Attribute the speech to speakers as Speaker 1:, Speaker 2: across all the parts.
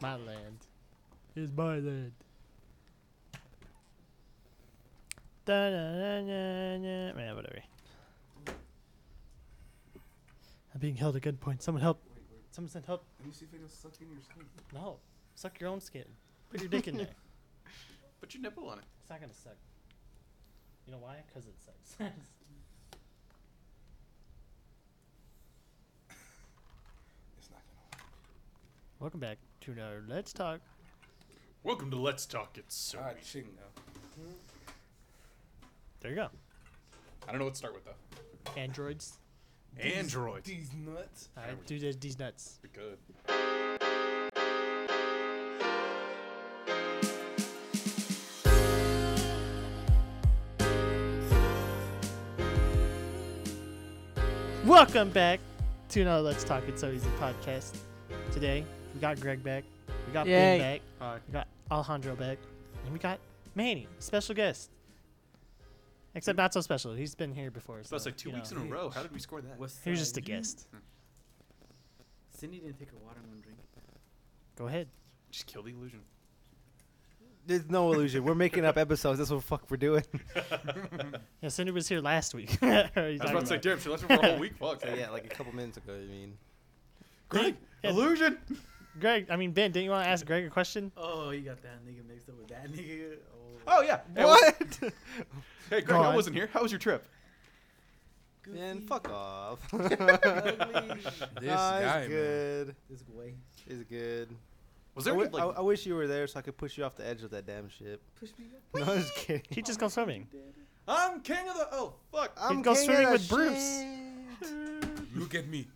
Speaker 1: my land. It's my land. Da-da-da-da-da. Man, whatever. I'm being held at gunpoint. Someone help. Someone send help.
Speaker 2: Let me see if I can suck in your skin.
Speaker 1: No. Suck your own skin. Put your dick in there.
Speaker 2: Put your nipple on it.
Speaker 1: It's not gonna suck. You know why? Because it sucks.
Speaker 2: It's not gonna work.
Speaker 1: Welcome back to another Let's Talk.
Speaker 3: Welcome to Let's Talk It's So
Speaker 2: ah,
Speaker 3: Weird.
Speaker 2: chingo.
Speaker 1: There you go.
Speaker 3: I don't know what to start with though.
Speaker 1: Androids.
Speaker 3: Android.
Speaker 2: These nuts.
Speaker 1: I do this, these nuts.
Speaker 3: Be good.
Speaker 1: Welcome back to another Let's Talk It's So Easy podcast. Today, we got Greg back. We got Ben
Speaker 4: Yay.
Speaker 1: back. We got Alejandro back. And we got Manny, special guest. Except not so special. He's been here before.
Speaker 3: So that's
Speaker 1: so,
Speaker 3: like two
Speaker 1: you
Speaker 3: weeks
Speaker 1: know,
Speaker 3: in a row. How did we score that?
Speaker 4: West
Speaker 1: He was just a
Speaker 4: Side.
Speaker 1: guest.
Speaker 4: Cindy didn't take a watermelon drink.
Speaker 1: Go ahead.
Speaker 3: Just kill the illusion.
Speaker 5: There's no illusion. We're making up episodes. That's what the fuck we're doing.
Speaker 1: Yeah, Cinder was here last week. I
Speaker 3: I was about to say, damn, she left him for a whole week. Fuck.
Speaker 5: So yeah, like a couple minutes ago. I mean,
Speaker 3: Greg, illusion.
Speaker 1: Greg, I mean, Ben, didn't you want to ask Greg a question?
Speaker 4: Oh, you got that nigga mixed up with that nigga. Oh,
Speaker 3: Oh yeah. Hey, what's-
Speaker 5: what?
Speaker 3: Hey, Greg, I
Speaker 1: God.
Speaker 3: wasn't here. How was your trip?
Speaker 4: goofy,
Speaker 5: Man, fuck off.
Speaker 4: ugly.
Speaker 2: This
Speaker 5: Nah,
Speaker 2: guy, man.
Speaker 5: it's good.
Speaker 4: this way.
Speaker 5: It's good.
Speaker 3: Was
Speaker 5: I
Speaker 3: there
Speaker 5: wi-
Speaker 3: like?
Speaker 5: I- I wish you were there so I could push you off the edge of that damn ship.
Speaker 4: Push me up.
Speaker 5: No, I'm just kidding.
Speaker 1: He just goes swimming.
Speaker 3: I'm king of the. Oh fuck.
Speaker 5: I'm
Speaker 1: go
Speaker 5: king of
Speaker 1: swimming
Speaker 5: the
Speaker 1: with Bruce.
Speaker 5: shit.
Speaker 2: Look at me.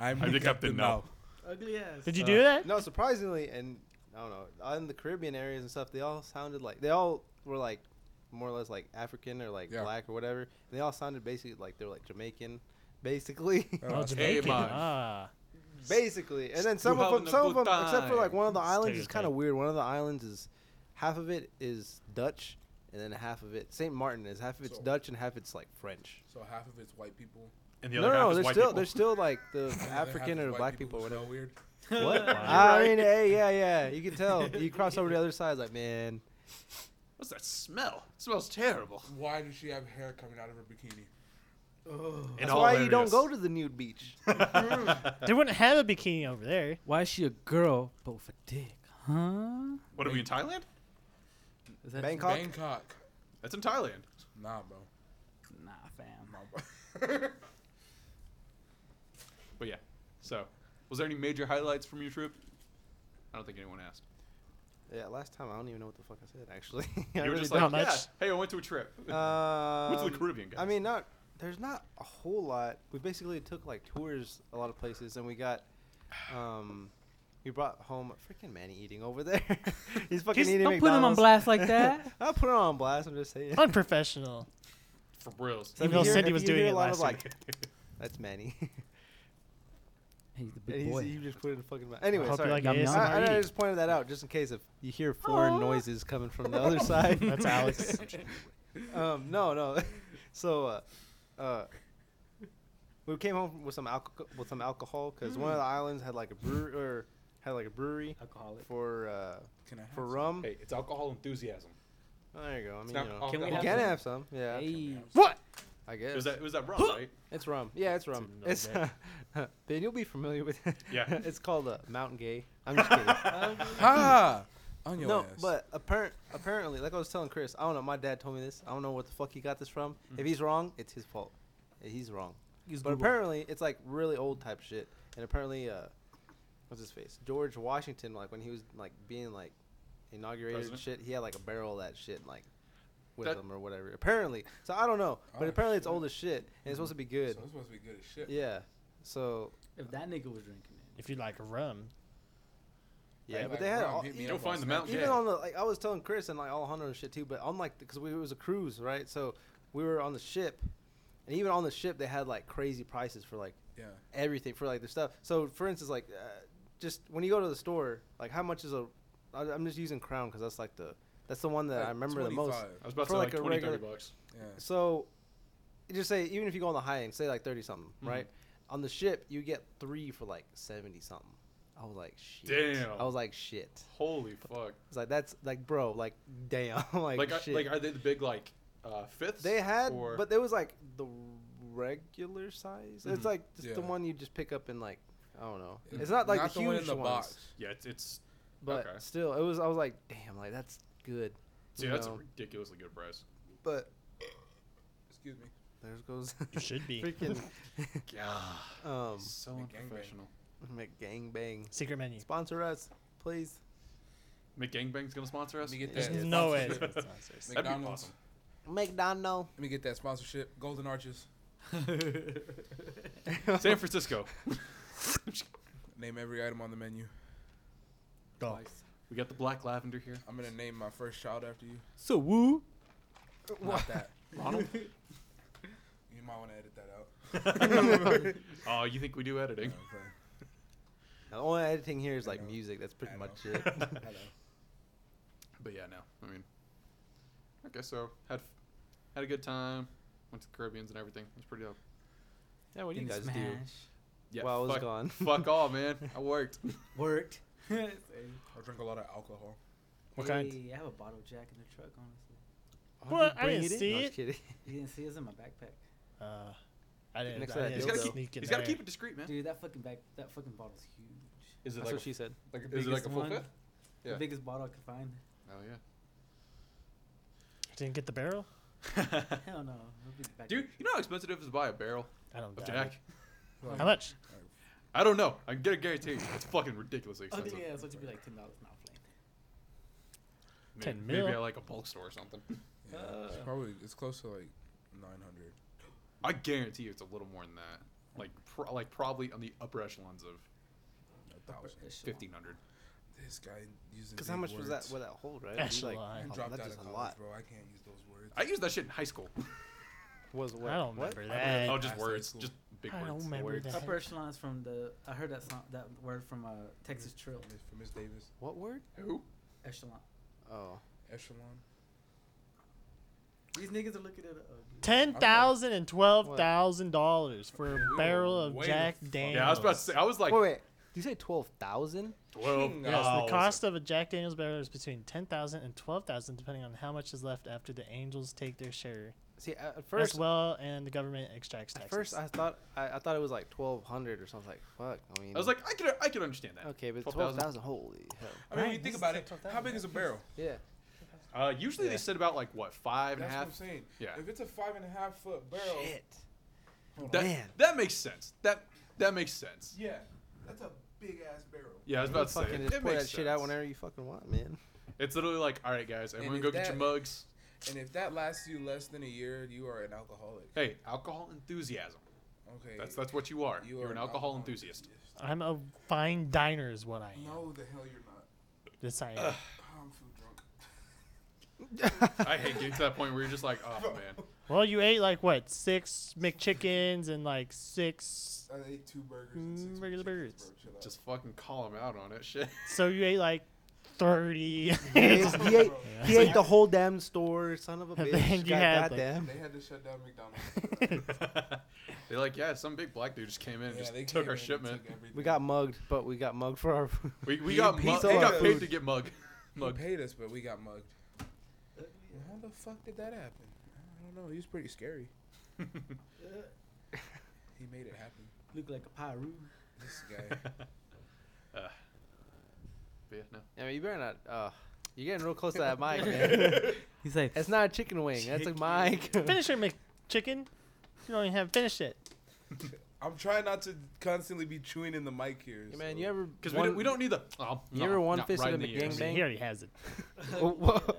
Speaker 2: I'm,
Speaker 3: the captain now.
Speaker 4: Ugly ass.
Speaker 1: Did you
Speaker 5: Uh,
Speaker 1: do that?
Speaker 5: No, surprisingly, and I don't know, on the Caribbean areas and stuff, they all sounded like they all were like more or less like African or like
Speaker 2: Yeah.
Speaker 5: black or whatever. they all sounded basically like they were like Jamaican, basically.
Speaker 1: Oh,
Speaker 2: Oh,
Speaker 3: hey,
Speaker 1: Jamaican.
Speaker 3: man.
Speaker 1: Ah.
Speaker 5: Basically, and then some of
Speaker 3: having
Speaker 5: them,
Speaker 3: a
Speaker 5: some of
Speaker 3: good
Speaker 5: them, except for like one of the islands, is kind
Speaker 1: Stereotype.
Speaker 5: of weird. One of the islands is half of it is Dutch, and then half of it Saint Martin is half of it's
Speaker 2: So-
Speaker 5: Dutch and half it's like French.
Speaker 2: So half of it's white people.
Speaker 3: And the
Speaker 5: No,
Speaker 3: other
Speaker 5: no,
Speaker 3: half
Speaker 5: no,
Speaker 3: is
Speaker 5: they're
Speaker 3: white
Speaker 5: still
Speaker 3: people.
Speaker 5: they're still like the
Speaker 2: The other half
Speaker 5: African
Speaker 2: is
Speaker 5: or
Speaker 2: white
Speaker 5: black
Speaker 2: people
Speaker 5: people or
Speaker 2: who
Speaker 5: whatever.
Speaker 2: smell weird.
Speaker 5: What?
Speaker 1: Wow.
Speaker 5: I mean, hey, yeah, yeah. You can tell. You cross over to the other side, like, man,
Speaker 3: What's that smell? It smells terrible.
Speaker 2: Why does she have hair coming out of her bikini?
Speaker 4: Oh.
Speaker 3: And
Speaker 5: that's why you don't go to the nude beach. Mm-hmm.
Speaker 1: They wouldn't have a bikini over there.
Speaker 4: Why is she a girl but with a dick? Huh?
Speaker 3: What are we in Thailand?
Speaker 4: Is that
Speaker 5: Bangkok? Cock.
Speaker 2: Bangkok.
Speaker 3: That's in Thailand.
Speaker 2: Nah, bro.
Speaker 4: Nah, fam.
Speaker 2: Nah, bro.
Speaker 3: But yeah. So, was there any major highlights from your trip? I don't think anyone asked.
Speaker 5: Yeah, last time I don't even know what the fuck I said. Actually, I
Speaker 3: You were
Speaker 5: really
Speaker 3: just
Speaker 5: don't.
Speaker 3: like,
Speaker 1: don't. Not
Speaker 3: yeah,
Speaker 1: much.
Speaker 3: hey, I went to a trip.
Speaker 5: um,
Speaker 3: went to the Caribbean, guys.
Speaker 5: I mean, not there's not a whole lot. We basically took like tours a lot of places, and we got, um, we brought home freaking Manny eating over there. He's fucking
Speaker 4: Just
Speaker 5: eating.
Speaker 4: don't put him on
Speaker 5: McDonald's.
Speaker 4: blast like that.
Speaker 5: I'll put him on blast. I'm just saying.
Speaker 1: Unprofessional.
Speaker 3: for reals.
Speaker 5: So if
Speaker 1: Even
Speaker 5: you
Speaker 1: though
Speaker 5: hear-
Speaker 1: Cindy
Speaker 5: if
Speaker 1: was
Speaker 5: you
Speaker 1: doing
Speaker 5: hear
Speaker 1: it
Speaker 5: a lot
Speaker 1: last
Speaker 5: of,
Speaker 1: week.
Speaker 5: like, That's Manny.
Speaker 4: He's the
Speaker 5: and
Speaker 4: big
Speaker 5: he's,
Speaker 4: boy.
Speaker 5: he just put it in fucking mouth. Anyway,
Speaker 1: hope you
Speaker 5: sorry.
Speaker 1: like
Speaker 4: Yum, yum.
Speaker 1: ASMR.
Speaker 5: I, I just pointed that out just in case if you hear foreign
Speaker 4: Aw.
Speaker 5: noises coming from the other side.
Speaker 1: That's Alex.
Speaker 5: um, no, no. So, uh, uh, we came home with some alcohol with some alcohol because one of the islands had like a brewer or had like a brewery
Speaker 4: Alcoholic.
Speaker 5: for uh,
Speaker 2: Can I have
Speaker 5: for
Speaker 2: some?
Speaker 5: rum.
Speaker 3: Hey, it's alcohol enthusiasm.
Speaker 5: Oh, there you go. I mean,
Speaker 3: It's
Speaker 5: you
Speaker 3: not
Speaker 5: know,
Speaker 3: alcohol.
Speaker 4: Can we
Speaker 5: you
Speaker 4: have
Speaker 5: can
Speaker 4: some?
Speaker 5: have some. Yeah,
Speaker 4: Hey.
Speaker 1: What?
Speaker 5: I guess.
Speaker 3: It was that, it was that rum, right?
Speaker 5: It's rum. Yeah, it's rum.
Speaker 1: Didn't know
Speaker 5: It's Ben, you'll be familiar with. it.
Speaker 3: Yeah. Um,
Speaker 5: it's called uh, Mountain Gay. I'm just kidding.
Speaker 2: Ha! On your
Speaker 5: no,
Speaker 2: ass.
Speaker 5: but apparent apparently, like I was telling Chris, I don't know. My dad told me this. I don't know what the fuck he got this from.
Speaker 3: Mm.
Speaker 5: If he's wrong, it's his fault. Eh, He's wrong. but apparently, it's like really old type shit. And apparently, uh, what's his face? George Washington, like when he was like being like inaugurated and
Speaker 3: President?
Speaker 5: shit, he had like a barrel of that shit like with
Speaker 3: That-
Speaker 5: him or whatever. Apparently, so I don't know. But
Speaker 2: Oh,
Speaker 5: apparently, it's
Speaker 2: shit.
Speaker 5: old as shit, and it's supposed to be good.
Speaker 2: So it's supposed to be good as shit.
Speaker 5: yeah. So
Speaker 4: If that nigga was drinking it.
Speaker 1: If you like rum.
Speaker 5: yeah,
Speaker 2: Like,
Speaker 5: but they had
Speaker 2: rum
Speaker 5: all,
Speaker 2: hit me
Speaker 3: Go
Speaker 2: up on
Speaker 3: find the
Speaker 2: Snapchat.
Speaker 3: mountain.
Speaker 5: even
Speaker 3: Yeah.
Speaker 5: on the like I was telling Chris and like Alejandro and shit too, but on like because we it was a cruise, right? So we were on the ship, and even on the ship they had like crazy prices for like
Speaker 2: Yeah.
Speaker 5: everything for like the stuff. So for instance, like uh, just when you go to the store, like how much is a? I, I'm just using Crown because that's like the that's the one that
Speaker 2: Like,
Speaker 5: I remember the most.
Speaker 2: 25.
Speaker 3: I was about
Speaker 5: For
Speaker 3: to
Speaker 5: like
Speaker 3: like,
Speaker 5: a
Speaker 3: 20, 30
Speaker 5: regular-
Speaker 3: bucks.
Speaker 2: Yeah.
Speaker 5: So you just say even if you go on the high end, say like thirty something, right? On the ship you get three for like seventy something. I was like, shit.
Speaker 3: Damn.
Speaker 5: I was like, shit.
Speaker 3: Holy fuck!
Speaker 5: It's like that's like, bro, like, damn, like,
Speaker 3: Like, are,
Speaker 5: shit.
Speaker 3: like, are they the big like uh, fifths?
Speaker 5: they had,
Speaker 3: or-
Speaker 5: but there was like the regular size.
Speaker 3: Mhm.
Speaker 5: It's like just
Speaker 6: Yeah.
Speaker 5: the one you just pick up in like, I don't know.
Speaker 6: Yeah.
Speaker 5: It's not like
Speaker 6: Not
Speaker 5: the
Speaker 6: the one
Speaker 5: huge
Speaker 6: in the
Speaker 5: ones,
Speaker 6: box.
Speaker 3: yeah, it's, it's
Speaker 5: but
Speaker 3: Okay.
Speaker 5: still, it was. I was like, damn, like that's good.
Speaker 3: dude,
Speaker 5: you
Speaker 3: that's a
Speaker 5: know?
Speaker 3: ridiculously good price.
Speaker 5: but
Speaker 6: Excuse me.
Speaker 5: there goes.
Speaker 1: You should be.
Speaker 5: freaking
Speaker 3: God,
Speaker 5: um
Speaker 3: so
Speaker 6: McGangbang.
Speaker 3: unprofessional.
Speaker 5: McGangbang.
Speaker 1: Secret menu.
Speaker 5: Sponsor us, please.
Speaker 3: McGangbang's gonna sponsor us.
Speaker 6: Let me get
Speaker 1: There's
Speaker 6: that.
Speaker 1: no way.
Speaker 6: sponsorship.
Speaker 3: That'd be
Speaker 6: McDonald's.
Speaker 3: awesome.
Speaker 5: McDonald.
Speaker 6: Let me get that sponsorship. Golden Arches.
Speaker 3: San Francisco.
Speaker 6: Name every item on the menu.
Speaker 1: Go.
Speaker 3: we got the black lavender here.
Speaker 6: I'm gonna name my first child after you.
Speaker 7: So woo.
Speaker 6: Not that.
Speaker 3: Ronald.
Speaker 6: You might want to edit that out.
Speaker 3: Oh, you think we do editing?
Speaker 6: Okay.
Speaker 5: Now, the only editing here is
Speaker 6: I
Speaker 5: like
Speaker 6: know.
Speaker 5: music. That's pretty
Speaker 6: I
Speaker 5: much
Speaker 6: know.
Speaker 5: it.
Speaker 6: Hello.
Speaker 3: But yeah, no. I mean, okay, so had had a good time. Went to the Caribbean's and everything. It was pretty dope.
Speaker 5: Yeah, what do you
Speaker 7: Getting
Speaker 5: guys do?
Speaker 7: smashed.
Speaker 3: Yeah,
Speaker 5: While I was
Speaker 3: fuck,
Speaker 5: gone.
Speaker 3: fuck all, man. I worked.
Speaker 7: Worked. hey,
Speaker 6: I drink a lot of alcohol.
Speaker 1: What kind?
Speaker 7: I have a bottle jack in the truck, honestly.
Speaker 1: Well, I
Speaker 5: Bring
Speaker 1: didn't
Speaker 5: it in?
Speaker 1: see
Speaker 5: No, I'm
Speaker 1: it.
Speaker 5: just kidding.
Speaker 7: You didn't see it's in my backpack.
Speaker 1: Uh, I didn't.
Speaker 5: Next
Speaker 1: I
Speaker 5: to that
Speaker 1: didn't
Speaker 3: He's
Speaker 5: dildo.
Speaker 3: gotta keep.
Speaker 1: sneak in
Speaker 3: He's gotta
Speaker 1: there.
Speaker 3: keep it discreet, man.
Speaker 7: Dude, that fucking back that fucking bottle's huge.
Speaker 3: Is it
Speaker 5: That's
Speaker 3: like,
Speaker 5: what she said.
Speaker 3: like
Speaker 7: The
Speaker 3: is it like
Speaker 7: biggest
Speaker 3: a full
Speaker 7: one.
Speaker 3: fifth? Yeah.
Speaker 7: The biggest bottle I could find.
Speaker 3: Oh
Speaker 1: Didn't get the barrel.
Speaker 3: yeah.
Speaker 7: Hell no. It'll be the back
Speaker 3: Dude, you know how expensive it is to buy a barrel
Speaker 1: I don't.
Speaker 3: of
Speaker 1: doubt
Speaker 3: Jack?
Speaker 1: it. How much?
Speaker 3: I don't know. I can get a guarantee. It's fucking ridiculously
Speaker 7: Oh,
Speaker 3: expensive.
Speaker 7: yeah, it's supposed to be like ten dollars now, flame.
Speaker 3: Maybe,
Speaker 1: 10
Speaker 3: maybe
Speaker 1: mil.
Speaker 3: I like a bulk store or something.
Speaker 6: Yeah, it's
Speaker 7: Uh.
Speaker 6: probably it's close to like 900.
Speaker 3: I guarantee you it's a little more than that. Like, pro- like probably on the upper echelons of
Speaker 6: A thousand.
Speaker 3: fifteen hundred.
Speaker 6: This guy using.
Speaker 5: Because how
Speaker 6: big
Speaker 5: much was that?
Speaker 6: words.
Speaker 5: What that hold, right? It was like,
Speaker 1: Echelon.
Speaker 6: I
Speaker 5: oh,
Speaker 6: dropped
Speaker 5: that's
Speaker 6: out
Speaker 5: just
Speaker 6: of
Speaker 5: a
Speaker 6: college,
Speaker 5: lot.
Speaker 6: bro. I can't use those words.
Speaker 3: I used that shit in high school.
Speaker 5: Was what?
Speaker 1: I don't
Speaker 5: what?
Speaker 1: remember
Speaker 6: I
Speaker 1: that.
Speaker 3: oh, just
Speaker 6: I say
Speaker 3: words,
Speaker 6: cool.
Speaker 3: just big
Speaker 1: I
Speaker 3: words.
Speaker 1: don't remember
Speaker 3: words.
Speaker 1: that.
Speaker 7: Upper echelon is from the I heard that song that word from uh Texas Trill.
Speaker 6: Miss- For Miss Davis,
Speaker 5: What word?
Speaker 3: Who?
Speaker 7: Echelon.
Speaker 5: Oh.
Speaker 6: echelon.
Speaker 7: These niggas are looking at it up. dude.
Speaker 1: Ten thousand and twelve thousand dollars for
Speaker 6: We
Speaker 1: a
Speaker 6: were
Speaker 1: barrel of
Speaker 6: way
Speaker 1: Jack
Speaker 6: the fuck-
Speaker 1: Daniels.
Speaker 3: Yeah, I was about to say. I was like
Speaker 5: wait, wait. Did you say twelve thousand?
Speaker 3: twelve. Oh,
Speaker 6: Yes,
Speaker 1: Yes,
Speaker 3: dollars.
Speaker 1: the cost of a Jack Daniels barrel is between ten thousand and twelve thousand, depending on how much is left after the angels take their share,
Speaker 5: See, at at first,
Speaker 1: as well, and the government extracts
Speaker 5: at
Speaker 1: taxes.
Speaker 5: first I thought I, I thought it was like twelve hundred or something. Like, fuck. I mean,
Speaker 3: I was like, I could, I could understand that.
Speaker 5: okay, but twelve
Speaker 3: 12,000.
Speaker 5: thousand. Holy hell.
Speaker 6: I mean, when you
Speaker 1: Right,
Speaker 6: think
Speaker 1: this
Speaker 6: about
Speaker 1: is
Speaker 6: it, how big is a barrel?
Speaker 5: Yeah.
Speaker 3: Uh, usually they
Speaker 5: Yeah.
Speaker 3: said about like what five and a
Speaker 6: That's
Speaker 3: half.
Speaker 6: what I'm saying.
Speaker 3: Yeah.
Speaker 6: If it's a five and a half foot barrel,
Speaker 5: Shit. Oh,
Speaker 6: Hold on.
Speaker 3: That,
Speaker 5: Man.
Speaker 3: that makes sense. That that makes sense.
Speaker 6: yeah, that's a big ass barrel.
Speaker 3: Yeah, I was
Speaker 5: You
Speaker 3: about to say
Speaker 5: fucking
Speaker 3: it,
Speaker 5: just
Speaker 3: it
Speaker 5: pour
Speaker 3: makes
Speaker 5: that
Speaker 3: sense.
Speaker 5: shit out whenever you fucking want, man.
Speaker 3: It's literally like, all right, guys, everyone
Speaker 6: if
Speaker 3: go get your
Speaker 6: that-
Speaker 3: mugs.
Speaker 6: And if that lasts you less than a year, you are an alcoholic.
Speaker 3: Hey, alcohol enthusiasm.
Speaker 6: Okay.
Speaker 3: That's that's what you are. You are an alcohol, enthusiast.
Speaker 1: I'm a fine diner, is what I am.
Speaker 6: No, the hell you're not.
Speaker 1: This I am.
Speaker 6: I'm food drunk.
Speaker 3: I hate getting to that point where you're just like, oh man,
Speaker 1: Well, you ate like what six McChickens and like six.
Speaker 6: I ate two burgers and six
Speaker 1: Mm, regular
Speaker 6: McChickens,
Speaker 1: burgers.
Speaker 6: bro. Chill out.
Speaker 3: just fucking call him out on it. Shit.
Speaker 1: So you ate like thirty.
Speaker 5: he ate, he ate,
Speaker 1: Yeah.
Speaker 5: he ate the whole damn store, son of a
Speaker 1: And
Speaker 5: bitch.
Speaker 1: then
Speaker 5: God,
Speaker 1: you had, like-
Speaker 5: goddamn.
Speaker 6: They had to shut down McDonald's.
Speaker 3: They're like, yeah, some big black dude just came in and
Speaker 6: Yeah,
Speaker 3: just
Speaker 6: they came
Speaker 3: took
Speaker 6: in
Speaker 3: our
Speaker 6: and
Speaker 3: shipment.
Speaker 6: took everything.
Speaker 5: We got mugged, but we got mugged for our food.
Speaker 3: We, we
Speaker 6: He-
Speaker 3: got
Speaker 6: he
Speaker 3: mug,
Speaker 5: saw
Speaker 3: we
Speaker 5: our
Speaker 3: got paid
Speaker 5: food.
Speaker 3: to get mug.
Speaker 6: He
Speaker 3: mug.
Speaker 6: paid us, but we got mugged. How the fuck did that happen? I don't know. He was pretty scary. He made it happen.
Speaker 7: uh, Look like a pyro.
Speaker 6: This guy.
Speaker 3: Uh, but yeah, no.
Speaker 5: I mean, you better not. Uh, you're getting real close to that mic, man.
Speaker 7: He's like
Speaker 5: That's not a chicken wing. That's a mic.
Speaker 1: Finish your McChicken. You don't even have finished it.
Speaker 6: I'm trying not to constantly be chewing in the mic here.
Speaker 5: Hey,
Speaker 6: so-
Speaker 5: man, you ever?
Speaker 3: Because we, don't- we don't need the. Oh,
Speaker 5: You
Speaker 3: no,
Speaker 5: ever one
Speaker 3: not
Speaker 5: fist
Speaker 3: right
Speaker 5: in a
Speaker 3: the ears.
Speaker 5: McGangbang?
Speaker 1: He already has it.
Speaker 5: Oh, whoa.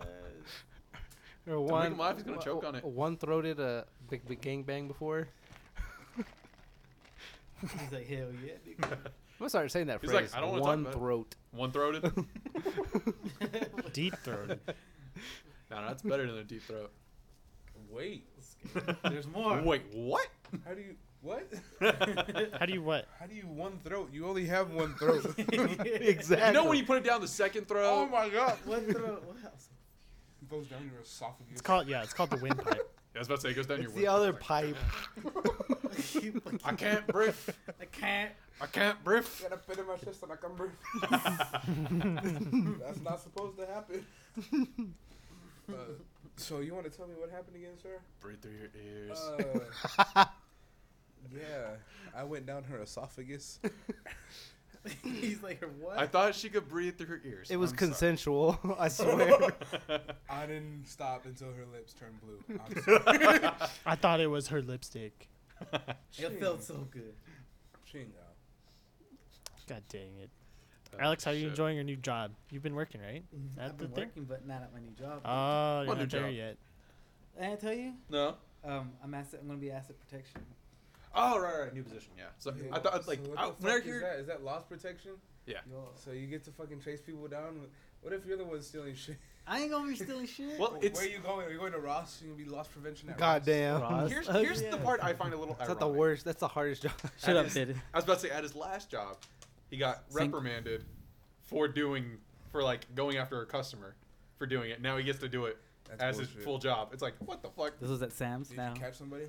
Speaker 5: Or one.
Speaker 3: Alive is gonna choke on it.
Speaker 5: One throated a big big gangbang before.
Speaker 7: He's like, hell yeah, nigga.
Speaker 5: I'm gonna start saying that
Speaker 3: He's like,
Speaker 5: phrase.
Speaker 3: "I don't wanna talk
Speaker 5: one
Speaker 3: about it."
Speaker 5: throat.
Speaker 3: One throated? no,
Speaker 1: Deep throated.
Speaker 3: no, that's better than a deep throat.
Speaker 6: Wait.
Speaker 7: There's more.
Speaker 3: Wait, what?
Speaker 6: How do you? What?
Speaker 1: How do you what?
Speaker 6: How do you one throat? You only have one throat.
Speaker 5: exactly.
Speaker 3: You know when you put it down the second throat?
Speaker 6: oh my god.
Speaker 7: What the what else?
Speaker 6: It goes down your esophagus.
Speaker 1: It's called yeah. It's called the windpipe.
Speaker 3: I was about to say it goes down
Speaker 5: It's
Speaker 3: your.
Speaker 5: the other pipe.
Speaker 3: pipe. I can't breathe.
Speaker 7: I can't.
Speaker 3: I can't breathe.
Speaker 6: Got a pit in my chest and I can breathe. That's not supposed to happen. Uh, so you want to tell me what happened again, sir?
Speaker 3: Breathe through your ears.
Speaker 6: Uh, yeah, I went down her esophagus.
Speaker 7: He's like, what?
Speaker 3: I thought she could breathe through her ears.
Speaker 5: It was
Speaker 3: I'm sorry.
Speaker 5: consensual. I swear.
Speaker 6: I didn't stop until her lips turned blue. I'm sorry.
Speaker 1: I thought it was her lipstick.
Speaker 7: it felt so good.
Speaker 6: Chingo.
Speaker 1: God dang it.
Speaker 3: Oh,
Speaker 1: Alex, how are you
Speaker 3: shit.
Speaker 1: enjoying your new job? You've been working, right? That's
Speaker 7: I've
Speaker 1: the
Speaker 7: been
Speaker 1: thing.
Speaker 7: working, but not at my new job.
Speaker 8: Uh,
Speaker 1: Oh, you're
Speaker 3: What new
Speaker 1: not there
Speaker 3: job?
Speaker 1: yet.
Speaker 7: Did I tell you?
Speaker 3: No.
Speaker 7: Um, I'm asset. I'm gonna be asset protection.
Speaker 3: Oh right, right, new position. Yeah. So I thought like
Speaker 6: so what
Speaker 3: I,
Speaker 6: the
Speaker 3: when I
Speaker 6: fuck
Speaker 3: hear
Speaker 6: is that? Is that loss protection?
Speaker 7: Yo,
Speaker 6: So you get to fucking chase people down. with- What if you're the one stealing shit?
Speaker 7: I ain't gonna be stealing shit.
Speaker 3: well, it's
Speaker 6: Where are you going? Are you going to Ross? You gonna be loss prevention at Ross?
Speaker 5: Goddamn.
Speaker 8: Ross.
Speaker 3: here's
Speaker 8: Oh,
Speaker 3: here's
Speaker 8: yeah.
Speaker 3: the part I find a little.
Speaker 5: That's
Speaker 3: ironic.
Speaker 5: not the worst. That's the hardest job.
Speaker 8: Shut
Speaker 3: That
Speaker 8: up,
Speaker 3: is-
Speaker 8: Diddy.
Speaker 3: I was about to say at his last job, he got
Speaker 8: Think-
Speaker 3: reprimanded for doing for like going after a customer for doing it. Now he gets to do it
Speaker 6: That's
Speaker 3: as
Speaker 6: bullshit.
Speaker 3: his full job. It's like what the fuck?
Speaker 8: This was at Sam's
Speaker 6: Did
Speaker 8: now.
Speaker 6: you catch somebody?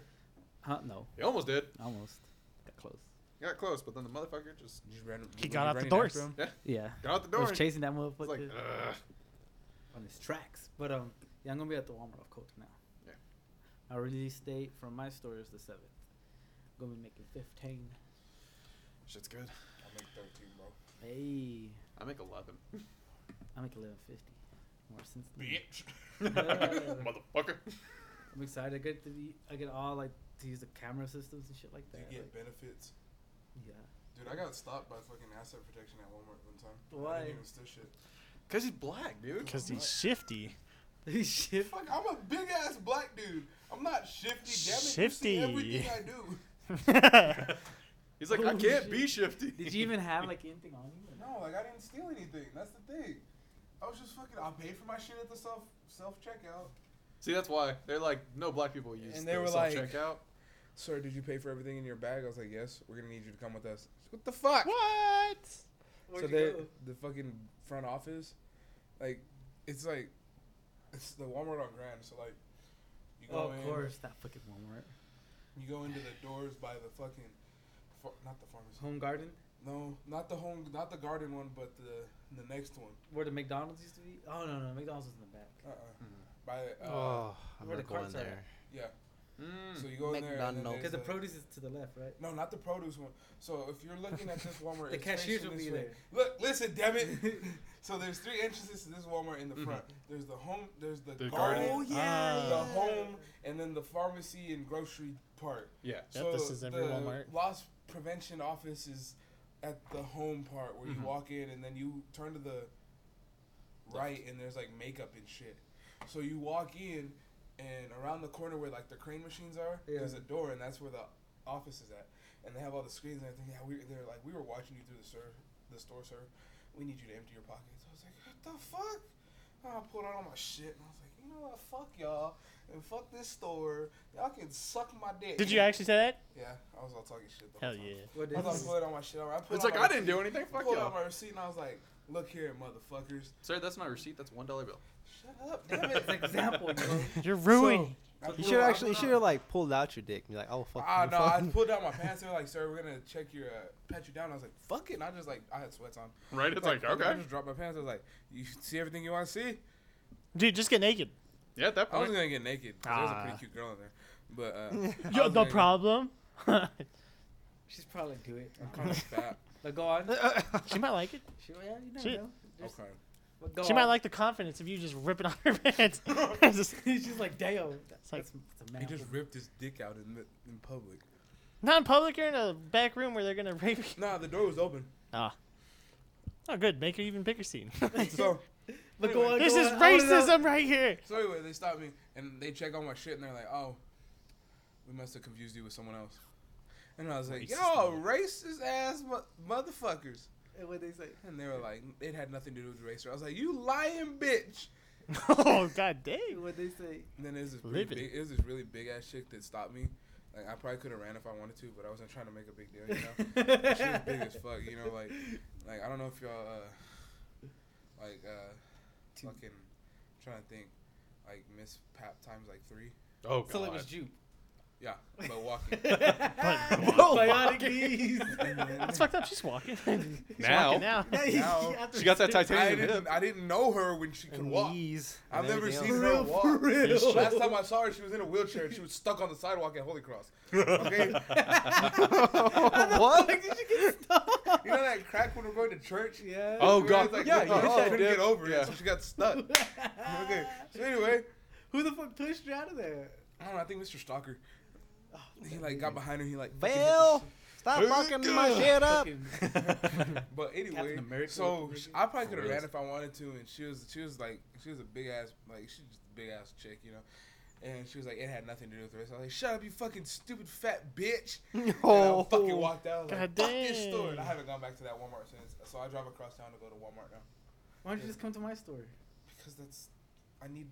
Speaker 8: Huh? No,
Speaker 3: He almost did.
Speaker 8: almost. Got close.
Speaker 3: He got close, but then the motherfucker just
Speaker 6: You just ran,
Speaker 1: He
Speaker 6: you
Speaker 1: got out the
Speaker 6: running
Speaker 1: doors.
Speaker 6: after him?
Speaker 8: Yeah.
Speaker 3: got out the
Speaker 8: I
Speaker 3: door.
Speaker 8: was
Speaker 3: It's
Speaker 8: chasing that motherfucker
Speaker 3: like, ugh.
Speaker 7: on his tracks. But um, yeah, I'm gonna be at the Walmart of Coke now.
Speaker 3: Yeah.
Speaker 7: Our release date from my store is the seventh. Gonna be making fifteen.
Speaker 3: shit's good.
Speaker 6: I make 13, bro.
Speaker 7: Hey,
Speaker 3: I make eleven.
Speaker 7: I make eleven fifty. More since
Speaker 6: Hmm.
Speaker 7: then.
Speaker 3: Bitch. Motherfucker.
Speaker 7: I'm excited. I get to be. I get all like to use the camera systems and shit like
Speaker 6: Do
Speaker 7: that.
Speaker 6: you get
Speaker 7: like,
Speaker 6: benefits?
Speaker 7: yeah.
Speaker 6: Dude, I got stopped by fucking asset protection at Walmart one time. I
Speaker 7: Why?
Speaker 6: didn't even steal shit.
Speaker 3: Cause he's black, dude.
Speaker 1: Because he's shifty.
Speaker 7: These shit.
Speaker 6: Fuck, I'm a big ass black dude. I'm not shifty. Damn it,
Speaker 1: Shifty.
Speaker 6: You see everything I do.
Speaker 3: He's like, I
Speaker 7: Oh,
Speaker 3: can't
Speaker 7: shit.
Speaker 3: be shifty.
Speaker 7: Did you even have like anything on you?
Speaker 6: No, like I didn't steal anything. That's the thing. I was just fucking. I paid for my shit at the self self checkout.
Speaker 3: See, that's why they're like, no black people use.
Speaker 6: And they were
Speaker 3: self
Speaker 6: like-
Speaker 3: checkout.
Speaker 6: Sir, did you pay for everything in your bag? I was like, yes. We're gonna need you to come with us. What the fuck?
Speaker 1: What?
Speaker 6: so they, the fucking front office, like, it's like, it's the Walmart on Grand. So like, you
Speaker 7: Oh,
Speaker 6: go
Speaker 7: of
Speaker 6: in,
Speaker 7: course, that fucking Walmart.
Speaker 6: you go into the doors by the fucking, ph- not the pharmacy.
Speaker 7: Home Garden,
Speaker 6: No, not the home, not the garden one, but the the next one.
Speaker 7: where the McDonald's used to be. Oh no, no, McDonald's was in the back.
Speaker 6: Uh uh
Speaker 7: Mm-hmm.
Speaker 3: Mhm.
Speaker 6: By uh,
Speaker 5: Oh, I'm
Speaker 7: Where the
Speaker 5: not going
Speaker 7: carts are at.
Speaker 5: there.
Speaker 6: yeah.
Speaker 3: Mm.
Speaker 6: So you go in there. and then
Speaker 5: McDonald's.
Speaker 7: Because
Speaker 6: there's
Speaker 7: the
Speaker 6: a-
Speaker 7: produce is to the left, right?
Speaker 6: No, not the produce one. So if you're looking at this Walmart,
Speaker 7: The
Speaker 6: it's
Speaker 7: cashiers
Speaker 6: facing
Speaker 7: will
Speaker 6: this
Speaker 7: be
Speaker 6: way.
Speaker 7: there.
Speaker 6: Look, listen, damn it. so there's three entrances to this Walmart in the
Speaker 3: Mhm.
Speaker 6: front.
Speaker 7: Mm-hmm.
Speaker 6: There's the home. There's the,
Speaker 3: The
Speaker 6: garden.
Speaker 3: garden. Oh,
Speaker 1: yeah,
Speaker 6: The
Speaker 1: yeah.
Speaker 6: home, and then the pharmacy and grocery part.
Speaker 3: Yeah.
Speaker 1: Yep, this is every
Speaker 6: the
Speaker 1: Walmart.
Speaker 6: Loss prevention office is at the home part where
Speaker 1: Mm-hmm.
Speaker 3: Mhm.
Speaker 6: you walk in and then you turn to the right and there's like makeup and shit. So you walk in and around the corner where like the crane machines are,
Speaker 7: Yeah.
Speaker 6: there's a door and that's where the office is at. And they have all the screens and everything. Yeah, we they're like we were watching you through the sir the store, sir. We need you to empty your pockets. I was like, what the fuck? And I pulled out all my shit and I was like, you know what? Fuck y'all and fuck this store. Y'all can suck my dick.
Speaker 1: Did you actually say that?
Speaker 6: Yeah, I was all talking shit. The
Speaker 1: Hell
Speaker 6: whole time.
Speaker 1: yeah.
Speaker 7: What
Speaker 6: I was
Speaker 7: is this?
Speaker 6: all pulling on my shit. I
Speaker 3: It's like I didn't do anything.
Speaker 6: I
Speaker 3: Fuck
Speaker 6: pulled
Speaker 3: y'all.
Speaker 6: out my receipt and I was like, "Look here, motherfuckers!
Speaker 3: Sir, that's my receipt. That's one dollar bill.
Speaker 6: Shut up, damn it!"
Speaker 7: It's an example, bro.
Speaker 1: You're ruined.
Speaker 6: I
Speaker 5: You
Speaker 6: pulled
Speaker 5: should
Speaker 6: out-
Speaker 5: actually, you should have like pulled out your dick and be like, oh fuck.
Speaker 6: Ah
Speaker 5: you,
Speaker 6: no! I
Speaker 5: fuck.
Speaker 6: pulled out my pants. They were like, "Sir, we're gonna check your, uh, pat you down." I was like, "Fuck it!" And I just like, I had sweats on.
Speaker 3: Right? It's like,
Speaker 6: I
Speaker 3: okay.
Speaker 6: just dropped my pants. I was like, "You see everything you want to see?"
Speaker 1: Dude, just get naked.
Speaker 3: Oh, Yeah, at that
Speaker 6: I was
Speaker 3: point.
Speaker 6: gonna get naked. 'cause There's a
Speaker 1: Ah.
Speaker 6: pretty cute girl in there, but uh, I
Speaker 1: Yo,
Speaker 6: was
Speaker 1: the
Speaker 6: gonna-
Speaker 1: problem?
Speaker 7: She's probably do it.
Speaker 6: I'm kind of fat.
Speaker 7: But go on.
Speaker 1: she might like it.
Speaker 7: She, yeah, you never
Speaker 1: Uh, She-
Speaker 7: know. There's-
Speaker 6: Okay.
Speaker 7: but go
Speaker 1: she might
Speaker 7: on.
Speaker 1: like the confidence of you just ripping off her pants. Just-
Speaker 7: She's like, damn. That's,
Speaker 1: like-
Speaker 7: that's a man.
Speaker 6: He just ripped his dick out in the, in public.
Speaker 1: Not in public, you're in a back room where they're gonna rape you.
Speaker 6: Nah, the door was open.
Speaker 1: Oh, good. Make her even bigger scene.
Speaker 6: So
Speaker 7: But go on.
Speaker 1: this
Speaker 7: go
Speaker 1: is
Speaker 7: on. I wanna know-
Speaker 1: racism right here.
Speaker 6: So anyway, they stopped me and they check all my shit and they're like, "Oh, we must have confused you with someone else." And I was like,
Speaker 1: Racist
Speaker 6: "Yo, racist ass mo- motherfuckers!"
Speaker 7: And what they say?
Speaker 6: And they were like, "It had nothing to do with race." I was like, "You lying bitch!"
Speaker 1: oh god
Speaker 7: And
Speaker 1: dang.
Speaker 7: What they say?
Speaker 6: And then there's this really
Speaker 1: Livid.
Speaker 6: big, it was this really big ass chick that stopped me. Like I probably could have ran if I wanted to, but I wasn't trying to make a big deal, you know. she was big as fuck, you know. Like, like I don't know if y'all, uh, like, uh, fucking, I'm trying to think, like Miss Pap times like three.
Speaker 3: Oh god.
Speaker 7: So it was Jupe.
Speaker 6: Yeah, but walking.
Speaker 7: Bionic knees.
Speaker 1: That's fucked up. She's walking. She's
Speaker 3: Now.
Speaker 1: walking now.
Speaker 6: Now,
Speaker 3: she got that
Speaker 6: I
Speaker 3: titanium hip.
Speaker 6: didn't. I didn't know her when she could
Speaker 5: And
Speaker 6: walk.
Speaker 5: knees
Speaker 6: I've
Speaker 5: and
Speaker 6: never
Speaker 5: everything
Speaker 6: seen
Speaker 5: else.
Speaker 6: her walk.
Speaker 3: You should.
Speaker 6: Last time I saw her, she was in a wheelchair. and She was stuck on the sidewalk at Holy Cross. Okay,
Speaker 5: what?
Speaker 6: you know that crack when we're going to church.
Speaker 7: Yeah.
Speaker 3: Oh,
Speaker 6: Where
Speaker 3: God.
Speaker 6: it's Like,
Speaker 3: Yeah,
Speaker 6: yeah,
Speaker 3: you hit
Speaker 6: she
Speaker 3: that
Speaker 6: couldn't
Speaker 3: dip.
Speaker 6: get over
Speaker 3: Yeah.
Speaker 6: it, so she got stuck. Okay. So anyway,
Speaker 7: Who the fuck pushed her out of there?
Speaker 6: I don't know. I think Mr. Stalker. He like got behind her. He like. fucking hit the
Speaker 5: Well,
Speaker 6: shit.
Speaker 5: stop fucking my
Speaker 3: Ugh.
Speaker 5: shit up.
Speaker 7: Fucking-
Speaker 6: But anyway,
Speaker 7: America
Speaker 6: so
Speaker 7: with
Speaker 6: sh-
Speaker 7: the
Speaker 6: I probably could
Speaker 3: For
Speaker 6: have ran
Speaker 3: reals.
Speaker 6: if I wanted to, and she was she was like she was a big ass like she's just a big ass chick, you know. And she was like, it had nothing to do with the race. I was like, shut up, you fucking stupid fat bitch. And I
Speaker 5: Oh,
Speaker 6: fucking walked out. I was like,
Speaker 1: God
Speaker 6: fuck this store. And I
Speaker 1: dang.
Speaker 6: haven't gone back to that Walmart since. So I drive across town to go to Walmart now.
Speaker 7: Why don't you just come to my store?
Speaker 6: Because that's, I need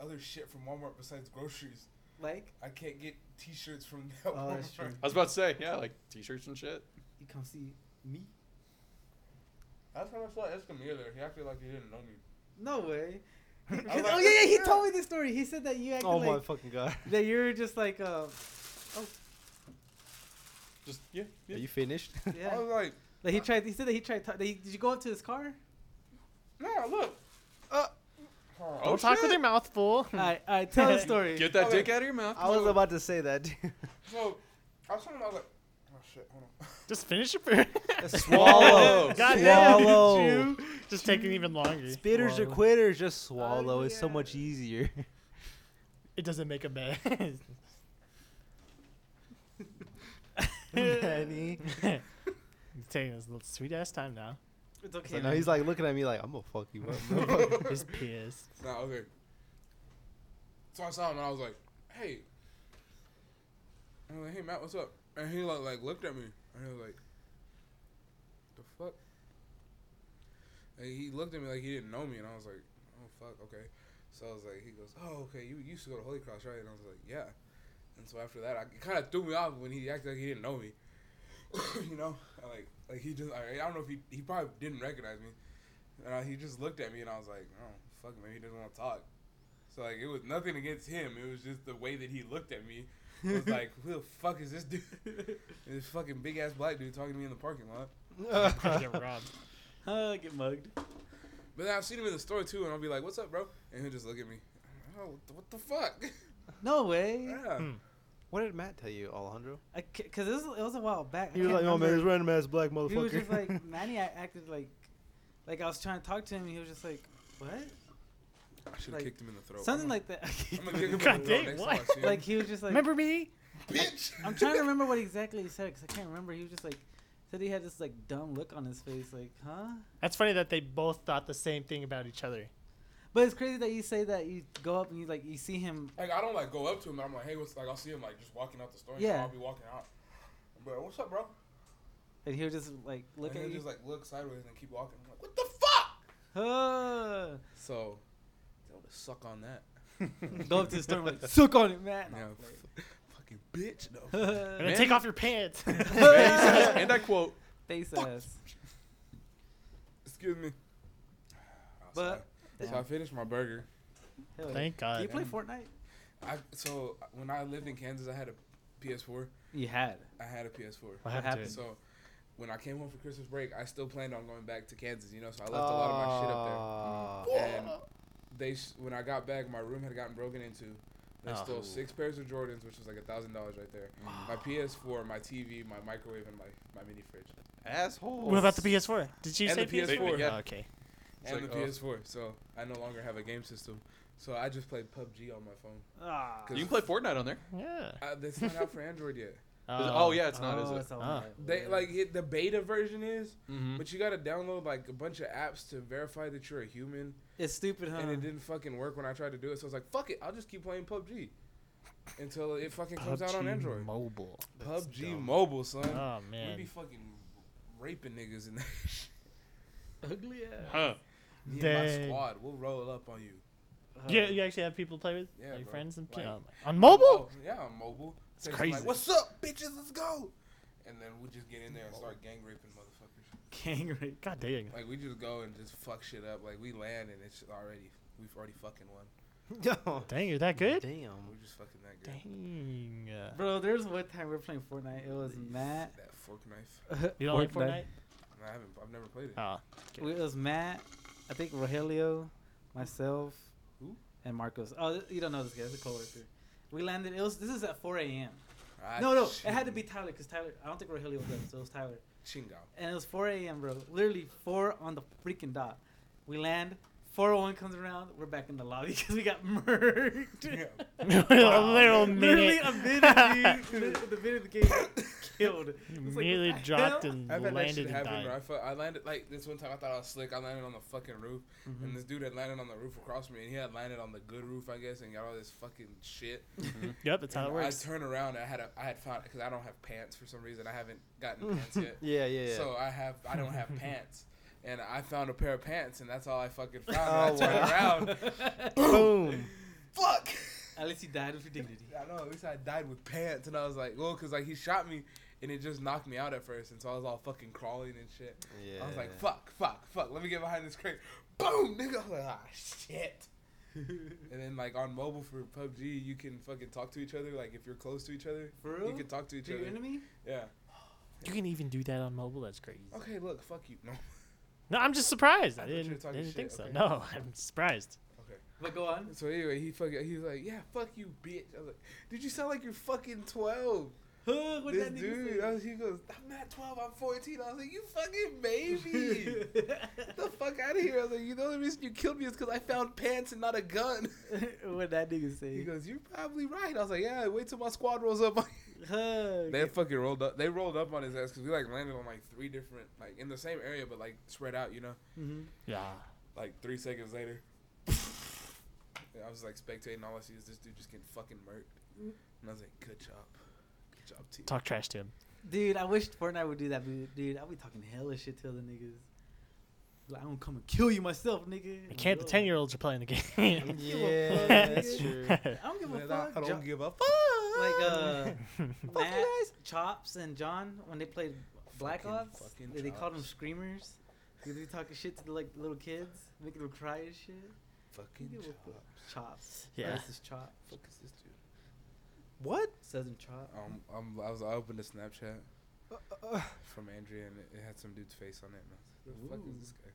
Speaker 6: other shit from Walmart besides groceries.
Speaker 7: Like,
Speaker 6: I can't get t shirts from that
Speaker 7: Oh,
Speaker 6: Walmart.
Speaker 7: that's true.
Speaker 3: I was about to say, yeah, like t-shirts and shit.
Speaker 7: you come see me?
Speaker 6: Last time I saw Escamilla there, he acted like he didn't know me.
Speaker 7: No way. oh
Speaker 6: like,
Speaker 7: yeah, yeah, he
Speaker 6: yeah.
Speaker 7: told me this story. He said that you acted
Speaker 5: oh my
Speaker 7: like
Speaker 5: fucking god.
Speaker 7: that you're just like uh,
Speaker 3: Just yeah,
Speaker 5: Are
Speaker 3: yeah.
Speaker 5: you finished?
Speaker 6: I
Speaker 7: yeah.
Speaker 5: Oh,
Speaker 6: was like,
Speaker 7: Like he tried. He said that he tried. ta- that he, did you go up to his car?
Speaker 6: nah, look. Uh, oh, huh.
Speaker 1: Don't talk with
Speaker 3: shit.
Speaker 1: your mouth full.
Speaker 7: Oh,
Speaker 5: Hmm.
Speaker 7: All right, all right. Tell the story.
Speaker 3: Get that
Speaker 6: Okay.
Speaker 3: dick out of your mouth.
Speaker 5: I was about to say that.
Speaker 6: So I was telling him, I was like, oh shit, hold on.
Speaker 1: Just finish your food.
Speaker 5: swallow.
Speaker 1: God damn it,
Speaker 5: swallow.
Speaker 1: Just taking even longer.
Speaker 5: Spitters or
Speaker 9: Swallow.
Speaker 5: quitters, just swallow. It's so
Speaker 7: yeah.
Speaker 5: much easier.
Speaker 1: It doesn't make a bed.
Speaker 5: Manny.
Speaker 1: He's taking his little sweet ass time now.
Speaker 7: It's okay.
Speaker 5: So now he's like looking at me like, I'm gonna fuck you up. motherfucker."
Speaker 1: He's pissed.
Speaker 6: Nah, okay. So I saw him and I was like, hey. And I'm like, hey Matt, what's up? And he like, like looked at me and he was like, the fuck? And he looked at me like he didn't know me and I was like, oh fuck, okay. So I was like, he goes, oh okay, you, you used to go to Holy Cross, right? And I was like, yeah. And so after that, I, it kind of threw me off when he acted like he didn't know me. you know, I like like he just I, I don't know if he he probably didn't recognize me. And I, he just looked at me, and I was like, "Oh, fuck, man, he doesn't want to talk." So like, it was nothing against him. It was just the way that he looked at me. It was like, "Who the fuck is this dude? this fucking big ass black dude talking to me in the parking lot."
Speaker 1: Get robbed.
Speaker 7: uh, get mugged.
Speaker 6: But then I've seen him in the store too, and I'll be like, "What's up, bro?" And he'll just look at me. Oh, what the- what the fuck?
Speaker 7: No way.
Speaker 6: yeah.
Speaker 1: Hmm.
Speaker 5: what did Matt tell you, Alejandro?
Speaker 7: I ca- Cause it was, it was a while back. I
Speaker 5: He was
Speaker 7: can't
Speaker 5: like, oh man,
Speaker 7: remember.
Speaker 5: this random ass black motherfucker.
Speaker 7: He was just like Manny. I acted like, like I was trying to talk to him. and He was just like, what?
Speaker 6: I should have
Speaker 7: Like,
Speaker 6: kicked him in the throat.
Speaker 7: Something
Speaker 6: I'm
Speaker 7: like that.
Speaker 6: gonna- I'm gonna kick him
Speaker 1: God
Speaker 6: in the
Speaker 1: dang,
Speaker 6: throat next
Speaker 1: what?
Speaker 6: time I see him.
Speaker 7: like he was just like.
Speaker 1: Remember me?
Speaker 6: bitch.
Speaker 7: I'm trying to remember what exactly he said because I can't remember. He was just like said he had this like dumb look on his face, like huh.
Speaker 1: That's funny that they both thought the same thing about each other.
Speaker 7: But it's crazy that you say that you go up and you like you see him.
Speaker 6: Like I don't like go up to him. And I'm like, "Hey, what's?" Like I'll see him like just walking out the store.
Speaker 7: Yeah.
Speaker 6: Yeah. I'll be walking out. Bro, what's up, bro?
Speaker 7: And he'll just like look
Speaker 6: and
Speaker 7: at
Speaker 6: he'll
Speaker 7: you.
Speaker 6: just like look sideways and keep walking. I'm like, what the fuck?
Speaker 7: huh.
Speaker 6: So, they'll suck on that.
Speaker 7: Go up to the store and like suck on it, man.
Speaker 6: Yeah, f- fucking bitch. No.
Speaker 1: And then
Speaker 7: Huh.
Speaker 3: Man.
Speaker 1: Take off your pants.
Speaker 3: Man, he says, and I quote,
Speaker 7: Face
Speaker 6: Fuck.
Speaker 7: ass.
Speaker 6: Excuse me.
Speaker 7: But-
Speaker 6: so I, so I finished my burger.
Speaker 7: Hell.
Speaker 1: Thank
Speaker 7: Do you
Speaker 1: God.
Speaker 7: play Fortnite?
Speaker 6: I so when I lived in Kansas, I had a PS4.
Speaker 7: You had.
Speaker 6: I had a PS4.
Speaker 1: What happened? To it?
Speaker 6: So when I came home for Christmas break, I still planned on going back to Kansas. You know, so I left a lot of my shit up
Speaker 5: Ah.
Speaker 6: there. and they sh- when I got back, my room had gotten broken into. They
Speaker 1: Oh.
Speaker 6: stole six pairs of Jordans, which was like a thousand dollars right there. My PS4, my TV, my microwave, and my, my mini fridge,
Speaker 3: asshole.
Speaker 1: What about the PS4? Did you
Speaker 6: And
Speaker 1: say
Speaker 6: the PS4.
Speaker 1: PS4?
Speaker 3: Yeah.
Speaker 1: Oh, okay.
Speaker 3: It's
Speaker 6: and
Speaker 3: like,
Speaker 6: the
Speaker 3: oh.
Speaker 6: PS4. So I no longer have a game system. So I just play PUBG on my phone.
Speaker 7: Ah.
Speaker 3: You can play Fortnite on there.
Speaker 1: Yeah.
Speaker 6: Uh, that's not out for Android yet.
Speaker 3: Is it- oh yeah, it's not,
Speaker 7: Oh,
Speaker 3: is it?
Speaker 7: it's all
Speaker 1: Ah.
Speaker 7: right.
Speaker 6: They like it, the beta version is,
Speaker 3: Mm-hmm.
Speaker 6: but you gotta download like a bunch of apps to verify that you're a human,
Speaker 7: it's stupid, huh?
Speaker 6: and it didn't fucking work when I tried to do it. So I was like, fuck it, I'll just keep playing PUBG until it fucking comes out on
Speaker 1: PUBG
Speaker 6: Android.
Speaker 1: Mobile.
Speaker 6: PUBG Mobile, son.
Speaker 1: Oh
Speaker 6: We be
Speaker 1: man.
Speaker 6: fucking raping niggas in that shit.
Speaker 7: Ugly ass.
Speaker 3: Huh.
Speaker 6: Me and my
Speaker 1: Dang.
Speaker 6: squad, we'll roll up on you.
Speaker 1: You, you actually have people to play with?
Speaker 6: Yeah,
Speaker 1: like
Speaker 6: bro.
Speaker 1: friends and
Speaker 6: Like-
Speaker 1: oh, my- on mobile?
Speaker 6: Oh, yeah, I'm mobile. It's
Speaker 1: crazy.
Speaker 6: Like, What's up, bitches? Let's go. And then we just get in there and start gang raping motherfuckers.
Speaker 7: Gang rape.
Speaker 1: God dang.
Speaker 6: Like we just go and just fuck shit up. Like we land and it's already we've already fucking won.
Speaker 5: Yo.
Speaker 1: Dang, you're that good?
Speaker 5: Damn.
Speaker 6: We're just fucking that good.
Speaker 1: Dang. uh,
Speaker 7: Bro, there's one time we were playing Fortnite. It was Matt.
Speaker 6: That fork knife.
Speaker 1: You don't like Fortnite?
Speaker 6: Nah, I haven't. I've never played it.
Speaker 1: Oh,
Speaker 7: We, it was Matt, I think Rogelio, myself,
Speaker 6: Who?
Speaker 7: and Marcos. Oh, th- you don't know this guy. It's a coworker. We landed. It was this is at 4 a.m.
Speaker 6: Ah,
Speaker 7: No, no, it had to
Speaker 6: ching-
Speaker 7: be Tyler because Tyler. I don't think Rogelio was there, so it was Tyler.
Speaker 6: Chingo.
Speaker 7: And it was 4 a.m., bro. Literally 4 on the freaking dot. We land. 401 comes around. We're back in the lobby because we got murdered.
Speaker 6: Yeah.
Speaker 1: a little
Speaker 7: Literally
Speaker 1: minute.
Speaker 7: a minute, dude. Lit- the minute the game got killed. It's like,
Speaker 1: Nearly
Speaker 7: what the
Speaker 1: dropped
Speaker 7: hell?
Speaker 1: and
Speaker 6: I've had that
Speaker 1: landed
Speaker 6: shit
Speaker 1: and
Speaker 6: happen where I,
Speaker 1: died.
Speaker 6: fu- I landed like this one time. I thought I was slick. I landed on the fucking roof, and this dude had landed on the roof across from me, and he had landed on the good roof, I guess, and got all this fucking shit.
Speaker 1: Yep, that's how it
Speaker 6: And
Speaker 1: works.
Speaker 6: I turned around. And I had a, I had found because I don't have pants for some reason. I haven't gotten pants yet.
Speaker 5: Yeah, yeah, yeah.
Speaker 6: So I have I don't have pants. And I found a pair of pants, and that's all I fucking found. And
Speaker 5: Oh,
Speaker 6: I turned around.
Speaker 5: Boom.
Speaker 6: Fuck!
Speaker 7: At least he died with dignity.
Speaker 6: I know, at least I died with pants. And I was like, well, because like, he shot me, and it just knocked me out at first. And so I was all fucking crawling and shit.
Speaker 5: yeah.
Speaker 6: I was like, fuck, fuck, fuck. Let me get behind this crate. Boom, nigga. I was like, ah, shit. and then, like, on mobile for PUBG, you can fucking talk to each other. Like, if you're close to each other,
Speaker 7: For
Speaker 6: you
Speaker 7: real?
Speaker 6: can talk to each
Speaker 7: To your
Speaker 6: other.
Speaker 7: enemy?
Speaker 6: Yeah.
Speaker 1: You can even do that on mobile. That's crazy.
Speaker 6: Okay, look, fuck you.
Speaker 1: No,
Speaker 6: No.
Speaker 1: I'm just surprised.
Speaker 6: I
Speaker 1: I
Speaker 6: thought you were
Speaker 1: didn't,
Speaker 6: talking
Speaker 1: didn't
Speaker 6: shit.
Speaker 1: think so.
Speaker 6: Okay.
Speaker 1: No, I'm surprised.
Speaker 6: Okay.
Speaker 7: But go on.
Speaker 6: So anyway, he fucking he was like, yeah, fuck you, bitch. I was like, did you sound like you're fucking twelve?
Speaker 7: Huh, what
Speaker 6: this
Speaker 7: that
Speaker 6: dude, I was, he goes, I'm not twelve, I'm fourteen. I was like, you fucking baby. Get the fuck out of here. I was like, you know the reason you killed me is because I found pants and not a gun.
Speaker 7: what that nigga
Speaker 6: He
Speaker 7: say?
Speaker 6: goes, you're probably right. I was like, yeah, wait till my squad rolls up. on you."
Speaker 7: Huh.
Speaker 6: they fucking rolled up. They rolled up on his ass because we like landed on like three different, like in the same area, but like spread out, you know.
Speaker 7: Mhm.
Speaker 1: Yeah.
Speaker 6: Like three seconds later, I was like spectating. All I see is this dude just getting fucking murked. And I was like, good job. Good job, team.
Speaker 1: Talk trash to him.
Speaker 7: Dude, I wish Fortnite would do that, dude. Dude, I'll be talking hella shit to other niggas. Like, I'm gonna come and kill you myself, nigga.
Speaker 1: You can't. The ten year olds are playing the game.
Speaker 5: yeah, that's true.
Speaker 7: I don't give a
Speaker 6: Man, I,
Speaker 7: fuck.
Speaker 6: I don't
Speaker 7: Jo-
Speaker 6: give a fuck.
Speaker 7: like, uh, Matt, Chops, and John, when they played Black
Speaker 6: Fucking-
Speaker 7: Ops,
Speaker 6: fucking
Speaker 7: they, they called them
Speaker 6: Chops.
Speaker 7: screamers. They be talking shit to the, like little kids, making them cry and shit.
Speaker 6: Fucking
Speaker 7: Give a
Speaker 6: job.
Speaker 7: fuck. Chops.
Speaker 1: Yeah.
Speaker 7: This is Chop.
Speaker 6: Fuck is this dude?
Speaker 5: What?
Speaker 7: Southern Chop.
Speaker 6: Um, um, I was I opened a Snapchat
Speaker 5: Uh, uh,
Speaker 6: from Andrea and it, it had some dude's face on it. And I was like, the fuck is this guy?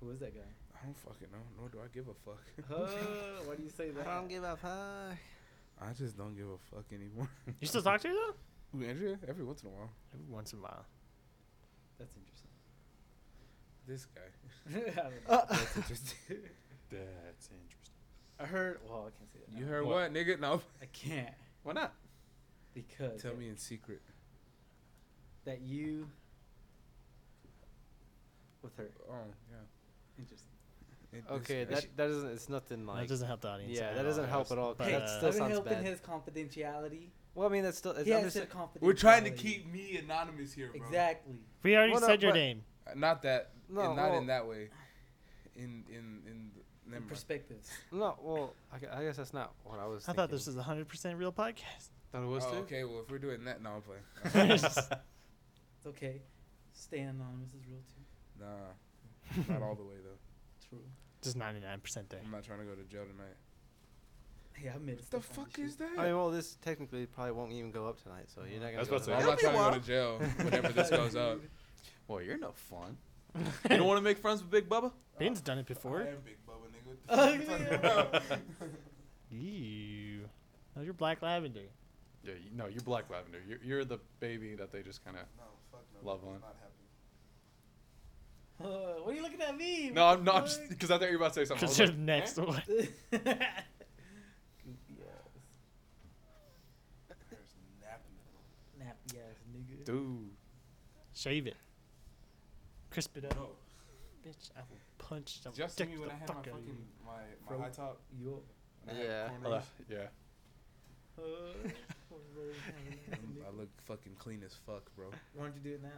Speaker 7: Who is that guy?
Speaker 6: I don't fucking know. Nor do I give a fuck.
Speaker 7: Huh, why do you say that?
Speaker 5: I don't give a fuck.
Speaker 6: I just don't give a fuck anymore.
Speaker 1: you still talk to her though?
Speaker 6: Ooh, Andrea, every once in a while,
Speaker 1: Every once in a while.
Speaker 7: That's interesting.
Speaker 6: this guy.
Speaker 7: I, don't
Speaker 5: Uh,
Speaker 7: know.
Speaker 6: That's interesting.
Speaker 3: That's interesting.
Speaker 7: I heard. Well, I can't say that.
Speaker 6: you
Speaker 7: now.
Speaker 6: heard what?
Speaker 3: What?
Speaker 6: nigga? No.
Speaker 7: I can't
Speaker 3: Why not?
Speaker 7: because
Speaker 6: Tell me in secret.
Speaker 7: that you with her.
Speaker 6: Oh yeah.
Speaker 7: Interesting.
Speaker 6: It- this
Speaker 5: Okay,
Speaker 6: guy.
Speaker 5: that that doesn't. It's nothing like.
Speaker 1: that doesn't help the audience.
Speaker 5: yeah,
Speaker 1: at
Speaker 5: that
Speaker 1: all.
Speaker 5: doesn't help at all. 'cause
Speaker 1: But,
Speaker 5: that
Speaker 1: uh,
Speaker 5: still
Speaker 7: I've been
Speaker 5: sounds
Speaker 7: helping
Speaker 5: bad.
Speaker 7: his confidentiality.
Speaker 5: Well, I mean, that's still. It's,
Speaker 7: He
Speaker 5: I'm
Speaker 7: has
Speaker 5: just,
Speaker 7: to confidentiality.
Speaker 6: We're trying to keep me anonymous here, bro.
Speaker 7: Exactly.
Speaker 1: We already
Speaker 5: Well, no,
Speaker 1: said your
Speaker 5: but-
Speaker 1: name.
Speaker 6: Uh, Not that.
Speaker 5: No,
Speaker 6: in, not
Speaker 5: well-
Speaker 6: in that way. In in in. the-
Speaker 7: In
Speaker 6: Never mind.
Speaker 7: perspectives.
Speaker 5: no, well, I, gu- I guess that's not what I was.
Speaker 1: I thought this
Speaker 5: thinking.
Speaker 1: was a hundred percent real podcast.
Speaker 3: Thought it was
Speaker 6: Oh,
Speaker 3: too.
Speaker 6: okay, well if we're doing that, no, I'm playing.
Speaker 7: It's okay. Staying anonymous is real too.
Speaker 6: Nah, not all the way though.
Speaker 7: True.
Speaker 1: Just ninety nine percent there.
Speaker 6: I'm not trying to go to jail tonight.
Speaker 7: Hey, I admit
Speaker 6: What the fuck is that?
Speaker 5: I mean, well, this technically probably won't even go up tonight, so you're not gonna.
Speaker 3: That's
Speaker 5: go
Speaker 3: what I
Speaker 5: up.
Speaker 6: I'm
Speaker 3: It'll
Speaker 6: not
Speaker 3: be
Speaker 6: trying to go to jail whenever this goes up.
Speaker 3: Well, you're no fun. you don't want to make friends with Big Bubba?
Speaker 1: Ben's done it before.
Speaker 6: I am Big Bubba, nigga. What the fuck you talking about?
Speaker 1: Ew. No, you're black lavender.
Speaker 3: Yeah, you, no, you're Black Lavender. You're, you're the baby that they just kind of.
Speaker 6: No, fuck no.
Speaker 3: Love
Speaker 6: that's
Speaker 3: on.
Speaker 6: not happening.
Speaker 7: Uh, what are you looking at me?
Speaker 3: No, I'm
Speaker 7: What
Speaker 3: not.
Speaker 7: the
Speaker 3: Because I thought you were about to say something. I was
Speaker 1: Because you're
Speaker 3: like,
Speaker 1: the next one.
Speaker 7: fuck? Goofy ass.
Speaker 6: There's napping.
Speaker 7: Nappy ass nigga.
Speaker 3: dude.
Speaker 1: Shave it. Crisp it up.
Speaker 6: No,
Speaker 1: Bitch, I will punch the
Speaker 6: just
Speaker 1: dick
Speaker 6: me
Speaker 1: the
Speaker 6: when I had my
Speaker 1: fuck out of you.
Speaker 6: fucking my,
Speaker 7: Fro-
Speaker 6: my high top.
Speaker 7: Yo.
Speaker 6: and I had
Speaker 5: Yeah.
Speaker 3: Uh, yeah.
Speaker 6: corners,
Speaker 7: Uh,
Speaker 6: and I look fucking clean as fuck, bro.
Speaker 7: Why don't you do it now?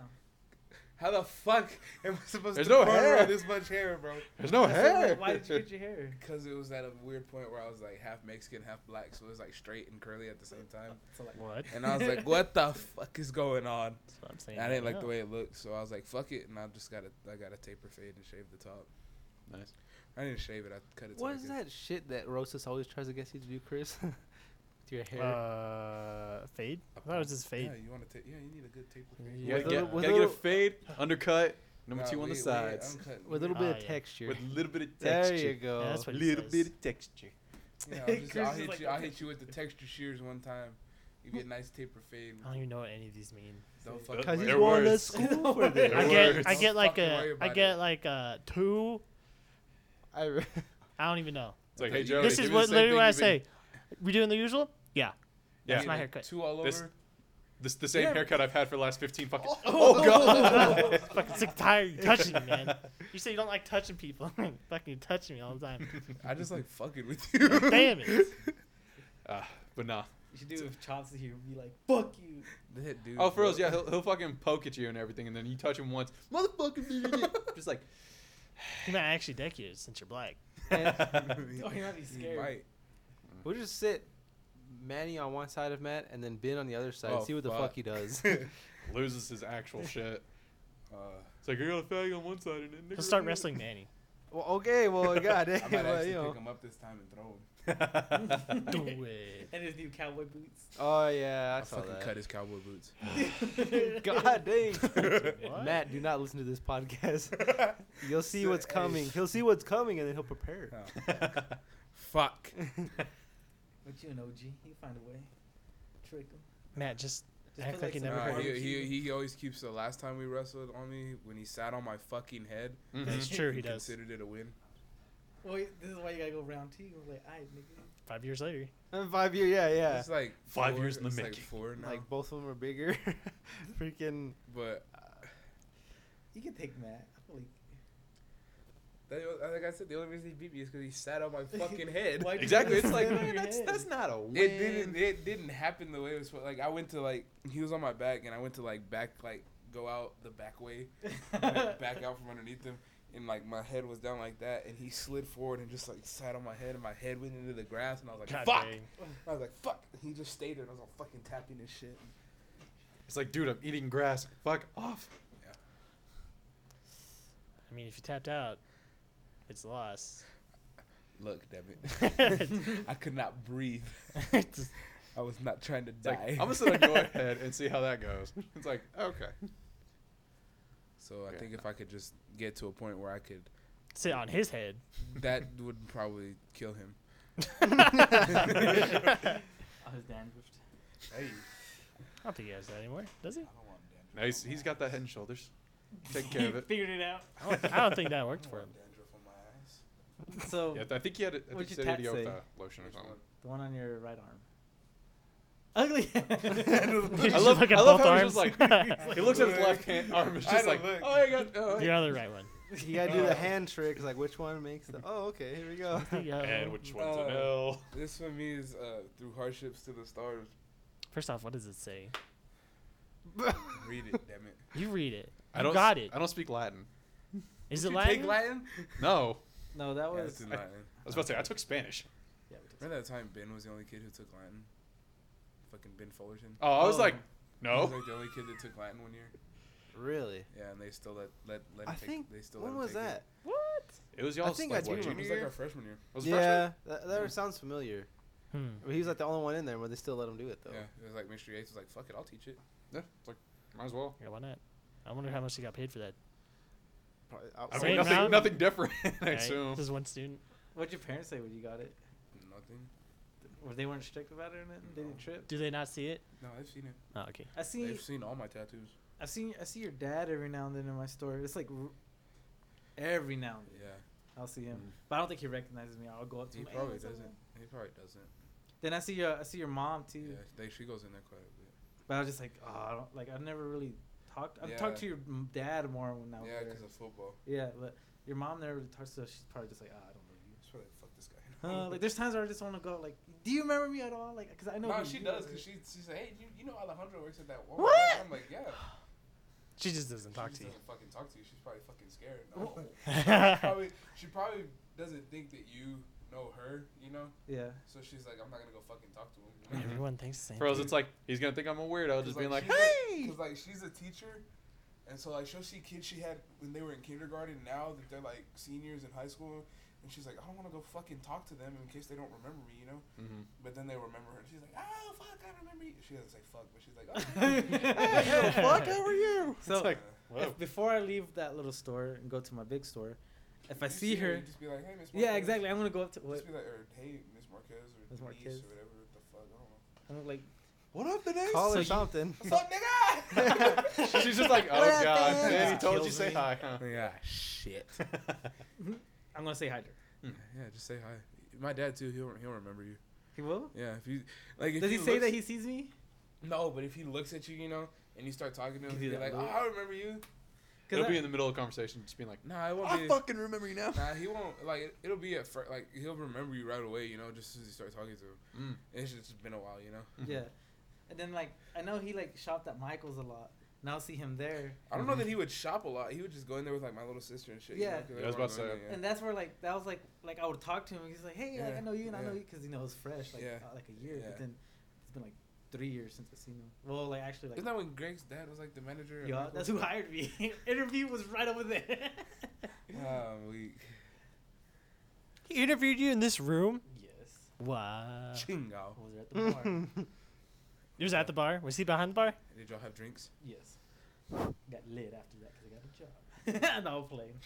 Speaker 6: How the fuck am I supposed
Speaker 3: There's
Speaker 6: to
Speaker 3: no
Speaker 6: corner
Speaker 3: hair.
Speaker 6: this much hair, bro?
Speaker 3: There's no
Speaker 7: So, like,
Speaker 3: hair.
Speaker 7: Why did you get your hair?
Speaker 6: Because it was at a weird point where I was like half Mexican, half black, so it was like straight and curly at the same time.
Speaker 7: So like,
Speaker 1: What?
Speaker 6: And I was like, what the fuck is going on?
Speaker 1: That's what I'm saying.
Speaker 6: And I didn't like
Speaker 1: Yeah.
Speaker 6: the way it looked, so I was like, fuck it, and I just got to I got a taper fade and shave the top.
Speaker 3: Nice.
Speaker 6: I didn't shave it. I cut it. so I
Speaker 5: What is
Speaker 6: could-
Speaker 5: that shit that Rosas always tries to guess you to do, Chris? With your hair.
Speaker 1: Uh, fade. I thought it was just fade.
Speaker 6: Yeah, you want to take? Yeah, you need a good taper. fade.
Speaker 3: You
Speaker 5: With
Speaker 3: gotta,
Speaker 5: a
Speaker 3: get,
Speaker 5: little- with
Speaker 3: gotta get
Speaker 5: a
Speaker 3: a
Speaker 5: little-
Speaker 3: fade, undercut, number
Speaker 6: Nah,
Speaker 3: two on
Speaker 6: we-
Speaker 3: the
Speaker 6: we-
Speaker 3: sides.
Speaker 6: I'm cutting-
Speaker 5: with a little
Speaker 1: Ah,
Speaker 5: bit of
Speaker 1: yeah.
Speaker 5: texture.
Speaker 3: With a little bit of
Speaker 5: there
Speaker 3: texture.
Speaker 5: you go.
Speaker 1: Yeah, that's what he
Speaker 3: little
Speaker 1: says.
Speaker 3: bit of texture.
Speaker 6: Yeah, I'll, just,
Speaker 7: Chris
Speaker 6: I'll
Speaker 7: is
Speaker 6: hit
Speaker 7: like-
Speaker 6: you. I'll hit you with the texture shears one time. You get a nice taper fade.
Speaker 1: I don't even know what any of these mean.
Speaker 6: Don't
Speaker 3: Because
Speaker 6: fucking
Speaker 3: he's
Speaker 6: worry.
Speaker 3: one of the
Speaker 5: school
Speaker 7: for this.
Speaker 1: I
Speaker 3: It
Speaker 1: get
Speaker 3: works.
Speaker 1: I
Speaker 6: Don't
Speaker 1: get like
Speaker 6: fucking worry
Speaker 1: a I
Speaker 6: about
Speaker 1: get
Speaker 6: it.
Speaker 1: like a two.
Speaker 5: I re-
Speaker 1: I don't even know.
Speaker 3: It's like, hey, Joey,
Speaker 1: this
Speaker 3: give
Speaker 1: is
Speaker 3: me the
Speaker 1: what
Speaker 3: same
Speaker 1: literally
Speaker 3: thing
Speaker 1: what I
Speaker 3: you've been-
Speaker 1: say. We doing the usual? Yeah.
Speaker 3: Yeah.
Speaker 1: That's my
Speaker 6: Yeah,
Speaker 1: haircut.
Speaker 6: Two all over.
Speaker 3: This- This the same
Speaker 6: Yeah.
Speaker 3: haircut I've had for the last 15 fucking.
Speaker 6: Oh,
Speaker 1: God. fucking sick, tired of you touching me, man. You say you don't like touching people. fucking you touch me all the time.
Speaker 6: I just like fucking with you.
Speaker 1: Damn it.
Speaker 3: Ah, but nah.
Speaker 7: You should do it with Chops here. Be like, fuck you.
Speaker 6: That dude.
Speaker 3: Oh, for reals, yeah, he'll, he'll fucking poke at you and everything, and then you touch him once. Motherfucking Just like,
Speaker 1: He might actually deck you since you're black.
Speaker 7: Oh, you might be
Speaker 6: He
Speaker 7: scared.
Speaker 6: might.
Speaker 5: we'll just sit Manny on one side of Matt and then Ben on the other side.
Speaker 3: Oh,
Speaker 5: see what the
Speaker 3: fuck.
Speaker 5: fuck he does.
Speaker 3: loses his actual shit.
Speaker 6: Uh,
Speaker 3: It's like, I got a fag on one side and then.
Speaker 1: He'll start wrestling Manny.
Speaker 5: well, okay, well, god
Speaker 6: I might
Speaker 5: damn, well,
Speaker 6: actually
Speaker 5: you know.
Speaker 6: pick him up this time and throw him.
Speaker 1: Do it.
Speaker 7: And his new cowboy boots.
Speaker 5: Oh yeah, I
Speaker 6: I
Speaker 5: saw
Speaker 6: fucking
Speaker 5: that.
Speaker 6: cut his cowboy boots.
Speaker 5: God dang.
Speaker 1: What?
Speaker 5: Matt, do not listen to this podcast. You'll see what's coming. He'll see what's coming and then he'll prepare.
Speaker 6: Oh, fuck.
Speaker 7: But you an OG. You find a way. Trick him.
Speaker 1: Matt, just
Speaker 7: Just
Speaker 1: act
Speaker 7: put,
Speaker 1: like you
Speaker 7: some
Speaker 1: never
Speaker 6: Nah,
Speaker 1: heard. of
Speaker 6: he,
Speaker 7: barbecue-
Speaker 6: he, he always keeps the last time we wrestled on me when he sat on my fucking head.
Speaker 1: That's
Speaker 3: Mhm.
Speaker 1: true, he does.
Speaker 6: considered it a win.
Speaker 7: Well, you- this is why you gotta go round two. You're like, alright, nigga.
Speaker 1: Five years later.
Speaker 5: And five year, yeah, yeah.
Speaker 6: It's like
Speaker 3: Five
Speaker 6: four-
Speaker 3: years in the
Speaker 6: it's
Speaker 3: making.
Speaker 6: Like four now.
Speaker 5: Like both of them are bigger. Freaking.
Speaker 6: but
Speaker 7: You can take Matt. I feel like.
Speaker 6: that, like I said, the only reason he beat me is because he sat on my fucking head.
Speaker 7: Why'd you
Speaker 3: Exactly. It's
Speaker 7: put his
Speaker 3: like,
Speaker 7: hand on
Speaker 3: man,
Speaker 7: your
Speaker 3: that's,
Speaker 7: head?
Speaker 3: that's not a win.
Speaker 6: It didn't. It didn't happen the way it was. supposed- Like I went to like he was on my back, and I went to like back like go out the back way, like, back out from underneath him, and like my head was down like that, and he slid forward and just like sat on my head, and my head went into the grass, and I was like,
Speaker 1: God
Speaker 6: fuck.
Speaker 1: dang.
Speaker 6: I was like, fuck. And he just stayed there, and I was all fucking tapping and shit.
Speaker 3: It's like, dude, I'm eating grass. Fuck off.
Speaker 1: I mean, if you tapped out, it's a loss.
Speaker 6: Look, damn it,
Speaker 1: Just-
Speaker 6: I could not breathe. I was not trying to
Speaker 3: It's like,
Speaker 6: die.
Speaker 3: I'm gonna sit on your head and see how that goes. It's like, okay.
Speaker 6: so I
Speaker 3: Okay.
Speaker 6: think if I could just get to a point where I could,
Speaker 1: Sit on his head.
Speaker 6: that would probably kill him.
Speaker 1: I
Speaker 7: I was dandruff.
Speaker 6: Hey,
Speaker 1: don't think he has that anymore, does he?
Speaker 6: I don't want dandruff.
Speaker 3: Now he's, he's got that head and shoulders. Taking care of it.
Speaker 7: Figured it out.
Speaker 1: I don't, I don't think that worked for him.
Speaker 6: Dandruff on my ass.
Speaker 7: So
Speaker 3: Yeah, I think he had. A, I think
Speaker 7: What'd
Speaker 3: he
Speaker 7: your
Speaker 3: said he had to go
Speaker 7: tat
Speaker 3: with
Speaker 7: say?
Speaker 3: uh, lotion or something.
Speaker 7: the one on your right arm. Ugly.
Speaker 1: You
Speaker 3: I
Speaker 1: just
Speaker 3: love-
Speaker 1: look at
Speaker 3: I love
Speaker 1: both
Speaker 3: how he's just
Speaker 1: arms.
Speaker 3: He looks at his left hand arm. It's
Speaker 6: I
Speaker 3: just
Speaker 6: don't
Speaker 3: like,
Speaker 6: look.
Speaker 3: oh, I got. Oh,
Speaker 1: the other right one.
Speaker 5: You gotta do the
Speaker 6: Oh.
Speaker 5: hand tricks. Like which one makes the. Oh, okay, here we go.
Speaker 1: Yeah.
Speaker 3: And which one's an
Speaker 6: No.
Speaker 3: L?
Speaker 6: This for me is uh, through hardships to the stars.
Speaker 1: First off, what does it say?
Speaker 6: Read it, damn it.
Speaker 1: You read it.
Speaker 3: I don't.
Speaker 1: you got
Speaker 3: s-
Speaker 1: it.
Speaker 3: I don't speak Latin.
Speaker 1: Is
Speaker 6: Did
Speaker 1: it
Speaker 6: you
Speaker 1: Latin?
Speaker 6: Take Latin.
Speaker 3: No.
Speaker 7: no, that
Speaker 6: Yeah,
Speaker 7: was.
Speaker 6: it's in Latin.
Speaker 3: I was about to say I took Spanish.
Speaker 7: Yeah, we took
Speaker 6: Remember that time Ben was the only kid who took Latin. Fucking Ben Fullerton.
Speaker 3: Oh, I was
Speaker 7: Oh.
Speaker 3: like,
Speaker 6: He was
Speaker 3: no.
Speaker 6: like the only kid that took Latin one year.
Speaker 5: really?
Speaker 6: Yeah, and they still let let let. Him
Speaker 5: I
Speaker 6: take,
Speaker 5: think.
Speaker 6: they still let
Speaker 5: When
Speaker 6: him
Speaker 5: was
Speaker 6: take
Speaker 5: that?
Speaker 3: It was
Speaker 5: I
Speaker 3: y'all's.
Speaker 5: think
Speaker 3: like,
Speaker 5: I
Speaker 6: It.
Speaker 3: what,
Speaker 5: do
Speaker 3: junior-
Speaker 6: Junior- It was
Speaker 5: remember.
Speaker 6: like our freshman year.
Speaker 3: Was it freshman?
Speaker 5: Yeah, that, that sounds familiar.
Speaker 1: Hmm.
Speaker 5: But he was like the only one in there, but they still let him do it though.
Speaker 6: Yeah, it was like Mr. Yates was like, "Fuck it, I'll teach it."
Speaker 3: Yeah. It's like, might as well.
Speaker 1: Yeah, why not? I wonder how much he got paid for that.
Speaker 5: Probably
Speaker 3: I
Speaker 1: Same
Speaker 3: mean,
Speaker 5: outside.
Speaker 3: nothing,
Speaker 1: round?
Speaker 3: nothing different. I
Speaker 1: Right?
Speaker 3: assume.
Speaker 1: Just one student.
Speaker 7: What'd your parents say when you got it?
Speaker 6: Nothing.
Speaker 7: Were they weren't strict about it or nothing? They didn't
Speaker 6: No.
Speaker 7: trip.
Speaker 1: Do they not see it?
Speaker 6: No, I've seen it.
Speaker 1: Oh, okay.
Speaker 7: I see.
Speaker 6: They've seen all my tattoos.
Speaker 7: I see. I see your dad every now and then in my store. It's like r- every now and then
Speaker 6: Yeah,
Speaker 7: I'll see him,
Speaker 3: Mm.
Speaker 7: but I don't think he recognizes me. I'll go up to
Speaker 6: Mm-hmm. he
Speaker 7: him. "Hey,
Speaker 6: probably
Speaker 7: what's up,
Speaker 6: doesn't.
Speaker 7: man?"
Speaker 6: He probably doesn't.
Speaker 7: Then I see your. I see your mom too.
Speaker 6: Yeah, they, she goes in there quite a bit.
Speaker 7: But I was just like, oh, I don't, like I never really talked. I've talked
Speaker 6: Yeah.
Speaker 7: to your m- dad more when I was
Speaker 6: Yeah,
Speaker 7: there.
Speaker 6: because of football.
Speaker 7: Yeah, but your mom never really talks to us. She's probably just like, ah, I don't know you.
Speaker 6: It's probably fuck this guy.
Speaker 7: Huh? like there's times where I just want to go like, do you remember me at all? Like, cause I know.
Speaker 6: No,
Speaker 7: who
Speaker 6: she
Speaker 7: you
Speaker 6: does
Speaker 7: are."
Speaker 6: because she she said, "Hey, you, you know Alejandro works at that Walmart."
Speaker 7: What?
Speaker 6: I'm like, yeah.
Speaker 1: She just doesn't talk
Speaker 6: she
Speaker 1: to
Speaker 6: just
Speaker 1: you.
Speaker 6: doesn't fucking talk to you. She's probably fucking scared.
Speaker 7: Oh.
Speaker 6: she probably she probably doesn't think that you know her. You know,
Speaker 7: Yeah.
Speaker 6: so she's like, I'm not gonna go fucking talk to him. You know?
Speaker 1: Everyone thinks the same.
Speaker 3: Froze. It's like he's gonna think I'm a weirdo, just being like,
Speaker 6: she's a-
Speaker 3: hey.
Speaker 6: 'cause, like she's a teacher, And so like she'll see kids she had when they were in kindergarten now that they're like seniors in high school and she's like, I don't wanna go fucking talk to them in case they don't remember me, you know?
Speaker 3: Mm-hmm.
Speaker 6: But then they remember her and she's like, Oh fuck, I remember you She doesn't say fuck, but she's like, "Oh,
Speaker 5: Hey, fuck, how are you?
Speaker 7: So
Speaker 6: like,
Speaker 7: if, before I leave that little store and go to my big store, if I see her,
Speaker 6: just be like, Hey Miss
Speaker 7: yeah,
Speaker 6: Marquez."
Speaker 7: exactly. I'm gonna go up to what,
Speaker 6: Just be like, or, hey Miss Marquez or
Speaker 7: Miss
Speaker 6: Denise
Speaker 7: Marquez.
Speaker 6: or whatever the fuck, I don't know.
Speaker 7: I'm like,
Speaker 6: What up, Denise?
Speaker 5: Call
Speaker 7: So
Speaker 5: her
Speaker 7: you-
Speaker 5: something.
Speaker 6: What's up, nigga?
Speaker 3: She's just like, oh
Speaker 5: What up,
Speaker 3: god, man,
Speaker 5: man?"
Speaker 3: he
Speaker 5: Just
Speaker 3: told
Speaker 7: kills
Speaker 3: you say
Speaker 7: me.
Speaker 3: hi, huh?
Speaker 6: yeah, shit.
Speaker 7: I'm gonna say hi to her.
Speaker 6: Yeah, just say hi. My dad too. He'll he'll remember you.
Speaker 7: He will.
Speaker 6: Yeah, if you like. If
Speaker 7: Does he say
Speaker 6: looks-
Speaker 7: that he sees me?
Speaker 6: No, but if he looks at you, you know, and you start talking to him,
Speaker 7: Give
Speaker 6: he'll
Speaker 7: you
Speaker 6: be like,
Speaker 7: that
Speaker 6: "Oh,
Speaker 7: look.
Speaker 6: I remember you."
Speaker 7: Cause
Speaker 3: It'll
Speaker 7: I-
Speaker 3: be in the middle of a conversation, just being like,
Speaker 6: Nah, it won't be.
Speaker 3: fucking remember you now.
Speaker 6: Nah, he won't. Like, it- it'll be at first. Like, he'll remember you right away. You know, just as you start talking to him.
Speaker 3: Mm.
Speaker 6: And It's just been a while, you know.
Speaker 7: yeah, and then like I know he like shopped at Michael's a lot. Now I'll see him there,
Speaker 6: I don't know that he would shop a lot. He would just go in there with like my little sister and shit. you know,
Speaker 7: Yeah.
Speaker 6: 'cause
Speaker 3: Mm-hmm. Yeah, I was
Speaker 6: everyone
Speaker 3: about to
Speaker 6: going
Speaker 3: say.
Speaker 6: in,
Speaker 7: and that's where like that was like like I would talk to him. And he's like, hey, like,
Speaker 6: Yeah,
Speaker 7: I know you and I know
Speaker 6: yeah.
Speaker 7: you because you know it's fresh like
Speaker 6: Yeah,
Speaker 7: uh, like a year.
Speaker 6: yeah.
Speaker 7: But then it's been like three years since I've seen him. Well, like actually like
Speaker 6: Isn't that when Greg's dad was like the manager? at
Speaker 7: Yeah,
Speaker 6: Michael's?
Speaker 7: that's who hired me. Interview was right over there.
Speaker 6: Ah, we
Speaker 1: He interviewed you in this room.
Speaker 7: yes.
Speaker 1: Wow.
Speaker 6: chingo.
Speaker 7: I was at the bar.
Speaker 1: He was at the bar. Was he behind the bar?
Speaker 6: Did y'all have drinks?
Speaker 7: yes. Got lit after that because I got a job. no, I'm playing.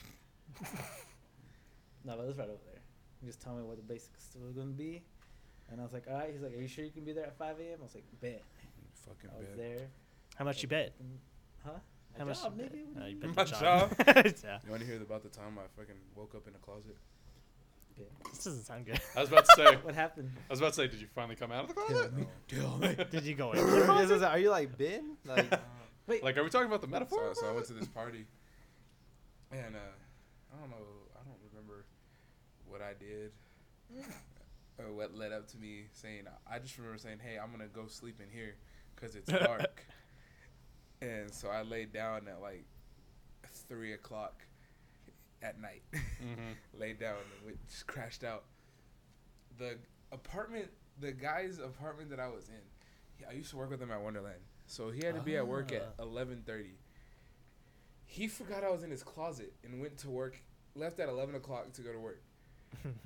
Speaker 7: no, but it was right over there. He just told me what the basics was going to be. And I was like, all right. He's like, are you sure you can be there at 5 a.m.? I was like, bet.
Speaker 6: Fucking
Speaker 7: I was
Speaker 6: bad.
Speaker 7: there.
Speaker 1: How much you bet?
Speaker 7: Huh? A
Speaker 1: How much?
Speaker 7: job,
Speaker 1: you bet?
Speaker 7: nigga. What do
Speaker 1: Oh, you
Speaker 7: you
Speaker 1: bet
Speaker 7: mean?
Speaker 1: the
Speaker 6: My
Speaker 1: job. yeah.
Speaker 6: You want to hear about the time I fucking woke up in a closet?
Speaker 1: This doesn't sound good.
Speaker 3: I was about to say, I
Speaker 7: What happened?
Speaker 3: was about to say, did you finally come out of the closet?
Speaker 6: Kill me.
Speaker 1: Did you go in?
Speaker 5: I was like, Are you like Ben? Like,
Speaker 3: Like, are we talking about the
Speaker 6: so,
Speaker 3: metaphor?
Speaker 6: so I went to this party, and uh, I don't know, I don't remember what I did or what led up to me saying. I just remember saying, "Hey, I'm gonna go sleep in here because it's dark." and so I laid down at like three o'clock at night,
Speaker 3: Mhm.
Speaker 6: laid down and went, just crashed out. The apartment, the guy's apartment that I was in, he- I used to work with him at Wonderland, so he had to be at work at
Speaker 1: Ah.
Speaker 6: eleven thirty. He forgot I was in his closet and went to work. Left at eleven o'clock to go to work.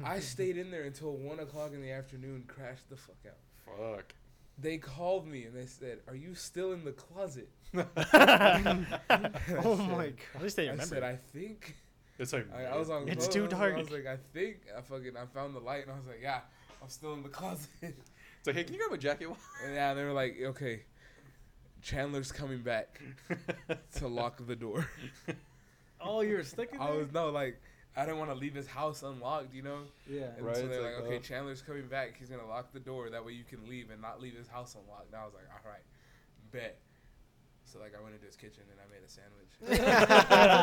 Speaker 6: I stayed in there until one o'clock in the afternoon. Crashed the fuck out.
Speaker 3: Fuck.
Speaker 6: They called me and they said, "Are you still in the closet?"
Speaker 5: oh my god.
Speaker 1: At least they
Speaker 6: I
Speaker 1: remember.
Speaker 6: said, "I think."
Speaker 3: It's like,
Speaker 6: I, I was on.
Speaker 1: It's
Speaker 6: clothes,
Speaker 1: too
Speaker 6: and
Speaker 1: dark.
Speaker 6: I was like, I think I fucking I found the light, and I was like, yeah, I'm still in the closet. and
Speaker 3: it's like, hey, can you grab my jacket?
Speaker 6: yeah, they were like, okay, Chandler's coming back to lock the door.
Speaker 7: Oh, you were stuck in there?
Speaker 6: I was no like, I didn't want to leave his house unlocked, you know.
Speaker 7: yeah.
Speaker 6: And
Speaker 3: Right,
Speaker 6: so
Speaker 3: it's
Speaker 6: they're
Speaker 3: like,
Speaker 6: like, okay,
Speaker 3: oh.
Speaker 6: Chandler's coming back. He's gonna lock the door. That way you can leave and not leave his house unlocked. And I was like, all right, bet. So like, I went into his kitchen and I made a sandwich.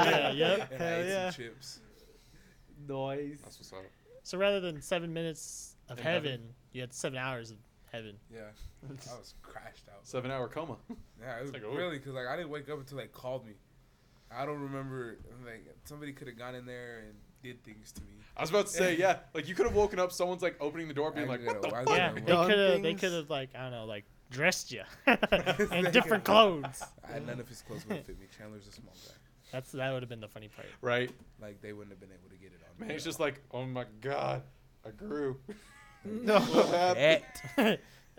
Speaker 1: yeah, yep.
Speaker 6: and I
Speaker 1: Hell
Speaker 6: ate
Speaker 1: yeah.
Speaker 6: some chips.
Speaker 7: Noise.
Speaker 3: That's what's up.
Speaker 1: So rather than seven minutes of
Speaker 6: In
Speaker 1: heaven,
Speaker 6: heaven.
Speaker 1: you had seven hours of heaven.
Speaker 6: Yeah, I was crashed out.
Speaker 3: Seven hour coma.
Speaker 6: Yeah, it was
Speaker 3: like, oh.
Speaker 6: really 'cause really because like I didn't wake up until they called me. I don't remember like somebody could have gone in there and did things to me.
Speaker 3: I was about to say, yeah, like you could have woken up. Someone's like opening the door, being
Speaker 6: I
Speaker 3: like, what
Speaker 6: could've-
Speaker 3: the
Speaker 6: I
Speaker 3: fuck?
Speaker 6: could've
Speaker 1: Yeah,
Speaker 6: woke-
Speaker 1: they could have. They
Speaker 5: things.
Speaker 1: could have like I don't know, like dressed you in different clothes.
Speaker 6: I had none of his clothes would fit me. Chandler's a small guy.
Speaker 1: That's that would have been the funny part.
Speaker 3: Right?
Speaker 6: Like they wouldn't have been able to get it on.
Speaker 3: Man,
Speaker 6: me
Speaker 3: it's
Speaker 6: at
Speaker 3: just
Speaker 6: all.
Speaker 3: like, oh my god, I grew.
Speaker 7: No.
Speaker 3: What happened?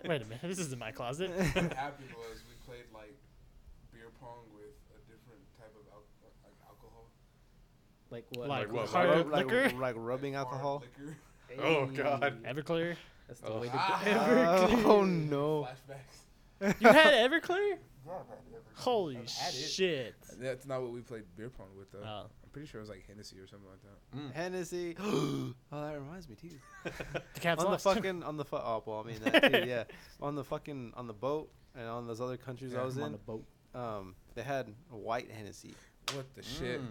Speaker 1: Wait a minute, this isn't my closet.
Speaker 6: what happened was we played like beer pong with a different type of al- like alcohol.
Speaker 7: Like what?
Speaker 1: Like
Speaker 3: what?
Speaker 1: hard
Speaker 5: like,
Speaker 1: liquor.
Speaker 5: like rubbing
Speaker 6: Hard
Speaker 5: alcohol.
Speaker 6: Liquor.
Speaker 3: Oh, God.
Speaker 1: Everclear.
Speaker 7: That's the
Speaker 3: Oh.
Speaker 7: way to
Speaker 6: Ah.
Speaker 7: go.
Speaker 5: Oh no.
Speaker 6: Flashbacks.
Speaker 1: You had Everclear?
Speaker 6: Yeah, I've had everything.
Speaker 1: Holy
Speaker 6: I've had it.
Speaker 1: shit!
Speaker 6: That's not what we played beer pong with though.
Speaker 1: Oh.
Speaker 6: I'm pretty sure it was like Hennessy or something like that.
Speaker 5: Hennessy. oh, that reminds me too.
Speaker 1: The Cavs
Speaker 5: on the
Speaker 1: lost.
Speaker 5: fucking on the fu- oh well, I mean that too, yeah. On the fucking on the boat and on those other countries
Speaker 6: Yeah,
Speaker 5: I was
Speaker 7: I'm on
Speaker 5: in,
Speaker 7: the boat.
Speaker 5: um, they had white Hennessy.
Speaker 6: What the shit?
Speaker 3: Mm.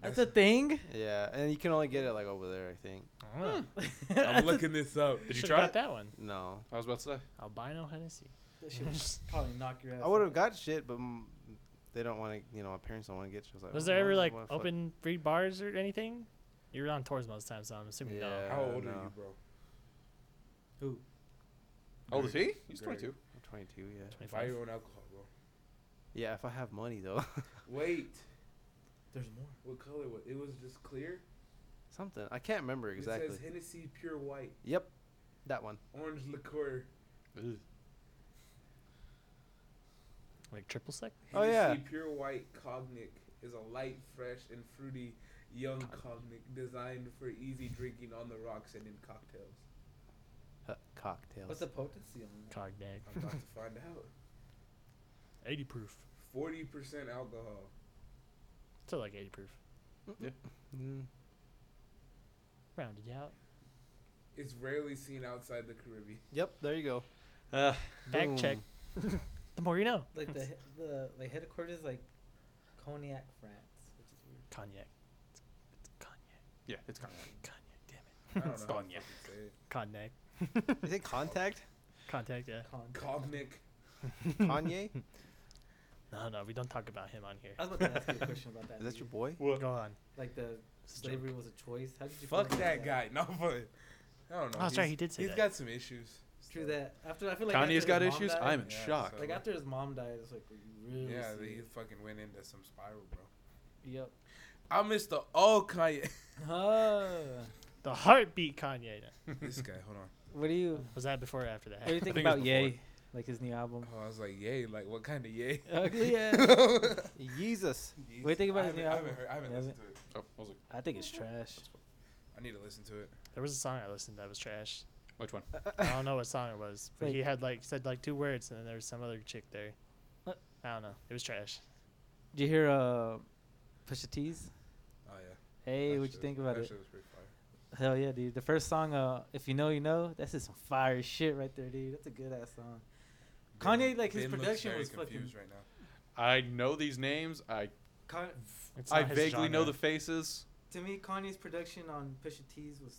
Speaker 7: That's a thing.
Speaker 5: Yeah, and you can only get it like over there, I think.
Speaker 1: Oh,
Speaker 6: I'm looking this up.
Speaker 3: Did you
Speaker 1: should've
Speaker 3: try
Speaker 1: got
Speaker 3: it?
Speaker 1: that one?
Speaker 5: No,
Speaker 3: I was about to say.
Speaker 1: Albino Hennessy.
Speaker 7: That shit would probably knock your ass.
Speaker 5: I would
Speaker 7: out.
Speaker 5: have got shit, but mm, they don't want to. You know, my parents don't want to get. Shit. I like,
Speaker 1: Was
Speaker 5: "Oh,
Speaker 1: there
Speaker 5: I
Speaker 1: ever
Speaker 5: don't
Speaker 1: like
Speaker 5: wanna fuck."
Speaker 1: open free bars or anything? You were on tours most of the time, so I'm assuming no.
Speaker 5: Yeah.
Speaker 6: How old are
Speaker 5: no.
Speaker 6: you, bro?
Speaker 7: Who?
Speaker 3: How old Oh, is he?
Speaker 6: Great.
Speaker 3: He's
Speaker 6: Great.
Speaker 3: 22.
Speaker 5: I'm 22. Yeah.
Speaker 6: Buy
Speaker 1: 25.
Speaker 6: your own alcohol, bro.
Speaker 5: Yeah, if I have money though.
Speaker 6: Wait.
Speaker 7: There's more.
Speaker 6: What color was it? Was just clear.
Speaker 5: Something. I can't remember exactly.
Speaker 6: It says Hennessy Pure White,
Speaker 5: Yep. That one.
Speaker 6: orange liqueur.
Speaker 3: Ugh.
Speaker 1: Like triple sec?
Speaker 5: Oh, yeah.
Speaker 6: Hennessy Pure White Cognac is a light, fresh, and fruity young cognac designed for easy drinking on the rocks and in cocktails.
Speaker 5: Uh, cocktails.
Speaker 7: What's the potency on that?
Speaker 1: Cognac.
Speaker 6: I'm about to find out.
Speaker 1: 80 proof.
Speaker 6: Forty percent alcohol.
Speaker 1: Still like 80 proof.
Speaker 5: Mm.
Speaker 1: Rounded out.
Speaker 6: It's rarely seen outside the Caribbean.
Speaker 5: Yep. There you go.
Speaker 6: Uh,
Speaker 1: Back check. the more you know.
Speaker 7: Like the the like headquarters is like Cognac, France, which is weird.
Speaker 1: Cognac. It's, it's cognac.
Speaker 3: Yeah, it's kind of.
Speaker 1: Cognac, damn it.
Speaker 6: I don't know. how to
Speaker 1: Cognac.
Speaker 6: fucking say it.
Speaker 1: Cognac.
Speaker 5: Is it contact?
Speaker 1: Contact, yeah.
Speaker 7: Cognac.
Speaker 6: Cognac.
Speaker 5: Kanye?
Speaker 1: No, no, we don't talk about him on here.
Speaker 7: I was about to ask you a question about that.
Speaker 5: Is that your
Speaker 7: dude.
Speaker 5: boy?
Speaker 1: Go on.
Speaker 7: Like the
Speaker 1: It's a
Speaker 7: slavery was a choice. How did you? feel
Speaker 6: Fuck
Speaker 7: about
Speaker 6: that guy. No, but I don't know.
Speaker 1: Oh, sorry, he did say
Speaker 6: He's
Speaker 1: that.
Speaker 6: got some issues.
Speaker 7: True that. After I feel like
Speaker 3: Kanye's
Speaker 7: after
Speaker 3: got
Speaker 7: his mom
Speaker 3: issues.
Speaker 7: died-
Speaker 3: I'm in
Speaker 6: Yeah,
Speaker 3: shock.
Speaker 6: so-
Speaker 7: Like after his mom died, it's like you really.
Speaker 6: Yeah,
Speaker 7: see
Speaker 6: he
Speaker 7: it.
Speaker 6: fucking went into some spiral, bro.
Speaker 7: Yep.
Speaker 6: I miss the old Kanye.
Speaker 7: Oh.
Speaker 1: the heartbeat Kanye.
Speaker 6: this guy, hold on.
Speaker 7: What do you
Speaker 1: Was that before or after that?
Speaker 7: What do you think,
Speaker 3: think it was
Speaker 7: about
Speaker 3: before.
Speaker 7: Ye? Like his new album.
Speaker 6: Oh, I was like, yay, like what kind of yay?
Speaker 7: Ugly ass.
Speaker 5: Jesus.
Speaker 7: What do you think about
Speaker 6: I
Speaker 7: his
Speaker 6: haven't,
Speaker 7: new
Speaker 6: I
Speaker 7: album?
Speaker 6: haven't, heard, I haven't
Speaker 7: You
Speaker 6: listened to it.
Speaker 3: Oh, I was like,
Speaker 7: I think it's trash.
Speaker 6: I need to listen to it.
Speaker 1: There was a song I listened to that was trash.
Speaker 3: which one?
Speaker 1: I don't know what song it was, but
Speaker 7: Like-
Speaker 1: he had like said like two words, and then there was some other chick there.
Speaker 7: What?
Speaker 1: I don't know. It was trash.
Speaker 7: Did you hear uh, Pusha T's?
Speaker 6: Oh yeah.
Speaker 7: Hey,
Speaker 6: That
Speaker 7: what'd you
Speaker 6: shit-
Speaker 7: think about
Speaker 6: that
Speaker 7: it?
Speaker 6: shit was pretty fire.
Speaker 7: Hell yeah, dude. The first song, uh, if you know, you know. That's just some fire shit right there, dude. That's a good ass song. Kanye, like, his
Speaker 6: Ben looks
Speaker 7: production
Speaker 6: very
Speaker 7: was
Speaker 6: confused right now.
Speaker 3: I know these names. I
Speaker 7: Con-
Speaker 1: It's
Speaker 3: I
Speaker 1: not his
Speaker 3: vaguely know the
Speaker 1: genre.
Speaker 3: faces.
Speaker 7: to me, Kanye's production on Pusha T's was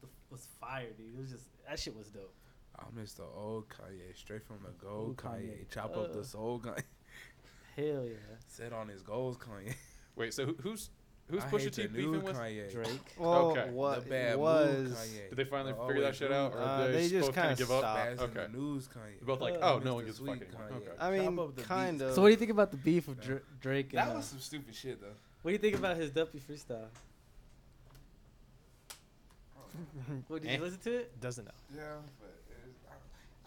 Speaker 7: the- was fire, dude. It was just that shit was dope.
Speaker 6: I miss the old Kanye, straight from the gold Kanye.
Speaker 7: Kanye.
Speaker 6: Chop up
Speaker 7: Uh.
Speaker 6: the soul Kanye.
Speaker 7: Hell yeah,
Speaker 6: Set on his goals Kanye.
Speaker 3: Wait, so who, who's who's
Speaker 6: I
Speaker 3: Pusha
Speaker 6: hate
Speaker 3: T
Speaker 6: the new
Speaker 3: beefing with?
Speaker 6: Kanye.
Speaker 7: Drake.
Speaker 5: Well,
Speaker 3: Okay.
Speaker 5: what
Speaker 6: the
Speaker 5: it
Speaker 6: bad
Speaker 5: was.
Speaker 6: Mood, Kanye.
Speaker 3: Did they finally
Speaker 6: The
Speaker 3: figure that
Speaker 6: always
Speaker 3: shit
Speaker 6: rude
Speaker 3: out, or
Speaker 5: Uh,
Speaker 3: they,
Speaker 5: they just
Speaker 3: both kind
Speaker 5: kinda
Speaker 3: of give up?
Speaker 5: stopped.
Speaker 6: Bass in
Speaker 3: Okay.
Speaker 6: the news Kanye.
Speaker 3: They're both like,
Speaker 7: Uh,
Speaker 3: oh, no
Speaker 6: Mr.
Speaker 3: one gives a fuck
Speaker 6: Sweet
Speaker 3: anymore.
Speaker 6: Kanye.
Speaker 3: Okay.
Speaker 5: I
Speaker 6: Top
Speaker 5: mean,
Speaker 6: of the
Speaker 5: kind
Speaker 6: beats.
Speaker 5: of.
Speaker 7: So what do you think about the beef of Dra- Drake? And,
Speaker 6: That
Speaker 7: uh,
Speaker 6: was some stupid shit though.
Speaker 7: what do you think about his Duppy freestyle? What, did
Speaker 3: Eh.
Speaker 7: you listen to it?
Speaker 1: Doesn't know.
Speaker 2: Yeah, but it is, I,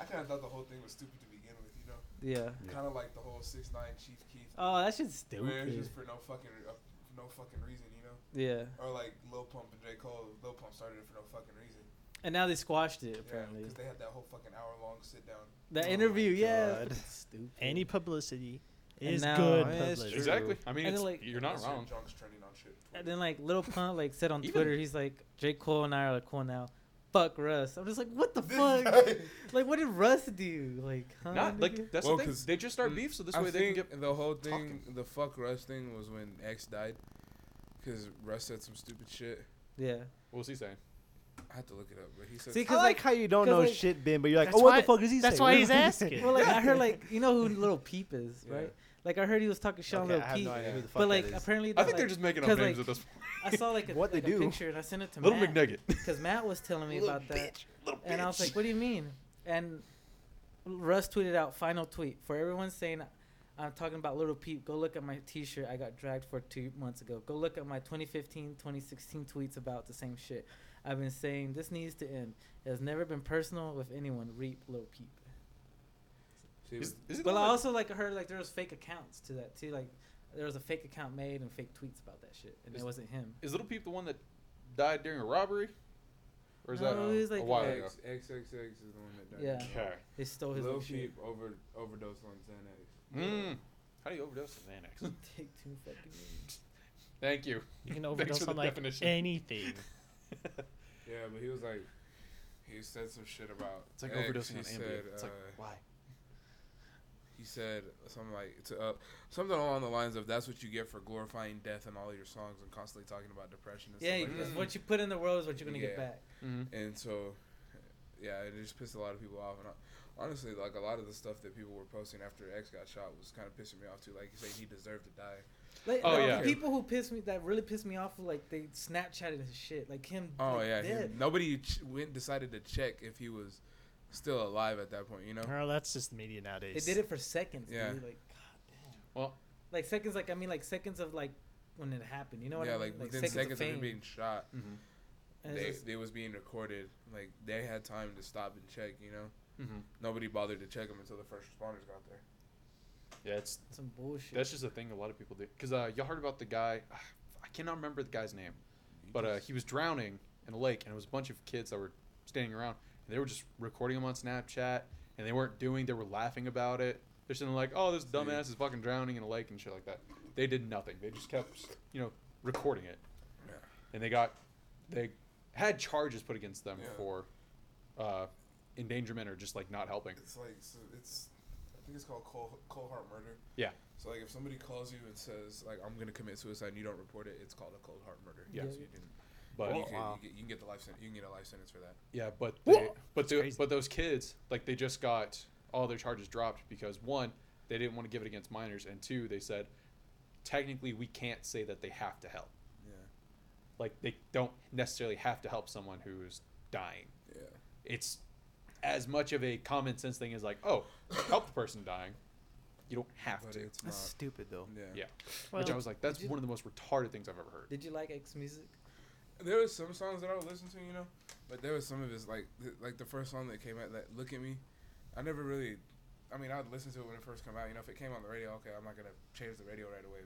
Speaker 2: I kind of thought the whole thing was stupid to begin with, you know?
Speaker 7: Yeah.
Speaker 2: Kind of like the whole six nine Chief Keith.
Speaker 7: Oh, that shit's
Speaker 2: where it's
Speaker 7: stupid.
Speaker 2: just for no fucking re- uh, for no fucking reason, you know?
Speaker 7: Yeah.
Speaker 2: Or like Lil Pump and J Cole. Lil Pump started it for no fucking reason.
Speaker 7: And now they squashed it
Speaker 2: Yeah,
Speaker 7: apparently.
Speaker 2: because they had that whole fucking hour long sit down.
Speaker 7: That
Speaker 5: Oh
Speaker 7: interview,
Speaker 5: my
Speaker 7: yeah.
Speaker 5: God.
Speaker 7: that's Stupid.
Speaker 1: Any publicity
Speaker 7: And
Speaker 1: is
Speaker 7: now-
Speaker 1: good
Speaker 5: Oh, yeah, it's
Speaker 1: publicity.
Speaker 5: true.
Speaker 3: Exactly. I mean,
Speaker 7: And
Speaker 3: it's,
Speaker 7: then, like-
Speaker 3: you're not
Speaker 2: Unless your
Speaker 3: wrong.
Speaker 2: Junk's trending on shit.
Speaker 7: And then like little pun like said on
Speaker 3: Even-
Speaker 7: Twitter, he's like, J. Cole and I are cool now. Fuck Russ. I'm just like, what the fuck? like what did Russ do? Like huh?
Speaker 3: Not like
Speaker 7: nigga?
Speaker 3: that's
Speaker 6: Well,
Speaker 3: the thing.
Speaker 6: 'cause-
Speaker 3: They just start
Speaker 6: Mm,
Speaker 3: beef, so this
Speaker 6: I
Speaker 3: way they can
Speaker 6: think
Speaker 3: get.
Speaker 6: the whole thing,
Speaker 3: talking.
Speaker 6: the fuck Russ thing was when X died, because Russ said some stupid shit.
Speaker 7: Yeah.
Speaker 3: What was he saying?
Speaker 6: I have to look it up, but he said
Speaker 7: See,
Speaker 5: I
Speaker 7: because
Speaker 5: like
Speaker 7: like
Speaker 5: how you don't
Speaker 7: 'cause,
Speaker 5: know
Speaker 7: like-
Speaker 5: shit, Ben, but you're like,
Speaker 1: That's
Speaker 5: oh, what
Speaker 1: why-
Speaker 5: the fuck is he
Speaker 1: that's
Speaker 5: saying?
Speaker 1: why
Speaker 5: What
Speaker 1: he's
Speaker 5: the fuck is
Speaker 1: asking.
Speaker 7: well like I heard like you know who little peep is,
Speaker 6: Yeah.
Speaker 7: right? Like I heard he was talking shit on
Speaker 5: Okay,
Speaker 7: little
Speaker 5: I have
Speaker 7: peep.
Speaker 5: no idea who the fuck
Speaker 7: but
Speaker 5: that
Speaker 7: like
Speaker 5: is.
Speaker 7: apparently
Speaker 3: I
Speaker 7: they're,
Speaker 3: think they're
Speaker 7: like-
Speaker 3: just making up
Speaker 7: cause,
Speaker 3: names
Speaker 7: like,
Speaker 3: at this point.
Speaker 7: I saw like a,
Speaker 5: What they
Speaker 7: like a
Speaker 5: do.
Speaker 7: picture and I sent it to
Speaker 3: Little
Speaker 7: Matt.
Speaker 3: McNugget.
Speaker 7: because Matt was telling me about that, and I was like, "What do you mean?" And Russ tweeted out final tweet for everyone saying, "I'm talking about Little Peep. Go look at my T-shirt I got dragged for two months ago. Go look at my 2015, 2016 tweets about the same shit. I've been saying this needs to end. It has never been personal with anyone. Reap Little Peep."
Speaker 6: See,
Speaker 3: Is, is it
Speaker 7: But
Speaker 3: the
Speaker 7: I
Speaker 3: one
Speaker 7: also like heard like there was fake accounts to that too. Like there was a fake account made and fake tweets about that shit, and
Speaker 3: Is-
Speaker 7: it wasn't him.
Speaker 3: that- is Little Peep the one that died during a robbery, or is
Speaker 7: No,
Speaker 3: that
Speaker 7: he's like-
Speaker 3: a while ago?
Speaker 6: X, XXX is the one that died.
Speaker 7: Yeah.
Speaker 3: Okay.
Speaker 7: They stole his
Speaker 6: Lil
Speaker 7: own shit.
Speaker 6: Peep over overdosed on Xanax.
Speaker 3: Mm. How do you overdose on Xanax?
Speaker 7: Take two fucking.
Speaker 3: Thank you.
Speaker 1: you can overdose
Speaker 3: for
Speaker 1: on
Speaker 3: the
Speaker 1: like
Speaker 3: definition.
Speaker 1: anything.
Speaker 6: Yeah, but he was like, he said some shit about.
Speaker 3: It's like
Speaker 6: X.
Speaker 3: overdosing
Speaker 6: He
Speaker 3: on Ambien.
Speaker 6: said,
Speaker 3: it's like
Speaker 6: uh,
Speaker 3: why?
Speaker 6: he said something like to, uh, something along the lines of "That's what you get for glorifying death in all of your songs and constantly talking about depression and
Speaker 7: Yeah,
Speaker 6: stuff like
Speaker 7: because
Speaker 6: that."
Speaker 7: what you put in the world is what you're gonna get
Speaker 6: Yeah.
Speaker 7: back.
Speaker 3: Mhm.
Speaker 6: And so, yeah, it just pissed a lot of people off. And I, honestly, like a lot of the stuff that people were posting after X got shot was kind of pissing me off too. Like you say, he deserved to die.
Speaker 7: Like,
Speaker 3: Oh,
Speaker 7: the
Speaker 3: yeah.
Speaker 7: people who pissed me that really pissed me off were like they Snapchatted his shit, like him.
Speaker 6: Oh
Speaker 7: like,
Speaker 6: yeah, he-
Speaker 7: dead.
Speaker 6: nobody ch- went decided to check if he was still alive at that point. You know,
Speaker 1: Girl, that's just the media nowadays.
Speaker 7: they did it for seconds.
Speaker 6: Yeah.
Speaker 7: dude. Like, god damn.
Speaker 3: Well-
Speaker 7: like seconds, like I mean, like seconds of like when it happened. You know what
Speaker 6: yeah,
Speaker 7: I mean?
Speaker 6: like, within seconds of him being shot,
Speaker 3: Mm-hmm.
Speaker 7: And it's
Speaker 6: they,
Speaker 7: just-
Speaker 6: they was being recorded. Like they had time to stop and check. You know,
Speaker 3: Mm-hmm.
Speaker 6: nobody bothered to check him until the first responders got there.
Speaker 3: Yeah, it's
Speaker 7: some bullshit.
Speaker 3: that's just a thing a lot of people do. Cause uh, y'all heard about the guy, I cannot remember the guy's name, but uh, he was drowning in a lake, and it was a bunch of kids that were standing around, and they were just recording him on Snapchat, and they weren't doing, they were laughing about it. They're sitting there like, oh, this dumbass is fucking drowning in a lake and shit like that. They did nothing. They just kept, you know, recording it,
Speaker 6: Yeah.
Speaker 3: and they got, they had charges put against them
Speaker 6: Yeah.
Speaker 3: for uh, endangerment or just like not helping.
Speaker 6: It's like so it's, I think it's called cold, cold heart murder.
Speaker 3: Yeah.
Speaker 6: So like if somebody calls you and says like I'm gonna commit suicide and you don't report it, it's called a cold heart murder.
Speaker 3: Yeah.
Speaker 6: So you can,
Speaker 3: But uh,
Speaker 6: you, can,
Speaker 5: Wow.
Speaker 6: you, get, you can get the life sentence. You can get a life sentence for that.
Speaker 3: Yeah, but they, but the,
Speaker 1: crazy.
Speaker 3: but those kids like they just got all their charges dropped because one they didn't want to give it against minors and two they said technically we can't say that they have to help
Speaker 6: Yeah.
Speaker 3: like they don't necessarily have to help someone who's dying
Speaker 6: Yeah.
Speaker 3: it's as much of a common sense thing as like oh help the person dying you don't have
Speaker 6: But
Speaker 3: to
Speaker 6: it's
Speaker 5: That's
Speaker 6: not.
Speaker 5: stupid though.
Speaker 6: Yeah.
Speaker 3: yeah
Speaker 1: Well,
Speaker 3: which I was like that's
Speaker 7: Did you-
Speaker 3: one of the most retarded things I've ever heard
Speaker 7: Did you like X music?
Speaker 6: There was some songs that I would listen to, you know, but there was some of his like th- like the first song that came out, that "Look at Me." I never really, I mean, I'd listen to it when it first came out. You know, if it came on the radio, okay, I'm not gonna change the radio right away.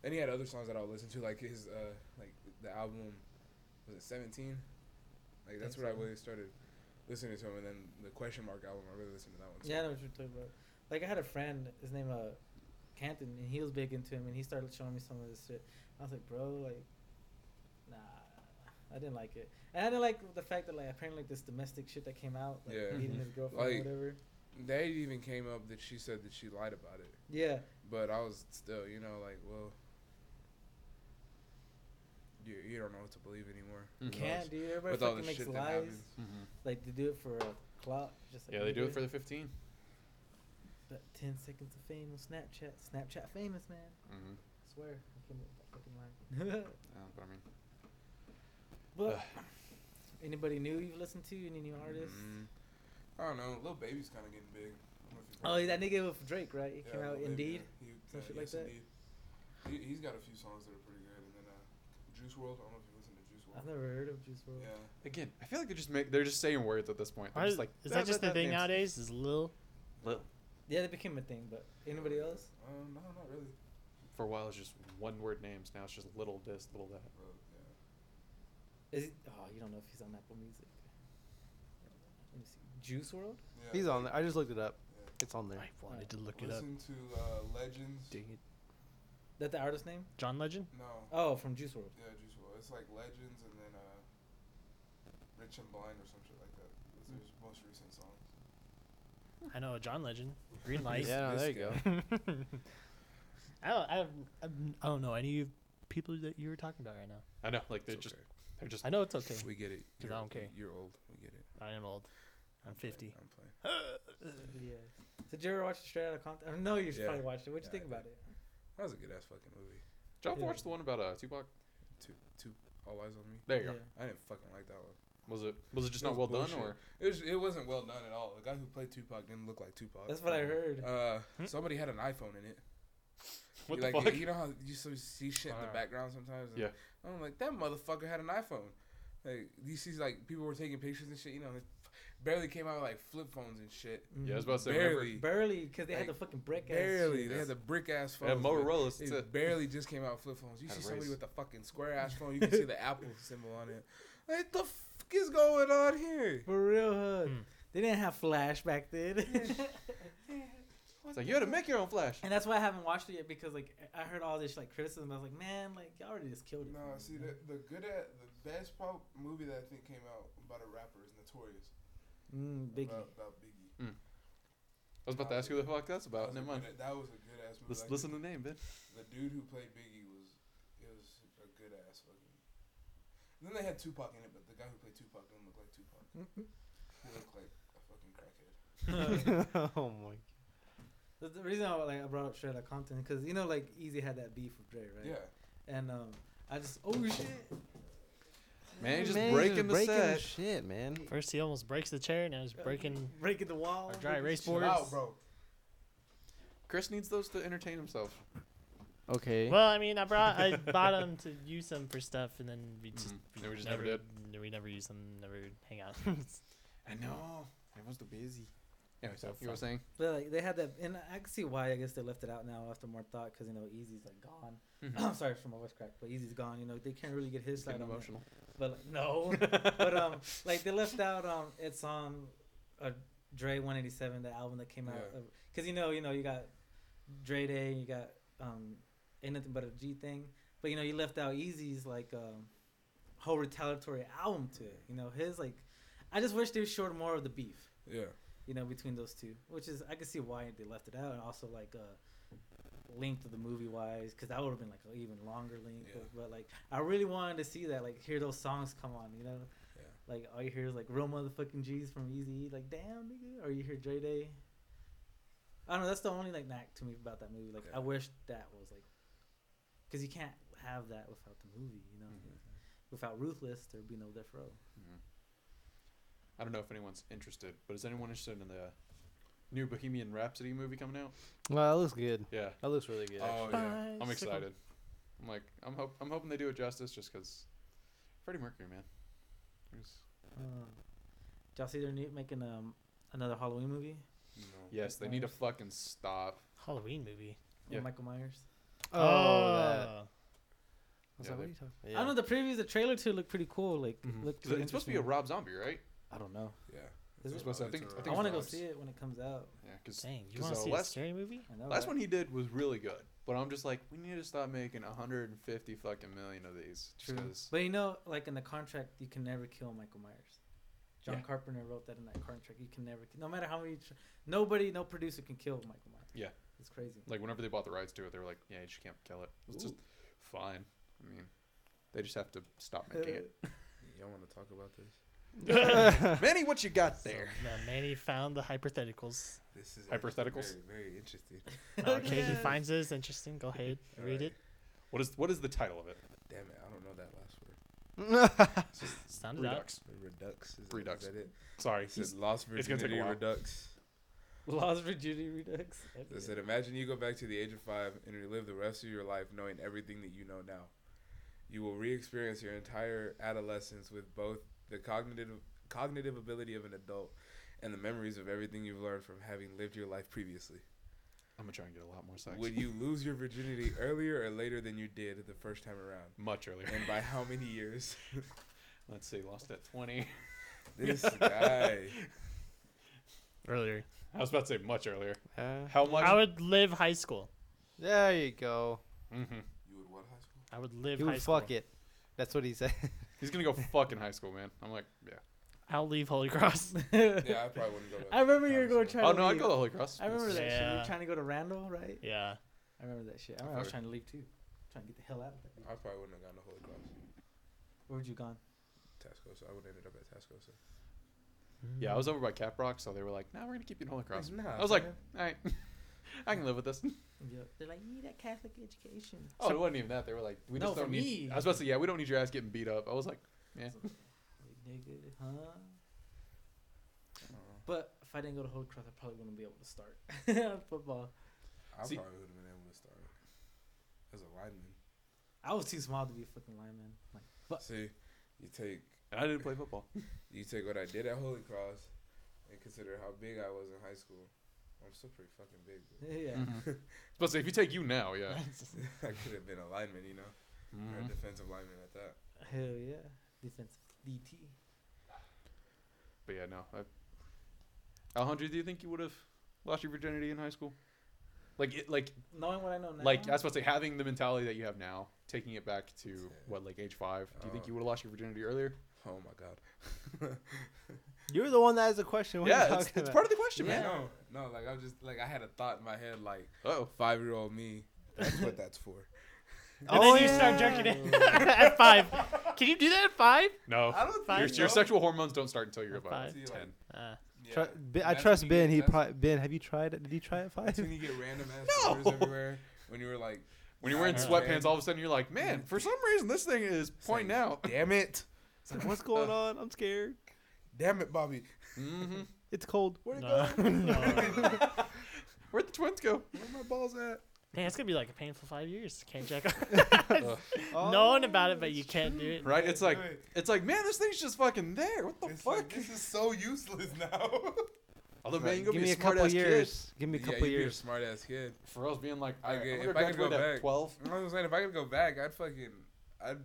Speaker 6: Then he had other songs that I would listen to, like his uh like the album was it 17? Like that's
Speaker 7: Think
Speaker 6: where I
Speaker 7: so.
Speaker 6: really started listening to him, and then the question mark album, I really listened to that one.
Speaker 7: Yeah, I know what you're talking about. Like I had a friend, his name uh, Canton, and he was big into him, and he started showing me some of this shit. I was like, bro, like, nah, I didn't like it, and I didn't like the fact that like apparently like, this domestic shit that came out, like
Speaker 6: Yeah.
Speaker 7: beating
Speaker 3: Mhm.
Speaker 7: his girlfriend or
Speaker 6: Like-
Speaker 7: whatever.
Speaker 6: They even came up that she said that she lied about it,
Speaker 7: Yeah,
Speaker 6: but I was still, you know, like, well. You, you don't know what to believe anymore.
Speaker 3: Mhm.
Speaker 6: Because-
Speaker 7: can't dude. Everybody
Speaker 6: with all
Speaker 7: fucking
Speaker 6: the
Speaker 7: makes
Speaker 6: shit that
Speaker 7: lies.
Speaker 6: happens.
Speaker 3: mm-hmm.
Speaker 7: Like they do it for a clout. Just like
Speaker 3: yeah they
Speaker 7: we
Speaker 3: do it
Speaker 7: did.
Speaker 3: for the 15
Speaker 7: That ten seconds of fame on Snapchat. Snapchat famous man.
Speaker 3: mm-hmm.
Speaker 7: I swear, I can't fucking lie.
Speaker 3: yeah, but I mean
Speaker 7: but anybody new you've listened to? Any new artists?
Speaker 6: Mm. I don't know. Little baby's kind of getting big. I don't know if you've
Speaker 7: Oh,
Speaker 6: heard
Speaker 7: yeah, that
Speaker 6: of him.
Speaker 7: nigga with Drake, right? He came
Speaker 6: Yeah,
Speaker 7: out
Speaker 6: Lil Baby,
Speaker 7: Indeed.
Speaker 6: yeah. He,
Speaker 7: Some
Speaker 6: uh,
Speaker 7: shit like
Speaker 6: yes,
Speaker 7: that?
Speaker 6: Indeed. He, he's got a few songs that are pretty good, and then uh, Juice World. I don't know if you listen to Juice World.
Speaker 7: I've never heard of Juice World.
Speaker 6: Yeah.
Speaker 3: Again, I feel like they're just make they're just saying words at this point. They're
Speaker 1: why
Speaker 3: just
Speaker 1: is,
Speaker 3: like
Speaker 1: is that just the thing
Speaker 3: nowadays?
Speaker 1: nowadays? Is Lil?
Speaker 7: Yeah, that became a thing, but anybody else?
Speaker 6: Um, no, not really.
Speaker 3: For a while, it's just one word names. Now it's just little this, little that.
Speaker 6: Well, yeah.
Speaker 7: Is he, oh, you don't know if he's on Apple Music. Let me see. Juice World?
Speaker 6: yeah.
Speaker 5: He's on there. I just looked it up.
Speaker 6: Yeah.
Speaker 5: It's on there.
Speaker 1: I wanted to look it up.
Speaker 6: Listen to uh, Legends.
Speaker 3: Dang it.
Speaker 7: That the artist name?
Speaker 1: John Legend?
Speaker 6: No.
Speaker 7: Oh, from Juice World.
Speaker 6: Yeah, Juice World. It's like Legends, and then uh, Rich and Blind or some shit like that. Those are his most recent songs.
Speaker 1: I know a John Legend. Green Light.
Speaker 5: Yeah, no,
Speaker 6: This
Speaker 5: there you go.
Speaker 6: guy.
Speaker 1: I don't. I, have, I'm- I don't know any people that you were talking about right now.
Speaker 3: I know, like they're
Speaker 6: It's
Speaker 3: just
Speaker 6: okay.
Speaker 3: they're just.
Speaker 1: I know it's okay.
Speaker 6: We get it.
Speaker 1: Dude, I
Speaker 6: You're-
Speaker 1: don't care.
Speaker 6: You're old. We get it.
Speaker 1: I am old. I'm
Speaker 6: playing.
Speaker 1: 50.
Speaker 6: I'm playing.
Speaker 7: Yeah. Did you ever watch Straight Outta Compton? I know you should
Speaker 6: Yeah.
Speaker 7: probably watched it. What'd you
Speaker 6: Yeah,
Speaker 7: think
Speaker 6: I
Speaker 7: about it?
Speaker 6: That was a good ass fucking movie.
Speaker 3: Did y'all
Speaker 7: Yeah.
Speaker 3: watch the one about uh Tupac?
Speaker 6: Two, two, all eyes on me.
Speaker 3: There you go.
Speaker 7: Yeah.
Speaker 6: I didn't fucking like that one.
Speaker 3: Was it was it just
Speaker 6: It
Speaker 3: not
Speaker 6: was
Speaker 3: well
Speaker 6: bullshit.
Speaker 3: done or?
Speaker 6: It was, it wasn't well done at all. The guy who played Tupac didn't look like Tupac.
Speaker 7: That's what I heard.
Speaker 6: Uh,
Speaker 1: Hmm?
Speaker 6: somebody had an iPhone in it.
Speaker 3: What
Speaker 6: You
Speaker 3: the
Speaker 6: like,
Speaker 3: fuck? Uh-huh.
Speaker 6: You know how you so see shit in the
Speaker 1: Wow.
Speaker 6: background sometimes. And
Speaker 3: Yeah.
Speaker 6: I'm like that motherfucker had an iPhone. Like you see, like people were taking pictures and shit. You know, it barely came out with like flip phones and shit.
Speaker 3: Yeah, I was about to say. Remember,
Speaker 6: Barely,
Speaker 7: Mm. Barely, because they had the
Speaker 6: Like,
Speaker 7: fucking brick ass.
Speaker 6: barely.
Speaker 7: shit.
Speaker 6: They had the brick ass
Speaker 3: yeah,
Speaker 6: phones. but
Speaker 3: Motorola. That's
Speaker 6: It
Speaker 3: it.
Speaker 6: barely just came out with flip phones. You
Speaker 3: Had
Speaker 6: see
Speaker 3: a
Speaker 6: somebody
Speaker 3: raise.
Speaker 6: with a fucking square ass phone, you can see the Apple symbol on it. What the fuck is going on here?
Speaker 7: For real hood.
Speaker 1: Hmm.
Speaker 7: They didn't have Flash back then.
Speaker 3: It's like you had to make your own flash.
Speaker 7: and that's why I haven't watched it yet because like I heard all this like criticism. I was like, man, like y'all already just killed it.
Speaker 6: No,
Speaker 7: for me,
Speaker 6: see
Speaker 7: you know?
Speaker 6: the the good at the best pop movie that I think came out about a rapper is Notorious.
Speaker 7: Mm, Biggie.
Speaker 6: About, about Biggie.
Speaker 3: I was about to ask you what the fuck that's
Speaker 6: That
Speaker 3: about.
Speaker 6: was,
Speaker 3: Never
Speaker 6: a
Speaker 3: mind.
Speaker 6: good, that was a good ass movie.
Speaker 3: Let's
Speaker 6: Like,
Speaker 3: listen to the name, bitch.
Speaker 6: The dude who played Biggie was it was a good ass fucking. Then they had Tupac in it, but the guy who played Tupac didn't look like Tupac. He looked like a fucking crackhead.
Speaker 5: oh my.
Speaker 7: The, the reason I like I brought up Shredder Compton because you know like Easy had that beef with Dre, right?
Speaker 6: Yeah.
Speaker 7: And um, I just oh shit.
Speaker 3: Man, just
Speaker 5: Man,
Speaker 3: breaking the
Speaker 5: breaking
Speaker 3: set.
Speaker 5: shit, man.
Speaker 1: First, he almost breaks the chair, now he's breaking
Speaker 7: breaking the wall.
Speaker 1: our dry erase
Speaker 6: Chill
Speaker 1: boards.
Speaker 6: out, bro.
Speaker 3: Chris needs those to entertain himself.
Speaker 4: Okay.
Speaker 1: Well, I mean, I brought, I bought them to use them for stuff, and then we just,
Speaker 3: Mhm. Then we just never
Speaker 1: did. We never use them. Never hang out.
Speaker 3: I know. Everyone's too busy. Anyway, so
Speaker 1: So
Speaker 3: you were
Speaker 1: fun.
Speaker 3: saying?
Speaker 7: But like they had that, and I can see why. I guess they left it out now after more thought, because you know Easy's like gone.
Speaker 6: Mm-hmm.
Speaker 7: I'm sorry for my voice crack, but Easy's gone. You know they can't really get his side
Speaker 3: Getting
Speaker 7: on it.
Speaker 3: emotional.
Speaker 7: But like, no, but um, like they left out um, it's on uh, Dre 187, the album that came out,
Speaker 6: Yeah.
Speaker 7: because you know, you know, you got Dre Day, you got um, ain't nothing but a G thing, but you know, you left out Easy's like um, whole retaliatory album to it. You know, his like, I just wish they showed more of the beef
Speaker 6: Yeah.
Speaker 7: you know, between those two, which is I can see why they left it out, and also like uh, length of the movie wise, because that would have been like an even longer length.
Speaker 6: Yeah.
Speaker 7: But like, I really wanted to see that, like, hear those songs come on, you know,
Speaker 6: Yeah.
Speaker 7: like all you hear is like real motherfucking G's from Easy, like damn nigga, or you hear Dre Day. I don't know. That's the only like knack to me about that movie. Like,
Speaker 6: Yeah.
Speaker 7: I wish that was like, because you can't have that without the movie, you know.
Speaker 3: Mhm.
Speaker 6: Mm-hmm.
Speaker 7: Without Ruthless, there'd be no Death Row.
Speaker 3: Mhm. I don't know if anyone's interested, but is anyone interested in the new Bohemian Rhapsody movie coming out?
Speaker 5: Well, that looks good.
Speaker 3: Yeah,
Speaker 5: That looks really good.
Speaker 6: Oh yeah.
Speaker 3: I'm excited. I'm like, I'm hope I'm hoping they do it justice, just because Freddie Mercury, man. He's-
Speaker 7: Uh, y'all see they're new- making um another Halloween movie?
Speaker 6: No.
Speaker 3: yes, they need to fucking stop.
Speaker 1: Halloween movie.
Speaker 7: with
Speaker 3: Yeah.
Speaker 7: Michael Myers.
Speaker 5: Oh, that.
Speaker 1: Oh.
Speaker 5: I was
Speaker 3: Yeah,
Speaker 5: like, what
Speaker 3: they-
Speaker 5: are you talking
Speaker 7: I don't know the previews, the trailer to look pretty cool. Like looked
Speaker 3: 'Cause
Speaker 7: pretty
Speaker 3: It's supposed to be a
Speaker 7: interesting.
Speaker 3: Rob Zombie, right?
Speaker 7: I don't know.
Speaker 6: Yeah.
Speaker 7: Is
Speaker 3: It's
Speaker 7: it?
Speaker 3: supposed to- I
Speaker 6: It's a
Speaker 3: think- I think
Speaker 6: Rob.
Speaker 7: I
Speaker 3: it's
Speaker 7: want to go
Speaker 3: Rob's.
Speaker 7: see it when it comes out.
Speaker 3: Yeah, because
Speaker 1: Dang, you
Speaker 3: Cause,
Speaker 1: want
Speaker 3: uh,
Speaker 1: to see
Speaker 3: last-
Speaker 1: a scary movie?
Speaker 7: I know.
Speaker 3: last
Speaker 7: right?
Speaker 3: one he did was really good, but I'm just like, we need to stop making 150 fucking million of these. Just
Speaker 7: True.
Speaker 3: 'cause-
Speaker 7: But you know, like in the contract, you can never kill Michael Myers. John
Speaker 3: Yeah.
Speaker 7: Carpenter wrote that in that contract. You can never, ki- no matter how many, tr- nobody, no producer can kill Michael Myers.
Speaker 3: Yeah.
Speaker 7: it's crazy.
Speaker 3: like whenever they bought the rights to it, they were like, yeah, you just can't kill it. It's just fine. I mean, they just have to stop making it.
Speaker 6: Y'all want to talk about this?
Speaker 5: about?
Speaker 3: Manny, what you got
Speaker 1: So,
Speaker 3: there?
Speaker 1: no, Manny found the hypotheticals.
Speaker 6: This is actually
Speaker 3: Hypotheticals?
Speaker 6: Very, very interesting.
Speaker 1: Okay, he finds this interesting. Go ahead, read it.
Speaker 3: What is what is the title of it?
Speaker 6: Damn it, I don't know that last word.
Speaker 1: Sound it out.
Speaker 3: Redux.
Speaker 6: Redux. Is
Speaker 3: Redux.
Speaker 6: That, is that it?
Speaker 3: Sorry.
Speaker 6: It says lost
Speaker 3: it's gonna
Speaker 6: virginity
Speaker 3: take a while.
Speaker 6: redux.
Speaker 7: Laws for Judy Redux.
Speaker 6: It said, imagine you go back to the age of five and relive the rest of your life knowing everything that you know now. You will re-experience your entire adolescence with both the cognitive cognitive ability of an adult and the memories of everything you've learned from having lived your life previously.
Speaker 3: I'm gonna try and get a lot more sex.
Speaker 6: Would you lose your virginity earlier or later than you did the first time around?
Speaker 3: Much earlier.
Speaker 6: And by how many years?
Speaker 3: Let's see. Lost at 20.
Speaker 6: This guy.
Speaker 1: Earlier.
Speaker 3: I was about to say much earlier.
Speaker 5: Uh,
Speaker 3: How much?
Speaker 1: I would live high school.
Speaker 5: there you go.
Speaker 3: hmm
Speaker 6: You would what high school?
Speaker 1: I would live
Speaker 5: You
Speaker 1: high
Speaker 5: would
Speaker 1: school.
Speaker 5: fuck it. That's what he said.
Speaker 3: He's gonna go fucking high school, man. I'm like, yeah.
Speaker 1: I'll leave Holy Cross.
Speaker 6: Yeah, I probably wouldn't go to
Speaker 7: I remember you were
Speaker 6: High
Speaker 7: going
Speaker 6: school.
Speaker 3: Oh
Speaker 7: trying to
Speaker 3: no, I
Speaker 7: leave.
Speaker 3: go to Holy Cross.
Speaker 7: I remember that shit. You were
Speaker 1: Yeah.
Speaker 7: trying to go to Randall, right?
Speaker 1: yeah.
Speaker 7: I remember that shit. I remember I was trying to leave too. Trying to get the hell out of that.
Speaker 6: I probably wouldn't have gone to Holy Cross.
Speaker 7: Where would you gone?
Speaker 6: Tasco, so I would have ended up at Tasco. So.
Speaker 3: Yeah, I was over by Caprock, so they were like, "Nah, we're gonna keep you in Holy Cross."
Speaker 6: Nah,
Speaker 3: I was like, "All right, I can live with this."
Speaker 7: Yep. They're like, you need that Catholic education.
Speaker 3: Oh, it wasn't even that. They were like, "We
Speaker 7: No,
Speaker 3: just
Speaker 7: for
Speaker 3: don't need."
Speaker 7: me.
Speaker 3: I was about to say, "Yeah, we don't need your ass getting beat up." I was like, "Yeah."
Speaker 7: Like, nigga, huh? But if I didn't go to Holy Cross, I probably wouldn't be able to start football.
Speaker 6: I
Speaker 3: See-
Speaker 6: probably would have been able to start as a lineman.
Speaker 7: I was too small to be a fucking lineman. Like, but
Speaker 6: See, you take
Speaker 3: And I didn't play football.
Speaker 6: you take what I did at Holy Cross, and consider how big I was in high school. I'm still pretty fucking big. But
Speaker 7: yeah,
Speaker 3: Mhm. I was about to say, if you take you now, yeah.
Speaker 6: I could have been a lineman, you know, or a
Speaker 3: Mhm.
Speaker 6: defensive lineman at that.
Speaker 7: hell yeah, defensive DT.
Speaker 3: But yeah, no. I, Alejandro, do you think you would have lost your virginity in high school? Like, it, like,
Speaker 7: Knowing what I know now,
Speaker 3: like I was about to say, having the mentality that you have now, taking it back to what, like, age five. Do you think
Speaker 6: Oh.
Speaker 3: you would have lost your virginity earlier?
Speaker 6: Oh my god.
Speaker 5: You're the one that has the question. What are you
Speaker 3: yeah, it's,
Speaker 5: talking
Speaker 3: it's
Speaker 5: about?
Speaker 3: part of the question, man.
Speaker 6: No, no, like I'm just like I had a thought in my head like
Speaker 3: Oh,
Speaker 6: five year old me. That's what that's for.
Speaker 5: Oh,
Speaker 1: And then you start jerking it at five. Can you do that at five?
Speaker 3: no.
Speaker 6: I don't
Speaker 3: Your,
Speaker 1: Five,
Speaker 3: your
Speaker 1: no.
Speaker 3: sexual hormones don't start until you're
Speaker 1: At
Speaker 3: about
Speaker 1: five.
Speaker 6: See,
Speaker 3: 10.
Speaker 6: like,
Speaker 1: Uh,
Speaker 6: Yeah.
Speaker 5: Tru- Ben- I
Speaker 6: That's
Speaker 5: trust
Speaker 6: when you
Speaker 5: Ben.
Speaker 6: get-
Speaker 5: He
Speaker 6: that's-
Speaker 5: probably Ben. Have you tried it? Did you try it five?
Speaker 6: That's when you get random ass
Speaker 3: No.
Speaker 6: orders everywhere. When you were like,
Speaker 3: When you're wearing
Speaker 1: Yeah.
Speaker 3: sweatpants, all of a sudden you're like, man, for some reason this thing is pointing out.
Speaker 6: damn it,
Speaker 5: It's like, What's going on? I'm scared.
Speaker 6: damn it, Bobby.
Speaker 3: Mm-hmm.
Speaker 5: It's cold.
Speaker 6: Where'd it
Speaker 1: no.
Speaker 6: go?
Speaker 1: no.
Speaker 3: Where'd the twins go?
Speaker 6: Where my balls at?
Speaker 1: Dang, it's gonna be like a painful five years. Can't check. Knowing about it, but you can't do it.
Speaker 3: Uh, Right? It's like
Speaker 2: Right.
Speaker 3: it's like, man, this thing's just fucking there. What the
Speaker 2: It's
Speaker 3: fuck?
Speaker 2: like, this is so useless now.
Speaker 3: Although
Speaker 5: Like,
Speaker 3: man, you gonna
Speaker 5: give
Speaker 3: be
Speaker 5: me
Speaker 3: a
Speaker 5: a couple
Speaker 3: smart-ass kid.
Speaker 5: years. Give me a couple
Speaker 6: you'd be a
Speaker 5: years.
Speaker 6: smart ass kid.
Speaker 3: For us being like, I,
Speaker 6: I
Speaker 3: am
Speaker 6: get-
Speaker 3: gonna
Speaker 6: if I could
Speaker 3: graduate
Speaker 6: go
Speaker 3: at
Speaker 6: back-
Speaker 3: twelve.
Speaker 6: I was saying if I could go back, I'd fucking, I'd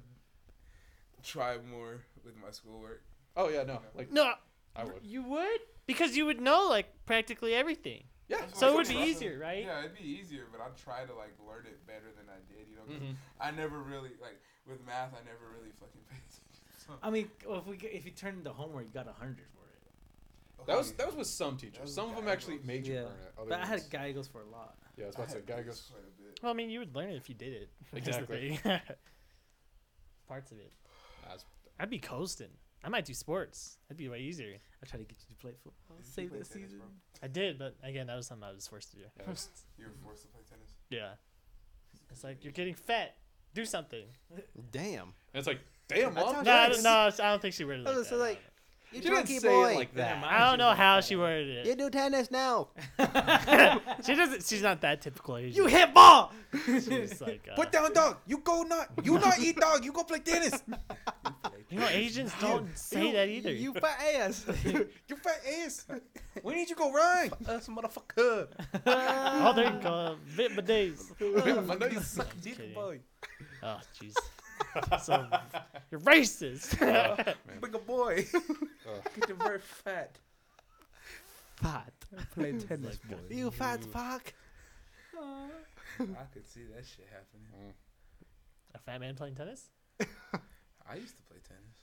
Speaker 6: try more with my schoolwork.
Speaker 3: Oh yeah, no, like
Speaker 1: No,
Speaker 3: I would.
Speaker 1: you would because you would know like practically everything.
Speaker 3: Yeah,
Speaker 2: That's
Speaker 1: So it
Speaker 2: what
Speaker 1: would
Speaker 2: I'm
Speaker 1: be
Speaker 2: trying.
Speaker 1: easier, right?
Speaker 2: Yeah, it'd be easier, but I'd try to like learn it better than I did. You know, 'cause
Speaker 3: Mhm.
Speaker 2: I never really like with math. I never really fucking paid. attention.
Speaker 7: I mean, well, if we g- if you turn the homework, you got a hundred for it.
Speaker 2: So,
Speaker 3: That was
Speaker 2: okay.
Speaker 3: that was with some
Speaker 2: That
Speaker 3: teachers.
Speaker 2: was
Speaker 3: Some of them
Speaker 2: guy
Speaker 3: actually
Speaker 2: goes.
Speaker 3: made you
Speaker 7: Yeah.
Speaker 3: learn it. Other
Speaker 7: But I had
Speaker 3: ones-
Speaker 7: Guy-Go's for a lot.
Speaker 3: yeah, I was about to say, guy goes.
Speaker 2: Quite a bit.
Speaker 1: Well, I mean, you would learn it if you did it. is the
Speaker 3: Exactly.
Speaker 1: thing. Parts of it.
Speaker 3: "Nah, it's-
Speaker 1: I'd be coasting. I might do sports. That'd be way easier.
Speaker 7: I tried to get you to play football.
Speaker 2: Did you
Speaker 7: Save
Speaker 2: play
Speaker 7: this
Speaker 2: tennis,
Speaker 7: season.
Speaker 2: bro?
Speaker 1: I did, but again, that was something I was forced to do.
Speaker 3: Yeah, it's-
Speaker 2: You were forced to play tennis.
Speaker 1: yeah. It's like you're getting fat. Do something.
Speaker 5: Damn.
Speaker 3: And it's like, damn,
Speaker 5: That's
Speaker 3: mom.
Speaker 5: how
Speaker 1: No, I
Speaker 3: thanks."
Speaker 1: don't- no, I don't think she worded it.
Speaker 5: Oh,
Speaker 1: Like
Speaker 5: so
Speaker 1: that.
Speaker 5: like, you
Speaker 3: She didn't
Speaker 5: drunky
Speaker 3: say
Speaker 5: boy.
Speaker 3: it like that.
Speaker 1: I don't know how she worded
Speaker 5: You
Speaker 1: it.
Speaker 5: do tennis now.
Speaker 1: She doesn't. She's not that typical Asian.
Speaker 5: You hit ball.
Speaker 1: She's like, uh,
Speaker 3: Put down dog. You go not. You not eat dog. You go play tennis.
Speaker 1: you know, Asians don't say that either.
Speaker 5: You fat ass.
Speaker 3: You fat ass. We need you go run.
Speaker 5: Us motherfucker.
Speaker 1: oh, there you go. Bit but days.
Speaker 3: My nose.
Speaker 1: I'm just kidding. Oh, jeez. so, you're racist.
Speaker 5: Big a boy.
Speaker 7: Get them very fat.
Speaker 4: Fat.
Speaker 5: Play tennis, boy. You fat fuck.
Speaker 6: I could see that shit happening.
Speaker 1: A fat man playing tennis?
Speaker 6: I used to play tennis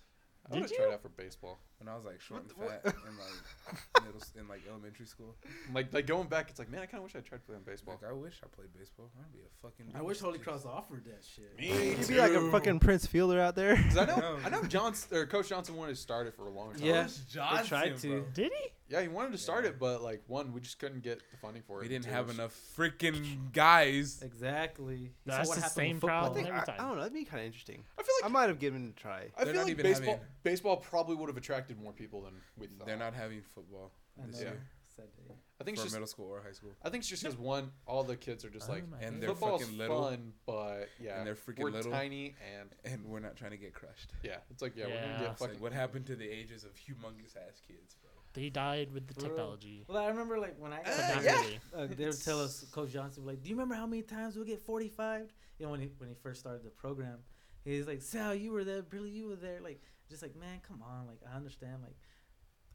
Speaker 3: I would
Speaker 1: Did
Speaker 3: have tried out for baseball.
Speaker 6: when I was like short and
Speaker 5: What
Speaker 6: fat in like middle s- in like elementary school.
Speaker 3: Like like going back, it's like man, I kind of wish I tried playing baseball.
Speaker 6: Like I wish I played baseball. I'd be a fucking.
Speaker 7: I
Speaker 6: dude.
Speaker 7: wish Holy
Speaker 6: Just-
Speaker 7: Cross offered that shit.
Speaker 3: Me
Speaker 5: You'd be like a fucking Prince Fielder out there.
Speaker 3: 'Cause I know
Speaker 6: No.
Speaker 3: I know Johnson or Coach Johnson wanted to start it for a long time.
Speaker 7: Yeah.
Speaker 6: Johnson,
Speaker 7: tried to.
Speaker 6: bro.
Speaker 1: Did he?
Speaker 3: Yeah, he wanted to start
Speaker 6: Yeah.
Speaker 3: it, but like one, we just couldn't get the funding for it.
Speaker 6: We
Speaker 3: and
Speaker 6: didn't
Speaker 3: two,
Speaker 6: have
Speaker 3: it's-
Speaker 6: enough freaking guys.
Speaker 7: Exactly.
Speaker 1: No, that's
Speaker 7: what
Speaker 1: the
Speaker 7: happened with
Speaker 1: same
Speaker 7: football?
Speaker 5: I,
Speaker 1: problem
Speaker 5: think,
Speaker 1: every
Speaker 5: I,
Speaker 1: time.
Speaker 5: I don't know. That'd be kind of interesting.
Speaker 3: I feel
Speaker 5: I
Speaker 3: like
Speaker 5: might have given it a try.
Speaker 3: I
Speaker 6: They're
Speaker 3: feel
Speaker 6: not
Speaker 3: like
Speaker 6: even
Speaker 3: baseball
Speaker 6: having-
Speaker 3: baseball probably would have attracted more people than we thought.
Speaker 6: They're not having football
Speaker 7: I
Speaker 6: this
Speaker 7: know.
Speaker 6: year
Speaker 7: Sad day.
Speaker 3: I think
Speaker 6: for
Speaker 3: it's just
Speaker 6: middle school or high school.
Speaker 3: I think it's just because one, all the kids are just
Speaker 1: Oh
Speaker 3: like
Speaker 1: my goodness.
Speaker 6: And they're
Speaker 3: football's
Speaker 6: fucking little.
Speaker 3: fun, but yeah,
Speaker 6: they're freaking
Speaker 3: we're
Speaker 6: little.
Speaker 3: tiny and
Speaker 6: And we're not trying to get crushed.
Speaker 3: yeah, it's like yeah, we're
Speaker 1: Yeah.
Speaker 3: gonna get
Speaker 6: It's like,
Speaker 3: fucking.
Speaker 6: what happened to the ages of humongous ass kids, bro?
Speaker 1: They died with the
Speaker 7: Bro.
Speaker 1: technology.
Speaker 7: Well, I remember like when I got
Speaker 1: But not
Speaker 7: back,
Speaker 1: really.
Speaker 7: uh, they would tell us Coach Johnson would be like, "Do you remember how many times we get 45?" You know when he when he first started the program, he's like, "Sal, you were there, Billy, you were there." Like just like, "Man, come on, like I understand like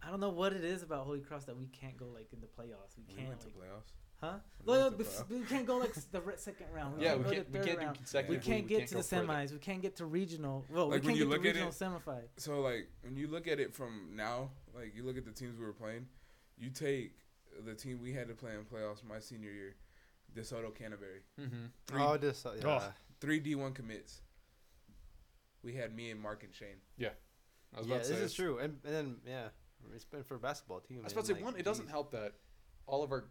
Speaker 7: I don't know what it is about Holy Cross that we can't go like in the playoffs. We
Speaker 6: We
Speaker 7: can't
Speaker 6: went to
Speaker 7: like,
Speaker 6: playoffs.
Speaker 7: huh?
Speaker 6: we
Speaker 7: Well,
Speaker 6: went to
Speaker 7: bef-
Speaker 6: playoff.
Speaker 7: we can't go like s- the re- second round.
Speaker 3: Yeah,
Speaker 7: can't
Speaker 3: we
Speaker 7: go to
Speaker 3: can't we
Speaker 7: third
Speaker 3: can't do
Speaker 7: round.
Speaker 3: consecutive.
Speaker 7: We can't get to the
Speaker 3: go further.
Speaker 7: semis. We can't get to regional. Well,
Speaker 6: Like, when
Speaker 7: we can't
Speaker 6: you
Speaker 7: get
Speaker 6: look
Speaker 7: to
Speaker 6: at
Speaker 7: regional
Speaker 6: it-
Speaker 7: semi.
Speaker 6: So like when you look at it from now, like you look at the teams we were playing, you take the team we had to play in playoffs my senior year, DeSoto Canterbury,
Speaker 3: Mhm.
Speaker 6: three
Speaker 5: Oh, just uh, yeah.
Speaker 6: three D one commits. We had me and Mark and Shane.
Speaker 3: I was
Speaker 5: yeah,
Speaker 3: about to
Speaker 5: this
Speaker 3: say.
Speaker 5: is true. And, and then yeah, it's been for basketball too.
Speaker 3: I was about to say one. It doesn't help that all of our.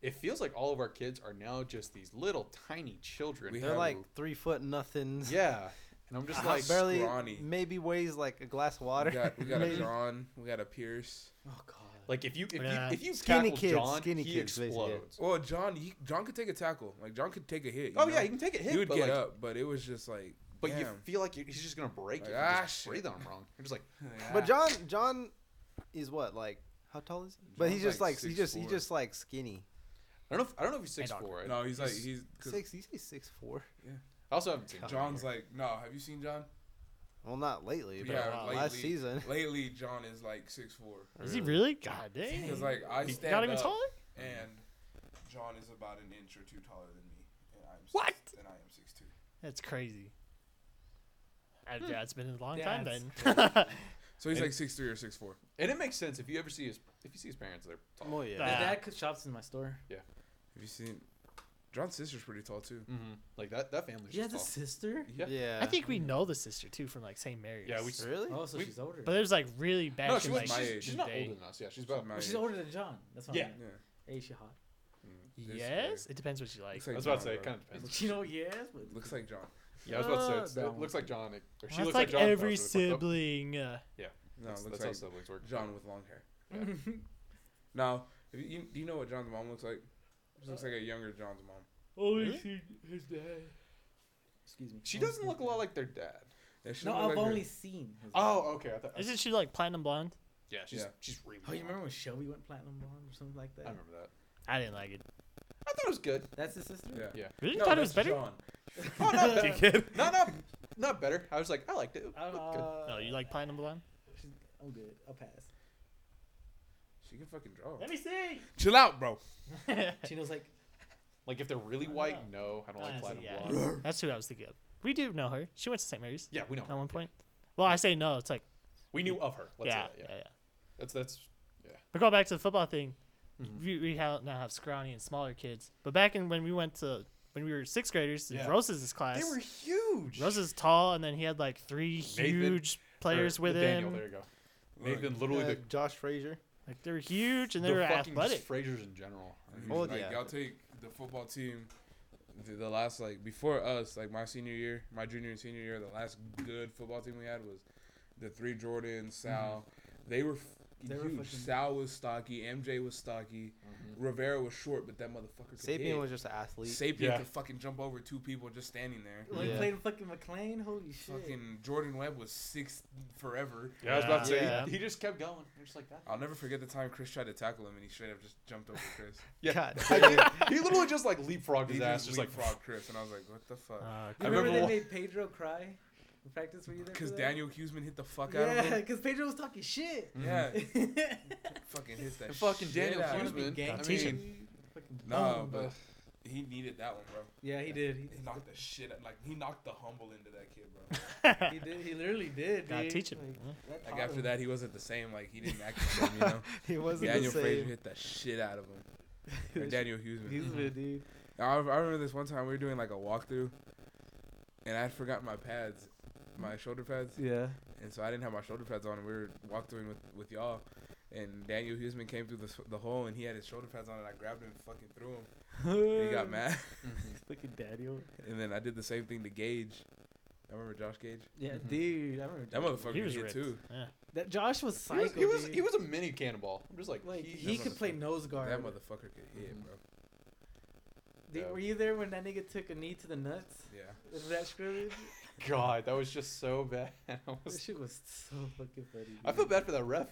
Speaker 3: It feels like all of our kids are now just these little tiny children.
Speaker 6: We
Speaker 5: They're
Speaker 6: have-
Speaker 5: like three foot nothings.
Speaker 3: yeah, and I'm just like
Speaker 5: barely
Speaker 6: scrawny.
Speaker 5: maybe weighs like a glass of
Speaker 6: We
Speaker 5: water.
Speaker 6: got we got a
Speaker 5: Maybe.
Speaker 6: John, we got a Pierce.
Speaker 7: Oh god.
Speaker 3: like if you if
Speaker 1: Yeah.
Speaker 3: you if you
Speaker 5: Skinny
Speaker 3: tackle
Speaker 5: kids,
Speaker 3: John,
Speaker 5: skinny
Speaker 3: he
Speaker 5: kids, basically, yeah.
Speaker 3: explodes.
Speaker 6: Well, John, he, John could take a tackle. Like John could take a hit. you
Speaker 3: Oh
Speaker 6: know?
Speaker 3: yeah, he can take a hit.
Speaker 6: he would
Speaker 3: but
Speaker 6: get
Speaker 3: like,
Speaker 6: up, but it was just like,
Speaker 3: But you
Speaker 6: damn.
Speaker 3: feel like you- he's just gonna break
Speaker 6: Like,
Speaker 3: if you
Speaker 6: ah,
Speaker 3: just
Speaker 6: shit.
Speaker 3: breathe on him wrong. You're just like, ah.
Speaker 5: But John, John, is what like how tall is he? but he's
Speaker 6: John's
Speaker 5: just
Speaker 6: like
Speaker 5: like, he's just he's
Speaker 6: 6'4".
Speaker 5: just like skinny.
Speaker 3: I don't know. If, I don't know if he's
Speaker 1: Hey,
Speaker 3: six
Speaker 1: dog.
Speaker 3: four.
Speaker 6: no, he's like he's. 'cause
Speaker 5: Six? You say six four?
Speaker 3: I also haven't seen.
Speaker 5: God.
Speaker 6: John's like no. Have you seen John?
Speaker 5: Well, not lately, but
Speaker 6: Yeah,
Speaker 5: last
Speaker 6: lately.
Speaker 5: season.
Speaker 6: Lately, John is like six four.
Speaker 1: Is he really? God dang.
Speaker 6: Because like I
Speaker 1: He's
Speaker 6: stand
Speaker 1: not even
Speaker 6: up,
Speaker 1: taller?
Speaker 6: and John is about an inch or two taller than me, and I'm
Speaker 1: What?
Speaker 6: Six, and I am six two.
Speaker 1: That's crazy. I, Uh, yeah, it's been a long time
Speaker 7: That's
Speaker 1: then.
Speaker 6: So he's
Speaker 3: And-
Speaker 6: like six three or six four.
Speaker 3: And it makes sense if you ever see his if you see his parents, they're tall.
Speaker 5: Oh
Speaker 1: Nah.
Speaker 5: yeah.
Speaker 7: My
Speaker 1: Yeah.
Speaker 7: dad shops in my store.
Speaker 6: Have you seen? John's sister's pretty tall too.
Speaker 3: hmm Like that that family's
Speaker 7: He has
Speaker 3: just
Speaker 7: a
Speaker 3: tall.
Speaker 7: sister.
Speaker 5: Yeah.
Speaker 3: Yeah.
Speaker 1: I think we know the sister too from like St. Mary's.
Speaker 3: Yeah, we s-
Speaker 5: really.
Speaker 7: Oh, so
Speaker 3: We-
Speaker 7: she's older.
Speaker 1: But there's like really bad.
Speaker 3: no,
Speaker 1: shit,
Speaker 3: she
Speaker 1: like,
Speaker 3: was,
Speaker 6: my
Speaker 3: she's,
Speaker 6: age.
Speaker 3: she's not
Speaker 1: Day.
Speaker 3: older than us. Yeah, she's about.
Speaker 6: my
Speaker 7: Well, she's
Speaker 6: age.
Speaker 7: older than John. That's what
Speaker 3: Yeah.
Speaker 7: I mean.
Speaker 6: Yeah.
Speaker 7: Hey, she hot.
Speaker 6: This
Speaker 1: Yes, it depends what you like.
Speaker 6: Looks like
Speaker 3: I was about to
Speaker 6: John,
Speaker 3: say it
Speaker 6: bro.
Speaker 3: kind of depends.
Speaker 7: you know, yes, but
Speaker 6: Looks like John.
Speaker 3: Yeah, I was about to say it's,
Speaker 7: Uh,
Speaker 3: it looks like John. It, or
Speaker 1: Well,
Speaker 3: she
Speaker 1: that's like,
Speaker 3: looks like, John.
Speaker 1: every
Speaker 3: so it's like, oh,
Speaker 1: sibling. uh,
Speaker 6: No,
Speaker 3: that's
Speaker 6: it looks
Speaker 3: that's how
Speaker 6: like
Speaker 3: siblings work.
Speaker 6: John with long hair.
Speaker 3: Yeah.
Speaker 6: Now, if you, you, do you know what John's mom looks like? She looks like a younger John's mom.
Speaker 7: Only
Speaker 3: Really?
Speaker 7: seen his dad.
Speaker 5: Excuse me.
Speaker 3: She doesn't look a lot like their dad.
Speaker 6: That shit
Speaker 7: No,
Speaker 6: look
Speaker 7: I've
Speaker 6: like her-
Speaker 7: only seen. His
Speaker 3: Oh, okay. I thought,
Speaker 1: Isn't she like platinum blonde?
Speaker 3: yeah, she's
Speaker 6: Yeah.
Speaker 3: she's really.
Speaker 7: Oh, you
Speaker 3: blonde.
Speaker 7: remember when Shelby went platinum blonde or something like that?
Speaker 3: I remember that.
Speaker 1: I didn't like it.
Speaker 3: I thought it was good.
Speaker 7: That's his sister.
Speaker 6: Yeah.
Speaker 3: Yeah.
Speaker 1: Really
Speaker 6: No,
Speaker 1: thought it was
Speaker 6: that's
Speaker 1: better.
Speaker 6: John.
Speaker 3: Oh, not
Speaker 1: You
Speaker 3: bad.
Speaker 1: kid?
Speaker 3: not, not, not better. I was like, I liked it. It
Speaker 7: I'm,
Speaker 3: looked good.
Speaker 7: uh,
Speaker 1: No, Oh, you like platinum blonde?
Speaker 7: I'm good. I'll pass.
Speaker 6: She can fucking draw.
Speaker 1: me see.
Speaker 6: Chill out, bro.
Speaker 7: Chino's like,
Speaker 3: Like if they're really
Speaker 1: I
Speaker 3: white, no, I don't like
Speaker 1: Honestly,
Speaker 3: platinum
Speaker 1: yeah.
Speaker 3: blonde.
Speaker 1: That's who I was thinking of. We do know her. She went to St. Mary's
Speaker 3: Yeah, we know.
Speaker 1: at one point. Well, I say no. It's like
Speaker 3: We knew of her. Let's
Speaker 1: yeah,
Speaker 3: say that. Yeah.
Speaker 1: yeah, yeah.
Speaker 3: That's that's
Speaker 1: But going back to the football thing,
Speaker 3: Mm-hmm.
Speaker 1: we, we have, now have scrawny and smaller kids. But back in when we went to when we were sixth graders,
Speaker 3: Yeah.
Speaker 1: Rose's class.
Speaker 3: they were huge.
Speaker 1: Rose is tall, and then he had like three
Speaker 3: Nathan-
Speaker 1: huge players
Speaker 3: Or
Speaker 1: with
Speaker 3: Daniel,
Speaker 1: him.
Speaker 3: There you go. Nathan literally
Speaker 5: Uh,
Speaker 3: the
Speaker 5: Josh Frazier.
Speaker 1: Like they were huge and they
Speaker 3: the
Speaker 1: were
Speaker 3: fucking
Speaker 1: athletic.
Speaker 3: Frasers in general.
Speaker 6: And
Speaker 5: Oh,
Speaker 6: he's like,
Speaker 5: yeah.
Speaker 6: Y'all take the football team. The, the last like before us, like my senior year, my junior and senior year, the last good football team we had was the three Jordans, Sal. They were. f-
Speaker 7: Mm-hmm. They were
Speaker 6: huge.
Speaker 7: fucking- Mm-hmm.
Speaker 6: Sal was stocky. MJ was stocky. Rivera was short, but that motherfucker. Could
Speaker 5: Sapien
Speaker 6: hit.
Speaker 5: was just an athlete.
Speaker 6: Sapien
Speaker 3: Yeah.
Speaker 6: could fucking jump over two people just standing there.
Speaker 7: when he
Speaker 5: Yeah.
Speaker 7: played fucking McLean, holy shit.
Speaker 6: Fucking Jordan Webb was six forever.
Speaker 3: Yeah, I was about to say
Speaker 1: Yeah.
Speaker 3: he, he just kept going. He was like that.
Speaker 6: I'll never forget the time Chris tried to tackle him and he straight up just jumped over Chris.
Speaker 3: Yeah.
Speaker 5: God
Speaker 3: he literally just like leapfrogged
Speaker 6: he
Speaker 3: his
Speaker 6: just,
Speaker 3: ass, just like
Speaker 6: leapfrogged Chris, and I was like, what the fuck?
Speaker 1: Uh,
Speaker 3: I
Speaker 7: You remember,
Speaker 3: remember
Speaker 7: they made Pedro cry in practice? Were you there?
Speaker 6: Because
Speaker 7: for that?
Speaker 6: Daniel Huseman hit the fuck out of
Speaker 7: Yeah,
Speaker 6: him.
Speaker 7: because Pedro was talking shit.
Speaker 6: Yeah,
Speaker 7: Fucking
Speaker 6: fucking hit that.
Speaker 3: And fucking
Speaker 6: shit
Speaker 3: Daniel
Speaker 6: out of him.
Speaker 3: Huseman.
Speaker 7: gang
Speaker 3: I
Speaker 1: teach him.
Speaker 3: mean,
Speaker 6: Nah,
Speaker 7: dumb,
Speaker 6: but he needed that one, bro.
Speaker 7: yeah, he did. He,
Speaker 6: He knocked the shit out. Like he knocked the humble into that kid, bro.
Speaker 7: he did. He literally did. Dude.
Speaker 1: Uh, gotta teach him.
Speaker 7: Like,
Speaker 1: yeah.
Speaker 6: Like after that, he wasn't the same. Like he didn't act the same, you know.
Speaker 5: he wasn't
Speaker 6: Daniel
Speaker 5: the
Speaker 6: Frazier
Speaker 5: same.
Speaker 6: hit the shit out of him. Or Daniel Huseman.
Speaker 7: He's a dude.
Speaker 6: I, I remember this one time we were doing like a walkthrough, and I had forgotten my pads, my shoulder pads,
Speaker 7: Yeah.
Speaker 6: and so I didn't have my shoulder pads on. And we were walkthroughing with with y'all, and Daniel Huseman came through the s- the hole, and he had his shoulder pads on, and I grabbed him and fucking threw him. And he got mad,
Speaker 7: Look at Daniel.
Speaker 6: and then I did the same thing to Gage. I remember Josh Gage.
Speaker 7: Yeah, dude. I remember
Speaker 6: Mm-hmm. That motherfucker
Speaker 1: He was
Speaker 6: hit
Speaker 1: ripped.
Speaker 6: too.
Speaker 1: Yeah.
Speaker 7: that. Josh was
Speaker 3: he was
Speaker 7: psycho.
Speaker 3: he was,
Speaker 7: dude.
Speaker 3: he was a mini cannonball. I'm just like,
Speaker 7: like
Speaker 3: he-
Speaker 7: he
Speaker 6: that
Speaker 7: could play
Speaker 6: motherfucker-
Speaker 7: nose guard.
Speaker 6: That motherfucker could hit,
Speaker 7: Mm-hmm.
Speaker 3: Mhm.
Speaker 6: bro.
Speaker 7: Dude,
Speaker 6: yeah.
Speaker 7: Were you there when that nigga took a knee to the nuts?
Speaker 6: Yeah.
Speaker 7: Remember that scrimmage?
Speaker 3: God, that was just so bad. I,
Speaker 7: That
Speaker 3: was,
Speaker 7: shit was so fucking funny.
Speaker 3: I
Speaker 7: dude.
Speaker 3: feel bad for that ref.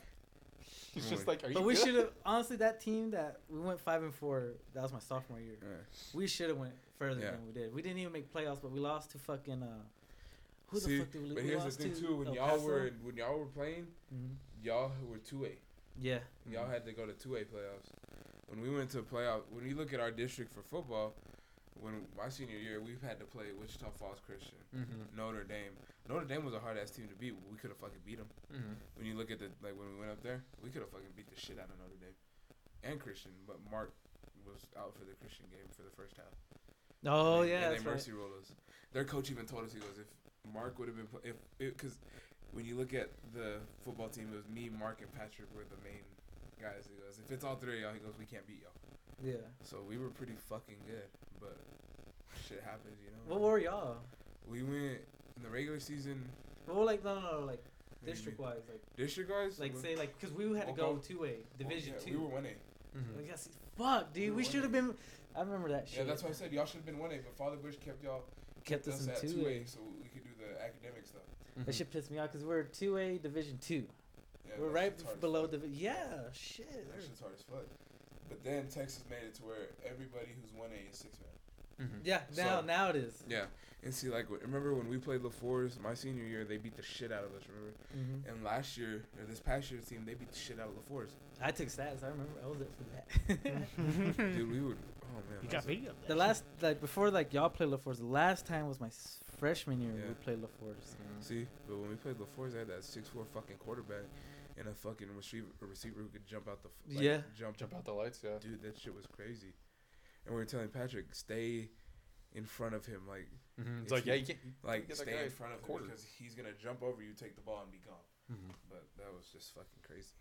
Speaker 3: He's
Speaker 6: Oh
Speaker 3: just
Speaker 6: my-
Speaker 3: like, are you?
Speaker 7: But we
Speaker 3: good?
Speaker 7: should have honestly that team that we went five and four. That was my sophomore year.
Speaker 6: yeah.
Speaker 7: We should have went further
Speaker 6: Yeah.
Speaker 7: than we did. We didn't even make playoffs, but we lost to fucking. Uh, who
Speaker 6: See,
Speaker 7: the fuck did we lose?
Speaker 6: But
Speaker 7: we
Speaker 6: here's the
Speaker 7: lost
Speaker 6: thing
Speaker 7: to
Speaker 6: too: when
Speaker 7: El
Speaker 6: y'all were
Speaker 7: Paso?
Speaker 6: when y'all were playing,
Speaker 7: Mhm.
Speaker 6: y'all were two A.
Speaker 7: Yeah.
Speaker 6: Y'all had to go to two A playoffs. When we went to playoff, when you look at our district for football, when my senior year, we've had to play Wichita Falls Christian,
Speaker 3: Mhm.
Speaker 6: Notre Dame. Notre Dame was a hard ass team to beat. but We could have fucking beat them.
Speaker 3: Mhm.
Speaker 6: When you look at the like when we went up there, we could have fucking beat the shit out of Notre Dame and Christian. But Mark was out for the Christian game for the first half.
Speaker 7: Oh
Speaker 6: And they-
Speaker 7: yeah.
Speaker 6: and
Speaker 7: that's
Speaker 6: they
Speaker 7: right.
Speaker 6: mercy ruled us. Their coach even told us he goes, if Mark would have been pl- if because when you look at the football team, it was me, Mark, and Patrick were the main guys. He goes, if it's all three of y'all, he goes, we can't beat y'all.
Speaker 7: Yeah.
Speaker 6: So we were pretty fucking good, but shit happens, you know.
Speaker 7: What were y'all?
Speaker 6: we went in the regular season
Speaker 7: What were like no no no like
Speaker 6: what do you
Speaker 7: district
Speaker 6: mean?
Speaker 7: wise like
Speaker 6: District guys,
Speaker 7: like
Speaker 6: we-
Speaker 7: say like because we had to go
Speaker 6: Local?
Speaker 7: two way division
Speaker 6: yeah,
Speaker 7: two.
Speaker 6: We were one A.
Speaker 3: Mhm.
Speaker 7: Like, that's- fuck, dude,
Speaker 6: We
Speaker 7: we,
Speaker 6: were winning.
Speaker 7: should have been. I remember that shit.
Speaker 6: Yeah, that's why I said y'all should have been one A, but Father Bush kept y'all
Speaker 7: kept us in
Speaker 6: at
Speaker 7: two
Speaker 6: two
Speaker 7: A.
Speaker 6: A, so we could do the academic stuff.
Speaker 3: mm-hmm,
Speaker 7: That shit pissed me off because we're two A division two.
Speaker 6: Yeah,
Speaker 7: we're
Speaker 6: that
Speaker 7: right
Speaker 6: shit's hard as
Speaker 7: below
Speaker 6: fuck.
Speaker 7: the. Yeah, shit.
Speaker 6: That shit's hard as fuck. But then Texas made it to where everybody who's one A is six man.
Speaker 3: Mhm.
Speaker 7: Yeah, now
Speaker 6: So-
Speaker 7: now it is.
Speaker 6: Yeah, and see, like, w- remember when we played LaForest my senior year? They beat the shit out of us. Remember?
Speaker 7: hmm
Speaker 6: And last year or this past year's team, they beat the shit out of LaForest.
Speaker 7: I took stats. I remember I was up for that. Hmm.
Speaker 6: Dude, we would. Oh man.
Speaker 1: You
Speaker 6: that
Speaker 1: got
Speaker 6: was a-
Speaker 1: video of that.
Speaker 7: the last like before like y'all played LaForce. The last time was my s- freshman year
Speaker 6: Yeah.
Speaker 7: we played LaForce.
Speaker 6: See, but when we played LaForest, they had that six four fucking quarterback and a fucking receiver, a receiver who could jump out the. f-
Speaker 7: Yeah.
Speaker 6: Jump,
Speaker 3: Jump out the lights, yeah.
Speaker 6: Dude, that shit was crazy. And we were telling Patrick stay in front of him, like
Speaker 3: Mhm.
Speaker 6: If
Speaker 3: It's like,
Speaker 6: you-
Speaker 3: yeah, you can't. you
Speaker 6: like
Speaker 3: get that
Speaker 6: stay
Speaker 3: guy
Speaker 6: in front of him
Speaker 3: quarter.
Speaker 6: because he's gonna jump over you, take the ball, and be gone.
Speaker 3: Mhm.
Speaker 6: But that was just fucking crazy.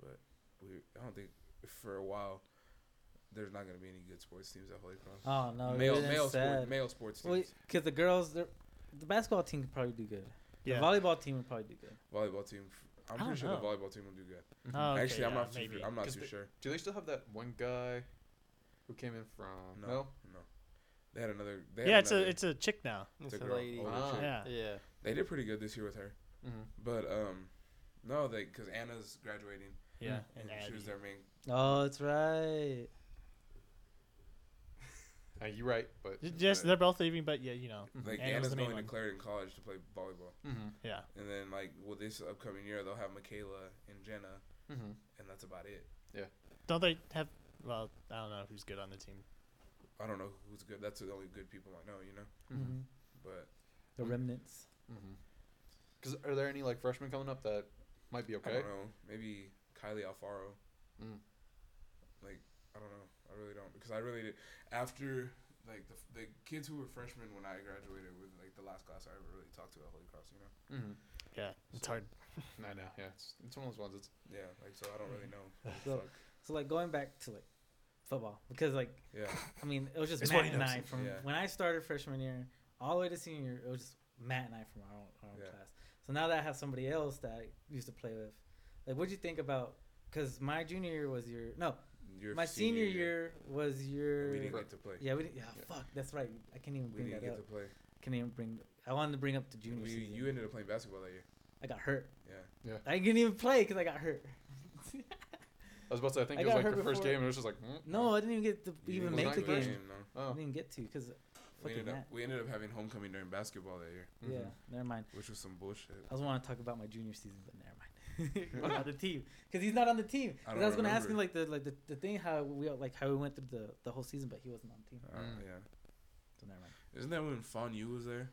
Speaker 6: But we, I don't think for a while there's not gonna be any good sports teams at Holy Cross.
Speaker 7: Oh no,
Speaker 6: male,
Speaker 7: it is
Speaker 6: male,
Speaker 7: sad.
Speaker 6: sport, male sports teams.
Speaker 7: Well, because the girls, they're- the basketball team could probably do good.
Speaker 1: yeah.
Speaker 7: The volleyball team would probably do good.
Speaker 6: Volleyball team. f- I'm
Speaker 1: I
Speaker 6: pretty sure
Speaker 1: don't
Speaker 6: the volleyball team will do good.
Speaker 1: Oh, okay,
Speaker 6: Actually, I'm
Speaker 1: yeah,
Speaker 6: not. Too,
Speaker 1: maybe.
Speaker 6: I'm not
Speaker 3: 'Cause mm-hmm.
Speaker 6: too
Speaker 3: they-
Speaker 6: sure.
Speaker 3: Do they still have that one guy? who came in from
Speaker 6: No.
Speaker 3: no,
Speaker 6: They had another. They had
Speaker 1: Yeah, it's a
Speaker 6: another-
Speaker 1: it's a chick now.
Speaker 5: It's
Speaker 6: the
Speaker 5: a
Speaker 6: girl.
Speaker 5: lady.
Speaker 6: Older
Speaker 3: Ah.
Speaker 6: chick.
Speaker 1: Yeah.
Speaker 5: Yeah.
Speaker 6: Oh, They did pretty good this year with her,
Speaker 3: Mhm.
Speaker 6: but um, no, they because Anna's graduating
Speaker 1: Yeah.
Speaker 6: and,
Speaker 1: And
Speaker 6: she
Speaker 1: Abby.
Speaker 6: was their main.
Speaker 7: Oh, that's right.
Speaker 3: Uh, you're right, but uh,
Speaker 1: J- Just they're both leaving, but yeah, you know.
Speaker 6: Like
Speaker 1: Anna was
Speaker 6: Anna's
Speaker 1: Mm-hmm. the main
Speaker 6: going to
Speaker 1: one.
Speaker 6: Clarendon College to play volleyball,
Speaker 3: Mhm,
Speaker 1: Yeah.
Speaker 6: and then like well this upcoming year they'll have Michaela and Jenna,
Speaker 3: mhm.
Speaker 6: and that's about it.
Speaker 1: Don't they have? Well, I don't know who's good on the team.
Speaker 6: I don't know who's good. That's the only good people I know, you know.
Speaker 3: Mhm.
Speaker 6: But
Speaker 7: Mm-hmm.
Speaker 6: Mm-hmm.
Speaker 7: The remnants.
Speaker 3: Because Mm-hmm. are there any like freshmen coming up that might be
Speaker 6: I
Speaker 3: okay?
Speaker 6: don't know. Maybe Kylie Alfaro.
Speaker 3: Mm.
Speaker 6: Like I don't know. I really don't because I really did after like the, f- the kids who were freshmen when I graduated were like the last class I ever really talked to at Holy Cross. You know.
Speaker 3: Mm-hmm.
Speaker 1: Yeah. It's hard.
Speaker 3: I know. Yeah, it's, it's one of those ones. It's
Speaker 6: Yeah. Like so I don't
Speaker 1: Mm.
Speaker 6: really know.
Speaker 7: So-
Speaker 6: Oh, Fuck.
Speaker 7: So like going back to like football because like
Speaker 6: Yeah.
Speaker 7: I mean it was just
Speaker 1: It's what
Speaker 7: Matt
Speaker 1: he
Speaker 7: and
Speaker 1: knows.
Speaker 7: I from
Speaker 6: Yeah.
Speaker 7: when I started freshman year all the way to senior year it was just Matt and I from our own, our own
Speaker 6: Yeah.
Speaker 7: class. So now that I have somebody else that I used to play with, like what'd you think about? Because my junior year was your no,
Speaker 6: Your
Speaker 7: my senior, year was
Speaker 6: and
Speaker 7: your
Speaker 6: we didn't get to play.
Speaker 7: yeah we didn't, yeah,
Speaker 3: Yeah.
Speaker 7: fuck that's right I can't even
Speaker 6: We
Speaker 7: bring
Speaker 6: didn't
Speaker 7: that
Speaker 6: get
Speaker 7: up.
Speaker 6: to play.
Speaker 7: Can't even bring I wanted to bring up the junior
Speaker 6: We,
Speaker 7: season.
Speaker 6: you ended up playing basketball that year.
Speaker 7: I got hurt.
Speaker 6: Yeah.
Speaker 7: I couldn't even play because I got hurt.
Speaker 3: I was about to. say, I think
Speaker 7: I
Speaker 3: it was
Speaker 7: got
Speaker 3: like
Speaker 7: hurt
Speaker 3: the first
Speaker 7: before-
Speaker 3: game. and It was just like mm,
Speaker 7: No, I didn't even get to
Speaker 6: You
Speaker 7: even
Speaker 6: didn't
Speaker 7: make
Speaker 6: play that
Speaker 7: the game.
Speaker 6: No.
Speaker 7: I
Speaker 3: Oh.
Speaker 7: didn't get to because
Speaker 6: We
Speaker 7: fucking
Speaker 6: ended up mm-hmm.
Speaker 7: that.
Speaker 6: we ended up having homecoming during basketball that year,
Speaker 3: mhm.
Speaker 7: Yeah, never mind.
Speaker 6: which was some bullshit.
Speaker 7: I was want to talk about my junior season, but never mind. He's not on the team because he's not on the team.
Speaker 6: I
Speaker 7: 'Cause
Speaker 6: don't
Speaker 7: I, was going to ask him
Speaker 6: remember.
Speaker 7: like the like the, the thing how we like how we went through the, the whole season, but he wasn't on the team.
Speaker 6: Uh,
Speaker 3: Mm.
Speaker 6: Yeah.
Speaker 7: So never mind.
Speaker 6: Isn't that when Fonu was there?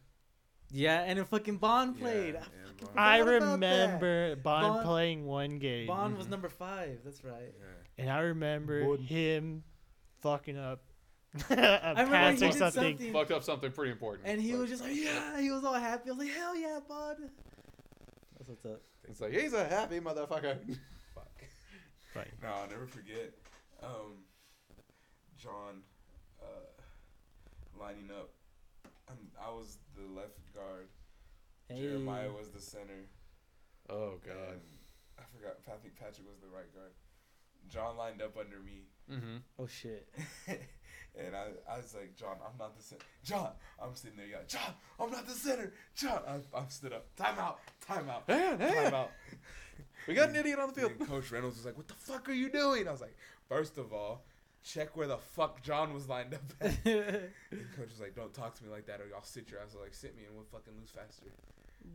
Speaker 7: Yeah, and then fucking Bond played.
Speaker 6: Yeah,
Speaker 7: Ah,
Speaker 6: and
Speaker 7: fucking
Speaker 6: Bond-
Speaker 7: forgot
Speaker 1: I
Speaker 7: about that.
Speaker 1: remember Bond,
Speaker 7: Bond-
Speaker 1: playing one game,
Speaker 7: Bond was
Speaker 3: Mhm.
Speaker 7: number five. That's right.
Speaker 6: Mm-hmm. Yeah.
Speaker 1: and I remember
Speaker 4: Bond.
Speaker 1: him fucking up a
Speaker 7: I remember
Speaker 1: pass
Speaker 7: he
Speaker 1: or
Speaker 7: did something.
Speaker 1: something.
Speaker 3: Fucked up something pretty important.
Speaker 7: and he
Speaker 3: but
Speaker 7: was just like, yeah, he was all happy. I was like, hell yeah, Bond. That's what's up.
Speaker 3: It's like he's a happy motherfucker.
Speaker 6: Fuck.
Speaker 1: Right.
Speaker 6: No, I'll never forget. Um, John uh, lining up. Um, I was the left guard. Jeremiah
Speaker 7: Hey.
Speaker 6: was the center.
Speaker 3: Oh
Speaker 6: And
Speaker 3: god.
Speaker 6: I forgot. I think Patrick was the right guard. John lined up under me.
Speaker 3: Mm-hmm.
Speaker 7: Oh shit.
Speaker 6: and I, I was like, John, I'm not the center. John, I'm sitting there yelling, John, I'm not the center. John, I, I stood up. Time out. Time out.
Speaker 3: Man,
Speaker 6: Time
Speaker 3: hey,
Speaker 6: out.
Speaker 3: we got an idiot on the
Speaker 6: And
Speaker 3: field.
Speaker 6: then Coach Reynolds was like, "What the fuck are you doing?" I was like, first of all, check where the fuck John was lined up at." And Coach was like, "Don't talk to me like that, or y'all sit your ass." I was like, "Sit me, and we'll fucking lose faster."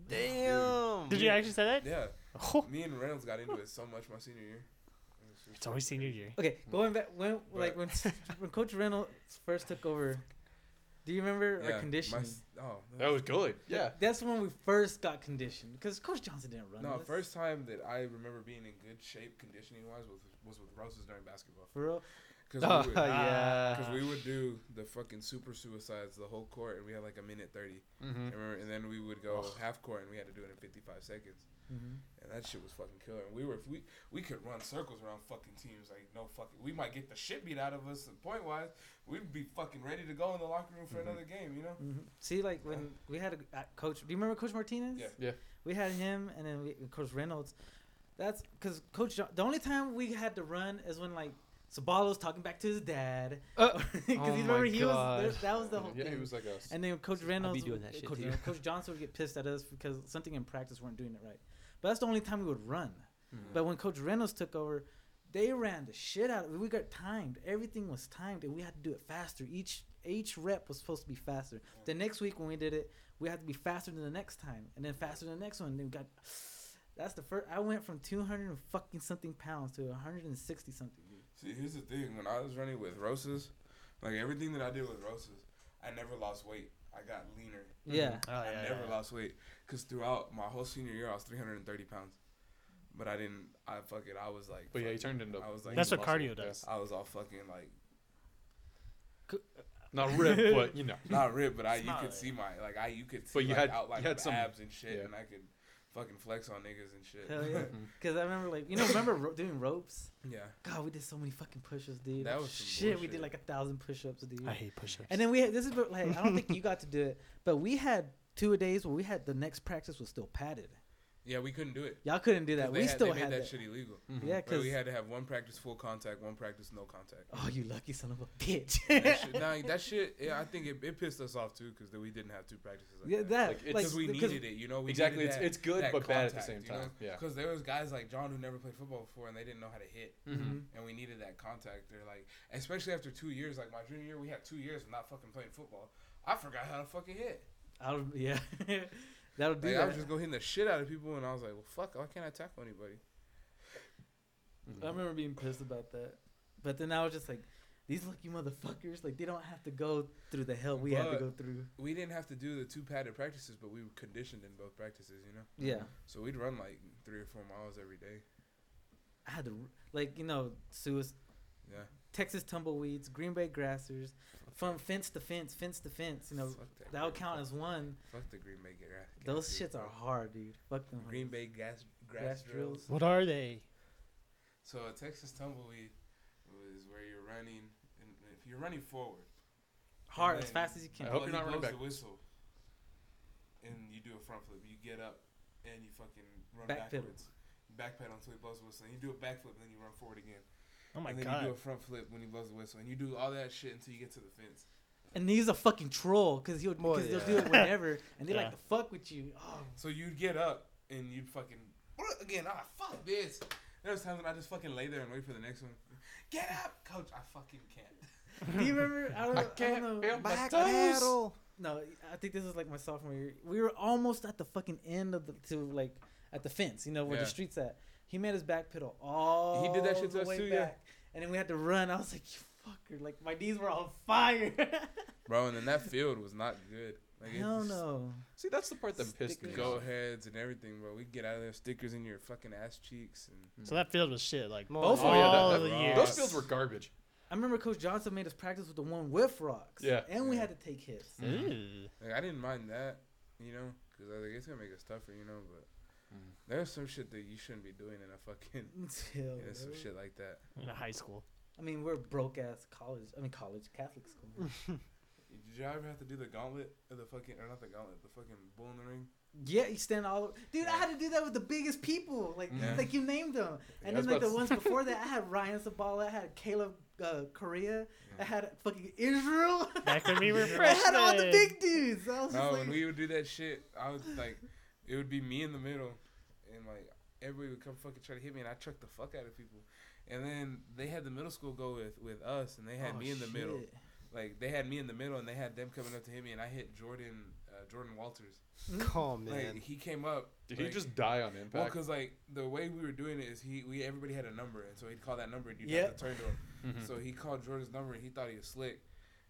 Speaker 5: Damn.
Speaker 1: Did you actually say that?
Speaker 6: Yeah,
Speaker 1: Oh,
Speaker 6: me and Reynolds got into it so much my senior year. It was just-
Speaker 1: it's always senior year.
Speaker 7: Okay, going back when
Speaker 6: But-
Speaker 7: like when when Coach Reynolds first took over, do you remember
Speaker 6: Yeah,
Speaker 7: our conditioning?
Speaker 6: My, s- oh
Speaker 3: That was good. Yeah.
Speaker 7: That's when we first got conditioned because Coach Johnson didn't run.
Speaker 6: no.
Speaker 7: us.
Speaker 6: First time that I remember being in good shape conditioning wise was was with Roses during basketball
Speaker 7: for real.
Speaker 6: because we, would-
Speaker 1: yeah.
Speaker 6: Uh, 'cause we would do the fucking super suicides the whole court and we had like a minute thirty.
Speaker 3: Mm-hmm.
Speaker 6: I remember, and then we would go half court and we had to do it in fifty five seconds.
Speaker 7: Mm-hmm.
Speaker 6: And that shit was fucking killer. And we were we we could run circles around fucking teams like no fucking. We might get the shit beat out of us point wise. We'd be fucking ready to go in the locker room for another game. You know.
Speaker 7: hmm See, like when we had a at coach. Do you remember Coach Martinez?
Speaker 6: Yeah.
Speaker 3: Yeah.
Speaker 7: We had him, and then we, and Coach Reynolds. That's because Coach. Jo- the only time we had to run is when like Sabalo's talking back to his dad.
Speaker 4: Uh,
Speaker 7: you
Speaker 4: oh
Speaker 7: remember
Speaker 4: my
Speaker 7: he was
Speaker 4: gosh.
Speaker 7: that was the whole
Speaker 3: yeah,
Speaker 7: thing.
Speaker 3: he was like us.
Speaker 7: And then Coach Reynolds,
Speaker 4: doing that shit
Speaker 7: Coach,
Speaker 4: too.
Speaker 7: Reynolds- Coach Johnson would get pissed at us because something in practice weren't doing it right. But that's the only time we would run.
Speaker 4: Mm-hmm.
Speaker 7: But when Coach Reynolds took over, they ran the shit out of it. We got timed. Everything was timed, and we had to do it faster. Each each rep was supposed to be faster. The next week when we did it, we had to be faster than the next time, and then faster than the next one. And then we got. That's the first. I went from two hundred and fucking something pounds to one hundred and sixty something. dude.
Speaker 6: See, here's the thing. When I was running with Rosas, like everything that I did with Rosas, I never lost weight. I got leaner.
Speaker 7: Yeah.
Speaker 1: Oh,
Speaker 6: I
Speaker 1: yeah,
Speaker 6: never
Speaker 1: yeah.
Speaker 6: lost weight because throughout my whole senior year, I was 330 pounds. But I didn't. I fuck it. I was like.
Speaker 3: but yeah, he
Speaker 6: fuck-
Speaker 3: turned into.
Speaker 6: I was like-
Speaker 1: That's what
Speaker 3: muscle,
Speaker 1: cardio
Speaker 3: yeah.
Speaker 1: does.
Speaker 6: I was all fucking like
Speaker 3: Not ripped, but you know.
Speaker 6: not ripped, but I you
Speaker 1: Smiley.
Speaker 6: could see my like I you could see
Speaker 3: But you
Speaker 6: like,
Speaker 3: had-
Speaker 6: outline
Speaker 3: you had
Speaker 6: of
Speaker 3: some-
Speaker 6: abs and shit,
Speaker 3: yeah.
Speaker 6: and I could fucking flex on niggas and shit.
Speaker 7: Hell yeah. Because I remember like you know remember ro- doing ropes.
Speaker 6: yeah,
Speaker 7: God, we did so many fucking push-ups, dude.
Speaker 6: That was some
Speaker 7: shit. We did
Speaker 6: bullshit.
Speaker 7: like a thousand push-ups, dude.
Speaker 1: I hate push-ups.
Speaker 7: and then we had this is what, like I don't think you got to do it, but we had two a days where we had the next practice was still padded.
Speaker 6: Yeah, we couldn't do it.
Speaker 7: Y'all couldn't do
Speaker 6: 'cause
Speaker 7: that.
Speaker 6: they
Speaker 7: We
Speaker 6: had-
Speaker 7: still
Speaker 6: they made
Speaker 7: had
Speaker 6: that,
Speaker 7: that.
Speaker 6: shit illegal.
Speaker 7: Yeah,
Speaker 6: Where
Speaker 7: because
Speaker 6: we had to have one practice full contact, one practice no contact.
Speaker 7: oh, you lucky son of a bitch.
Speaker 6: That shit, nah, that shit. Yeah, I think it, it pissed us off too because we didn't have two practices. Like
Speaker 7: yeah,
Speaker 6: that.
Speaker 7: that
Speaker 3: Like, it's-
Speaker 7: like
Speaker 6: because we
Speaker 7: because-
Speaker 6: needed it. You know, we
Speaker 3: exactly.
Speaker 6: needed
Speaker 3: It's
Speaker 6: that-
Speaker 3: it's good
Speaker 6: that
Speaker 3: but bad at the
Speaker 6: contact,
Speaker 3: same
Speaker 6: you know?
Speaker 3: time. Yeah.
Speaker 6: Because there was guys like John who never played football before and they didn't know how to hit,
Speaker 3: Mhm.
Speaker 7: Mm-hmm.
Speaker 6: and we needed that contact. They're like, especially after two years, like my junior year, we had two years of not fucking playing football. I forgot how to fucking hit.
Speaker 7: I don't, yeah, that'll do
Speaker 6: Like, I
Speaker 7: that.
Speaker 6: was just go hitting the shit out of people, and I was like, well, fuck, why can't I tackle anybody?
Speaker 3: Mm-hmm.
Speaker 7: I remember being pissed about that, but then I was just like, these lucky motherfuckers, like they don't have to go through the hell we had to
Speaker 6: But-
Speaker 7: go through.
Speaker 6: We didn't have to do the two padded practices, but we were conditioned in both practices, you know.
Speaker 7: Yeah,
Speaker 6: So we'd run like three or four miles every day.
Speaker 7: I had to like you know suicide.
Speaker 6: Yeah.
Speaker 7: Texas tumbleweeds, Green Bay grassers, from fence to fence, fence to fence. You know,
Speaker 6: Fuck that
Speaker 7: that would
Speaker 6: Green-
Speaker 7: count as one.
Speaker 6: Fuck the Green Bay gra- gas.
Speaker 7: Those
Speaker 6: drills.
Speaker 7: shits are hard, dude. Fuck them.
Speaker 6: Green
Speaker 7: hoes.
Speaker 6: Bay gas grass,
Speaker 7: Grass
Speaker 6: drills.
Speaker 7: drills.
Speaker 1: What are they? Oh
Speaker 6: So a Texas tumbleweed was where you're running, and if you're running forward,
Speaker 7: Hard
Speaker 6: and
Speaker 7: as
Speaker 6: then-
Speaker 7: fast as you
Speaker 3: I
Speaker 7: can.
Speaker 3: hope
Speaker 6: well,
Speaker 3: you're not
Speaker 6: he
Speaker 3: running
Speaker 6: blows
Speaker 3: back.
Speaker 6: The whistle, and you do a front flip. You get up, and you fucking run
Speaker 7: Back pedal.
Speaker 6: backwards. You backpedal until he blows the whistle. And you do a backflip, and then you run forward again.
Speaker 1: Oh my
Speaker 6: and then you do
Speaker 1: god.
Speaker 6: a front flip when he blows the whistle, and you do all that shit until you get to the fence.
Speaker 7: And he's a fucking troll because he'll
Speaker 5: Boy,
Speaker 7: because
Speaker 5: yeah.
Speaker 7: they'll do it whenever, and they
Speaker 1: Yeah.
Speaker 7: like to fuck with you. Oh,
Speaker 6: So you'd get up, and you'd fucking again. Ah, fuck this. There was times when I just fucking lay there and wait for the next one. Get up, coach. I fucking can't.
Speaker 7: do you remember? I don't, I
Speaker 3: can't
Speaker 7: don't know.
Speaker 3: feel my
Speaker 5: Back
Speaker 3: toes.
Speaker 5: pedal.
Speaker 7: No, I think this is like my sophomore year. We were almost at the fucking end of the to like at the fence, you know, where
Speaker 6: Yeah.
Speaker 7: the street's at. He made us back pedal all
Speaker 6: He did that shit to
Speaker 7: the
Speaker 6: us
Speaker 7: way
Speaker 6: too, yeah.
Speaker 7: back. And then we had to run. I was like, you fucker. Like, my knees were on fire.
Speaker 6: Bro, and then that field was not good. Like it
Speaker 7: Hell
Speaker 6: just-
Speaker 7: no.
Speaker 3: See, that's the part that pissed me.
Speaker 7: Stickers.
Speaker 6: Go
Speaker 3: off.
Speaker 6: heads and everything, bro. We get out of there stickers in your fucking ass cheeks and
Speaker 1: So that field was shit. Like
Speaker 5: Both
Speaker 1: all
Speaker 5: of
Speaker 3: them.
Speaker 1: all
Speaker 3: Oh, Yeah, that-
Speaker 1: the
Speaker 6: that-
Speaker 1: years.
Speaker 3: Those fields were garbage.
Speaker 7: I remember Coach Johnson made us practice with the one with rocks.
Speaker 3: Yeah.
Speaker 7: And we
Speaker 6: Yeah.
Speaker 7: had to take hits.
Speaker 3: Mm-hmm.
Speaker 1: Ooh.
Speaker 6: like I didn't mind that, you know, because I was like it's gonna make us tougher, you know. But
Speaker 3: Mm.
Speaker 6: there's some shit that you shouldn't be doing in a fucking
Speaker 7: Hell,
Speaker 6: in some
Speaker 7: bro.
Speaker 6: shit like that.
Speaker 1: In high school.
Speaker 7: I mean, we're broke ass college. I mean, college Catholic school.
Speaker 6: Did y'all ever have to do the gauntlet of the fucking or not the gauntlet, the fucking bull in the ring?
Speaker 7: yeah, you stand all. Dude, I had to do that with the biggest people. Like,
Speaker 3: Yeah.
Speaker 7: like you named them. And
Speaker 3: I was
Speaker 7: then
Speaker 3: about
Speaker 7: like the
Speaker 3: to-
Speaker 7: ones before that, I had Ryan Sabala, I had Caleb uh, Korea, I had fucking Israel.
Speaker 1: Back when we were
Speaker 7: I had
Speaker 1: freshmen.
Speaker 7: all the big dudes. I was just
Speaker 6: No,
Speaker 7: like,
Speaker 6: when we would do that shit, I was like, it would be me in the middle, and like everybody would come fucking try to hit me, and I chucked the fuck out of people. And then they had the middle school go with with us, and they had
Speaker 7: Oh,
Speaker 6: me in the middle.
Speaker 7: shit.
Speaker 6: Like they had me in the middle, and they had them coming up to hit me, and I hit Jordan uh, Jordan Walters.
Speaker 5: Oh man.
Speaker 6: Like he came up.
Speaker 3: Did
Speaker 6: like,
Speaker 3: he just die on
Speaker 6: Well,
Speaker 3: impact?
Speaker 6: because like the way we were doing it is he we everybody had a number, and so he'd call that number, and you'd
Speaker 7: Yep.
Speaker 6: have to turn to him.
Speaker 3: Mm-hmm.
Speaker 6: So
Speaker 7: Hmm.
Speaker 6: he called Jordan's number, and he thought he was slick,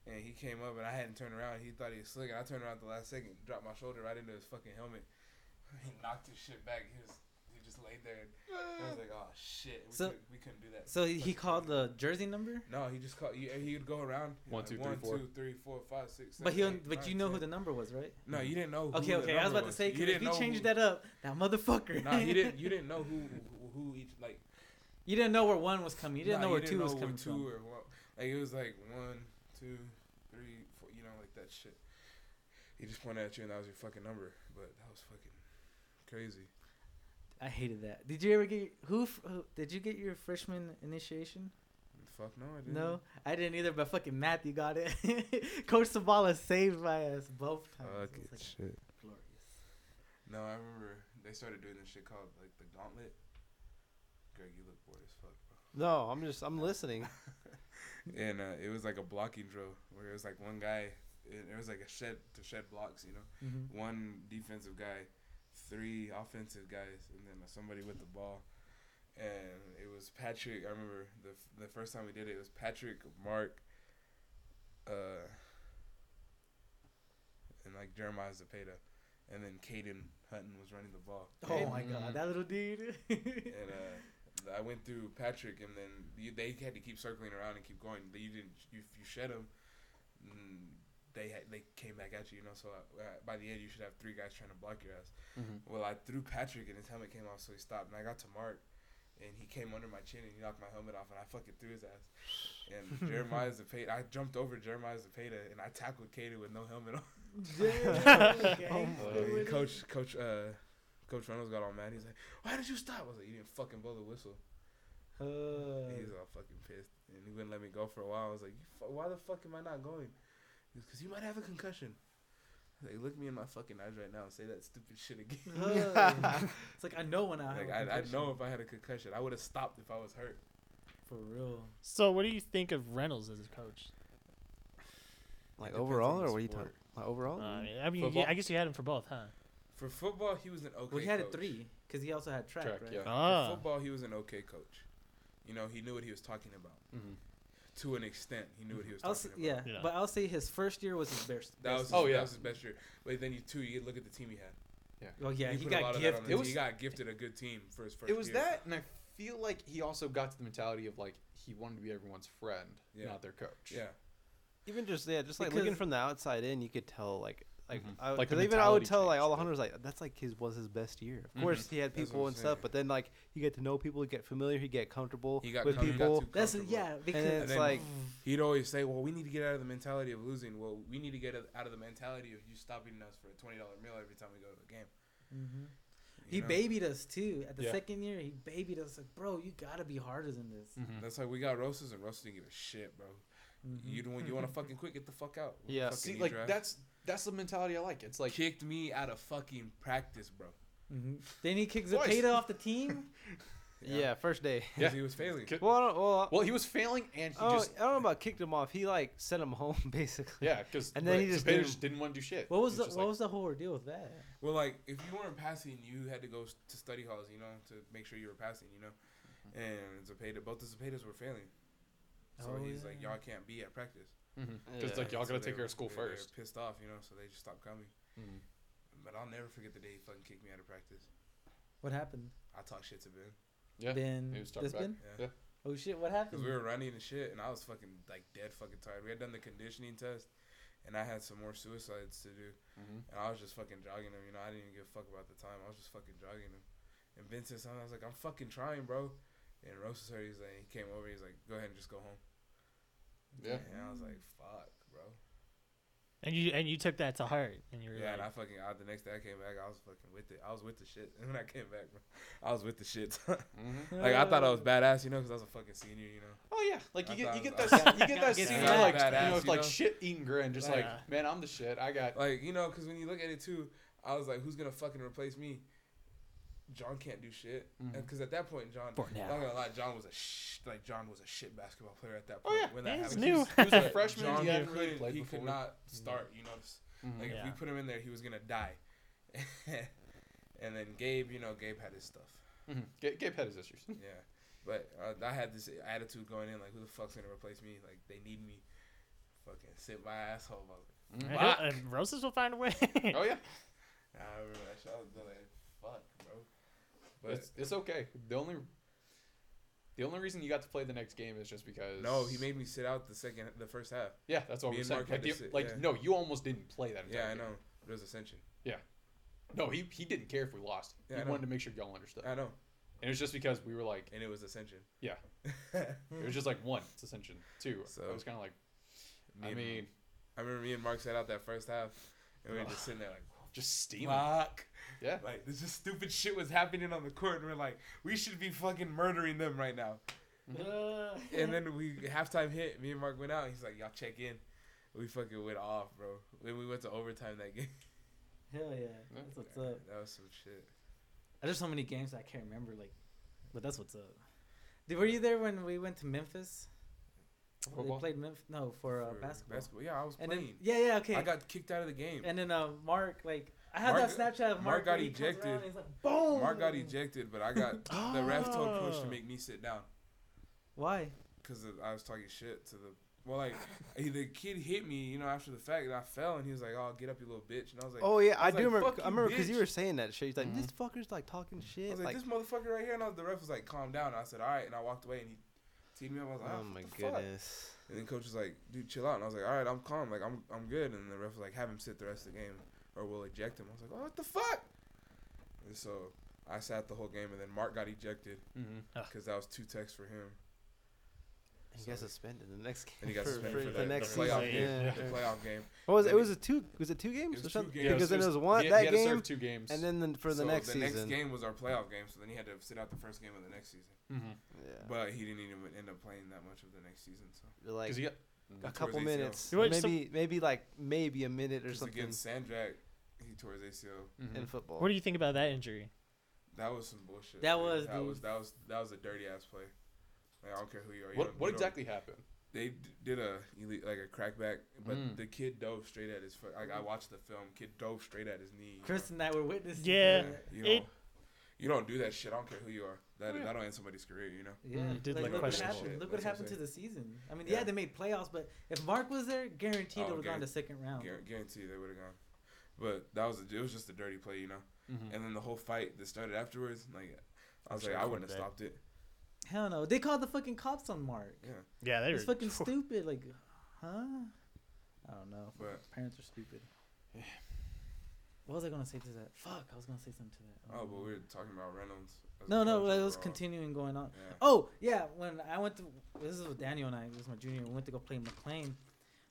Speaker 6: and he came up, and I hadn't turned around. He thought he was slick, and I turned around at the last second, dropped my shoulder right into his fucking helmet. He knocked his shit back. He was he just laid there, and I was like, oh shit, we,
Speaker 7: So-
Speaker 6: couldn't, we couldn't do that.
Speaker 7: So he, he
Speaker 6: Fucking
Speaker 7: called
Speaker 6: Jordan.
Speaker 7: the jersey number,
Speaker 6: No, he just called. He, he would go around.
Speaker 3: One,
Speaker 6: like,
Speaker 3: two, three, four.
Speaker 6: two, three, four, five, six,
Speaker 7: but he
Speaker 6: seven, eight,
Speaker 7: but
Speaker 6: nine,
Speaker 7: you know who
Speaker 6: 10.
Speaker 7: the number was, right?
Speaker 6: No, you didn't know. who
Speaker 7: Okay,
Speaker 6: the
Speaker 7: okay. I was
Speaker 6: number
Speaker 7: about to say
Speaker 6: You
Speaker 7: 'cause if
Speaker 6: didn't
Speaker 7: you
Speaker 6: know
Speaker 7: changed
Speaker 6: who-
Speaker 7: that up, that motherfucker.
Speaker 6: Nah, you didn't. You didn't know who who, who each like.
Speaker 7: You didn't know where one was coming. You didn't
Speaker 6: Nah,
Speaker 7: know where two was
Speaker 6: know
Speaker 7: coming
Speaker 6: two
Speaker 7: from.
Speaker 6: Or one, like it was like one, two, three, four. You know, like that shit. He just pointed at you, and that was your fucking number. But that was fucking crazy.
Speaker 7: I hated that. Did you ever get who, f- who? Did you get your freshman initiation?
Speaker 6: Fuck no, I didn't.
Speaker 7: No, I didn't either. But fucking Matthew got it. Coach Sabala saved my ass both times.
Speaker 6: Fuck
Speaker 7: It was,
Speaker 6: it,
Speaker 7: like,
Speaker 6: shit.
Speaker 7: glorious.
Speaker 6: No, I remember they started doing this shit called like the gauntlet. Greg, you look bored as fuck, bro.
Speaker 5: No, I'm just I'm listening.
Speaker 6: And uh, it was like a blocking drill where it was like one guy. It, it was like a shed to shed blocks, you know.
Speaker 7: Mhm.
Speaker 6: one defensive guy, three offensive guys, and then somebody with the ball. And it was Patrick. I remember the f- the first time we did it, it was Patrick, Mark, uh, and like Jeremiah Zapata, and then Caden Hutton was running the ball.
Speaker 7: Oh my god, that little dude.
Speaker 6: And uh, I went through Patrick, and then you, they had to keep circling around and keep going. You didn't. You, if you shed them, they had, they came back at you. You know, so uh, by the end you should have three guys trying to block your ass.
Speaker 3: Mhm.
Speaker 6: Well, I threw Patrick, and his helmet came off, so he stopped. And I got to Mark, and he came under my chin, and he knocked my helmet off, and I fucking threw his ass. And Jeremiah Zapata, I jumped over Jeremiah Zapata, and I tackled Kaden with no helmet on.
Speaker 7: Damn,
Speaker 1: Oh
Speaker 7: gangster
Speaker 3: my
Speaker 7: with it.
Speaker 6: coach, coach, uh, Coach Reynolds got all mad. He's like, "Why did you stop?" I was like, "You didn't fucking blow the whistle." And he was all fucking pissed, and he wouldn't let me go for a while. I was like, you fu- "Why the fuck am I not going?" He goes, "Cause you might have a concussion." I was like, look me in my fucking eyes right now and say that stupid shit again.
Speaker 7: Ugh. it's like I know when I
Speaker 6: like
Speaker 7: have a
Speaker 6: I, I
Speaker 7: concussion.
Speaker 6: know if I had a concussion, I would have stopped if I was hurt.
Speaker 7: for real.
Speaker 1: So, what do you think of Reynolds as a coach?
Speaker 5: Like
Speaker 6: It depends on
Speaker 5: overall,
Speaker 6: the
Speaker 5: or what are you
Speaker 6: sport.
Speaker 5: talking? Like overall?
Speaker 6: Oh.
Speaker 1: Uh, I mean, I, mean
Speaker 3: Football?
Speaker 1: yeah, I guess you had him for both, huh?
Speaker 6: For football, he was an okay.
Speaker 7: well, he had
Speaker 6: coach.
Speaker 7: a three because he also had track,
Speaker 3: Track,
Speaker 7: right?
Speaker 3: yeah.
Speaker 6: For
Speaker 1: Oh,
Speaker 6: football, he was an okay coach. You know, he knew what he was talking about
Speaker 3: Mhm.
Speaker 6: to an extent. He knew what he was
Speaker 7: I'll
Speaker 6: talking
Speaker 7: s
Speaker 6: about.
Speaker 7: Mm-hmm. yeah,
Speaker 1: Yeah.
Speaker 7: but I'll say his first year was his best.
Speaker 6: That was
Speaker 7: best
Speaker 6: his,
Speaker 7: year.
Speaker 3: Oh, yeah.
Speaker 6: that was his best year. But then you two, you look at the team he had.
Speaker 7: oh yeah, he,
Speaker 6: put a lot of that on
Speaker 7: got
Speaker 6: the
Speaker 7: gifted.
Speaker 6: team.
Speaker 3: It was-
Speaker 6: he got gifted a good team for his first.
Speaker 3: It was
Speaker 6: year.
Speaker 3: that, and I feel like he also got to the mentality of like he wanted to be everyone's friend,
Speaker 6: Yeah.
Speaker 3: not their coach.
Speaker 6: Yeah,
Speaker 5: Mm-hmm. Even just yeah, just like
Speaker 7: Because-
Speaker 5: looking from the outside in, you could tell like like
Speaker 3: Mhm.
Speaker 5: I,
Speaker 3: Like, the
Speaker 5: 'cause even I would
Speaker 3: mentality
Speaker 5: tell like
Speaker 3: changed, but-
Speaker 5: Alejandro's like that's like his was his best year. Of
Speaker 3: Mhm.
Speaker 5: course he had
Speaker 6: That's what
Speaker 5: people
Speaker 6: I'm
Speaker 5: and stuff,
Speaker 6: saying.
Speaker 5: but then like he got to know people, he get familiar, he get comfortable
Speaker 6: he got
Speaker 5: with
Speaker 6: com- he got
Speaker 5: people.
Speaker 6: too
Speaker 7: That's
Speaker 6: comfortable.
Speaker 7: yeah, because
Speaker 5: it's like-
Speaker 6: He'd always say, "Well, we need to get out of the mentality of losing. Well, we need to get out of the mentality of you stopping us for a twenty dollar meal every time we go to a game."
Speaker 7: Mhm.
Speaker 6: You
Speaker 7: he
Speaker 6: know?
Speaker 7: babied us too. At the
Speaker 3: Yeah.
Speaker 7: second year, he babied us like, bro, you gotta be harder than this.
Speaker 3: Mhm.
Speaker 6: That's like we got roses and Russell didn't give a shit, bro.
Speaker 7: Mhm.
Speaker 6: You don't. You want to fucking quit? Get the fuck out.
Speaker 5: Yeah.
Speaker 6: Fucking
Speaker 3: See,
Speaker 6: knee
Speaker 3: like
Speaker 6: drive.
Speaker 3: that's that's the mentality I like. It's like
Speaker 6: kicked me out of fucking practice, bro.
Speaker 7: Mhm. Then he kicks
Speaker 3: Twice.
Speaker 7: Zepeda off the team.
Speaker 5: Yeah. first day.
Speaker 6: Because he was failing.
Speaker 3: Ki-
Speaker 5: Well, I don't, well,
Speaker 3: well, he was failing, and he
Speaker 5: I, don't,
Speaker 3: just
Speaker 5: I don't know about kicked him off. He like sent him home basically.
Speaker 3: yeah, because
Speaker 5: And then he just didn't-
Speaker 3: just didn't want to do shit.
Speaker 7: What was
Speaker 3: He
Speaker 7: the
Speaker 3: just
Speaker 7: what
Speaker 3: like,
Speaker 7: was the whole ordeal with that?
Speaker 6: Well, like if you weren't passing, you had to go s- to study halls, you know, to make sure you were passing, you know. And Zepeda, both the Zepedas were failing, so
Speaker 7: Oh,
Speaker 6: he's like,
Speaker 7: yeah.
Speaker 6: "Y'all can't be at practice."
Speaker 3: Because like y'all
Speaker 6: So
Speaker 3: gotta take
Speaker 6: they
Speaker 3: care
Speaker 6: were-
Speaker 3: of school
Speaker 6: they- they were
Speaker 3: first.
Speaker 6: Pissed off, you know, so they just stopped coming.
Speaker 3: Mhm.
Speaker 6: But I'll never forget the day he fucking kicked me out of practice.
Speaker 7: What happened?
Speaker 6: I talked shit to Ben
Speaker 3: Yeah,
Speaker 7: Ben,
Speaker 3: he was talking
Speaker 7: this
Speaker 3: back.
Speaker 7: Ben?
Speaker 6: Yeah.
Speaker 3: Yeah.
Speaker 7: Oh shit, what
Speaker 6: because
Speaker 7: happened?
Speaker 6: we were running and shit, and I was fucking like dead fucking tired. We had done the conditioning test, and I had some more suicides to do.
Speaker 3: Mhm.
Speaker 6: And I was just fucking jogging him. You know, I didn't even give a fuck about the time. I was just fucking jogging him. And Ben said something. I was like, I'm fucking trying, bro. And Rose was hurt. He's like, he came over. He's like, go ahead and just go home.
Speaker 3: Yeah.
Speaker 6: And I was like, fuck, bro.
Speaker 1: and you and you took that to heart, and you're
Speaker 6: Yeah, and I
Speaker 1: like,
Speaker 6: fucking, I, the next day I came back, I was fucking with it. I was with the shit. And when I came back, bro, I was with the shit.
Speaker 3: Mhm.
Speaker 6: like, I thought I was badass, you know, because I was a fucking senior, you know.
Speaker 3: Oh yeah, like
Speaker 6: I
Speaker 3: you get you
Speaker 6: thought-
Speaker 3: get
Speaker 6: I
Speaker 3: that you get that
Speaker 7: thought-
Speaker 3: scene
Speaker 7: Yeah.
Speaker 3: like
Speaker 6: Badass,
Speaker 3: you know, it's
Speaker 6: you
Speaker 3: like
Speaker 6: know?
Speaker 3: shit eating grin, just like
Speaker 1: Yeah.
Speaker 3: man, I'm the shit. I got
Speaker 6: Like, you know, because when you look at it too, I was like, who's going to fucking replace me? John can't do shit.
Speaker 3: Mhm.
Speaker 6: Because at that point, John,
Speaker 4: For now.
Speaker 6: Not gonna lie, John was a sh- like John was a shit basketball player at that
Speaker 3: Oh,
Speaker 6: point.
Speaker 3: yeah.
Speaker 6: when
Speaker 1: Yeah,
Speaker 6: that
Speaker 1: he's
Speaker 6: happened.
Speaker 1: new.
Speaker 6: He was
Speaker 3: a freshman,
Speaker 6: John
Speaker 3: he hadn't really
Speaker 6: couldn't-
Speaker 3: played
Speaker 6: he
Speaker 3: before.
Speaker 6: could not start. You know, s-
Speaker 3: Mhm.
Speaker 6: like if we
Speaker 1: Yeah.
Speaker 6: put him in there, he was gonna die. and then Gabe, you know, Gabe had his stuff.
Speaker 3: Mhm. Ga- Gabe had his issues.
Speaker 6: Yeah, but uh, I had this attitude going in, like, who the fuck's gonna replace me? Like they need me. Fucking sit my asshole. I was
Speaker 1: and,
Speaker 3: Fuck.
Speaker 1: he'll- and Roses will find a way.
Speaker 3: Mm-hmm. Oh yeah,
Speaker 6: like, I remember that shit. I was like, fuck, bro. But
Speaker 3: it's, it's okay. The only the only reason you got to play the next game is just because
Speaker 6: no, he made me sit out the second, the first half.
Speaker 3: yeah. That's all
Speaker 6: me
Speaker 3: we're
Speaker 6: and
Speaker 3: saying.
Speaker 6: Mark had
Speaker 3: like
Speaker 6: to
Speaker 3: you-
Speaker 6: sit-
Speaker 3: like
Speaker 6: yeah.
Speaker 3: no, you almost didn't play that. Entire
Speaker 6: Yeah, I
Speaker 3: game.
Speaker 6: know. It was Ascension.
Speaker 3: No, he he didn't care if we lost.
Speaker 6: Yeah, I
Speaker 3: he
Speaker 6: know.
Speaker 3: wanted to make sure y'all understood.
Speaker 6: I know.
Speaker 3: And it was just because we were like
Speaker 6: And it was Ascension.
Speaker 3: Yeah.
Speaker 6: Me
Speaker 3: it was just like one it's ascension two.
Speaker 6: So-
Speaker 3: I was kind of like I
Speaker 6: and-
Speaker 3: mean
Speaker 6: I remember me and Mark set out that first half, and we were just sitting there like,
Speaker 3: just steaming.
Speaker 6: fuck.
Speaker 3: Yeah.
Speaker 6: Like, this just stupid shit was happening on the court, and we're like, we should be fucking murdering them right now.
Speaker 1: Uh,
Speaker 7: Mm-hmm.
Speaker 6: And then we halftime hit. Me and Mark went out. And he's like, y'all check in. We fucking went off, bro. When we went to overtime that game,
Speaker 7: Hell yeah, that's what's up.
Speaker 6: that was some shit.
Speaker 7: There's so many games I can't remember, like, but that's what's up. Did, were you there when we went to Memphis? They
Speaker 3: Football?
Speaker 7: played Memphis. No, for, uh,
Speaker 6: For
Speaker 7: basketball.
Speaker 6: yeah, I was
Speaker 7: And then
Speaker 6: playing.
Speaker 7: yeah, yeah, okay.
Speaker 6: I got kicked out of the game.
Speaker 7: and then uh, Mark, like, I had
Speaker 6: Mark-
Speaker 7: that Snapchat of
Speaker 6: Mark
Speaker 7: Mark.
Speaker 6: got
Speaker 7: where he comes around
Speaker 6: ejected.
Speaker 7: and He's like, boom.
Speaker 6: Mark got ejected, but I got the ref told coach to
Speaker 1: Oh.
Speaker 6: make me sit down.
Speaker 7: Why?
Speaker 6: because I was talking shit to the well, like he, the kid hit me, you know, after the fact, and I fell, and he was like, "Oh, get up, you little bitch," and I was like,
Speaker 5: Oh yeah, I,
Speaker 6: I was
Speaker 5: do
Speaker 6: like,
Speaker 5: remember.
Speaker 6: "Fuck
Speaker 5: I
Speaker 6: you,
Speaker 5: remember because you
Speaker 6: bitch."
Speaker 5: were saying that shit. He's like,
Speaker 3: Mhm.
Speaker 5: "This fucker's like talking
Speaker 6: "I
Speaker 5: shit."
Speaker 6: was like,
Speaker 5: like,
Speaker 6: this motherfucker right here," and I was, the ref was like, "Calm down." And I said, "All right," and I walked away, and he teed me up. I was like, "Ah,
Speaker 5: oh my goodness.
Speaker 6: And then coach was like, "Dude, chill out," and I was like, "All right, I'm calm, like I'm I'm good." And the ref was like, "Have him sit the rest of the game, or we'll eject him." I was like, "Oh, what the fuck?" And so I sat the whole game, and then Mark got ejected
Speaker 3: Mm-hmm.
Speaker 6: because that was two texts for him.
Speaker 5: And he got suspended in the next game.
Speaker 6: And he got
Speaker 5: for-
Speaker 6: suspended for
Speaker 5: for
Speaker 6: that-
Speaker 5: the
Speaker 6: the
Speaker 5: next
Speaker 6: playoff
Speaker 5: season.
Speaker 6: game.
Speaker 5: Yeah.
Speaker 6: The playoff game.
Speaker 5: What was it? It
Speaker 6: Maybe.
Speaker 5: was a two. Was it two games?
Speaker 6: was
Speaker 5: or
Speaker 6: two
Speaker 5: something?
Speaker 6: games. Yeah, it
Speaker 5: Because
Speaker 6: was-
Speaker 5: then
Speaker 3: it
Speaker 5: there was one
Speaker 3: he,
Speaker 5: that
Speaker 3: he had to
Speaker 5: game,
Speaker 3: serve two games.
Speaker 5: and then the, for the
Speaker 6: So
Speaker 5: next
Speaker 6: the
Speaker 5: season.
Speaker 6: next game was our playoff game, so then he had to sit out the first game of the next season.
Speaker 3: because
Speaker 5: Yeah.
Speaker 6: But he didn't even end up playing that much of the next season. So
Speaker 5: like
Speaker 3: he got
Speaker 5: a
Speaker 6: towards
Speaker 5: couple
Speaker 6: ACL.
Speaker 5: minutes,
Speaker 1: You watched some-
Speaker 5: maybe maybe like maybe a minute or
Speaker 6: Just
Speaker 5: something
Speaker 6: against Sandrak, he tore his ACL.
Speaker 3: mhm.
Speaker 5: in football.
Speaker 1: What do you think about that injury?
Speaker 6: That was some bullshit.
Speaker 7: That
Speaker 6: man.
Speaker 7: was,
Speaker 6: that
Speaker 7: dude.
Speaker 6: was that was that was a dirty ass play. Like, I don't care who you are. You
Speaker 3: What
Speaker 6: don't-
Speaker 3: what
Speaker 6: you don't-
Speaker 3: exactly happened?
Speaker 6: They d- did a ele- like a crackback, but
Speaker 3: Mm.
Speaker 6: the kid dove straight at his. fu- Like I watched the film. Kid dove straight at his knee. you know?
Speaker 7: Mm. Chris and I were witnesses.
Speaker 1: Yeah.
Speaker 6: You
Speaker 1: It-
Speaker 6: don't, you don't do that shit. I don't care who you are. That
Speaker 7: Mm.
Speaker 6: that'll end somebody's career. You know.
Speaker 7: Yeah,
Speaker 3: Mm,
Speaker 1: did like
Speaker 7: look what
Speaker 1: question
Speaker 7: happened.
Speaker 6: shit,
Speaker 7: Look
Speaker 6: that's
Speaker 7: what
Speaker 6: what I'm
Speaker 7: happened to
Speaker 6: saying.
Speaker 7: the season. I mean, yeah,
Speaker 6: Yeah.
Speaker 7: they made playoffs, but if Mark was there, guaranteed
Speaker 6: Oh,
Speaker 7: they would have gone
Speaker 6: guaran-
Speaker 7: to second round.
Speaker 6: Guar- guarantee they would have gone. But that was a, it. Was just a dirty play, you know.
Speaker 3: Mhm.
Speaker 6: And then the whole fight that started afterwards, like I
Speaker 1: I'm
Speaker 6: was
Speaker 1: sure
Speaker 6: like, I
Speaker 1: it would've
Speaker 6: wouldn't have stopped it.
Speaker 7: Hell no, they called the fucking cops on Mark.
Speaker 6: Yeah,
Speaker 1: Yeah, they were
Speaker 7: It's fucking stupid. Like, huh? I don't know.
Speaker 6: but
Speaker 7: Parents are stupid. What was I gonna say to that? Fuck, I was gonna say something to that. I
Speaker 6: oh,
Speaker 7: don't
Speaker 6: but
Speaker 7: know.
Speaker 6: we were talking about Reynolds. as
Speaker 7: No,
Speaker 6: a
Speaker 7: no,
Speaker 6: coach
Speaker 7: that was
Speaker 6: overall.
Speaker 7: continuing going on.
Speaker 6: Yeah.
Speaker 7: Oh yeah, when I went to this is with Daniel and I. This was my junior. We went to go play McLean.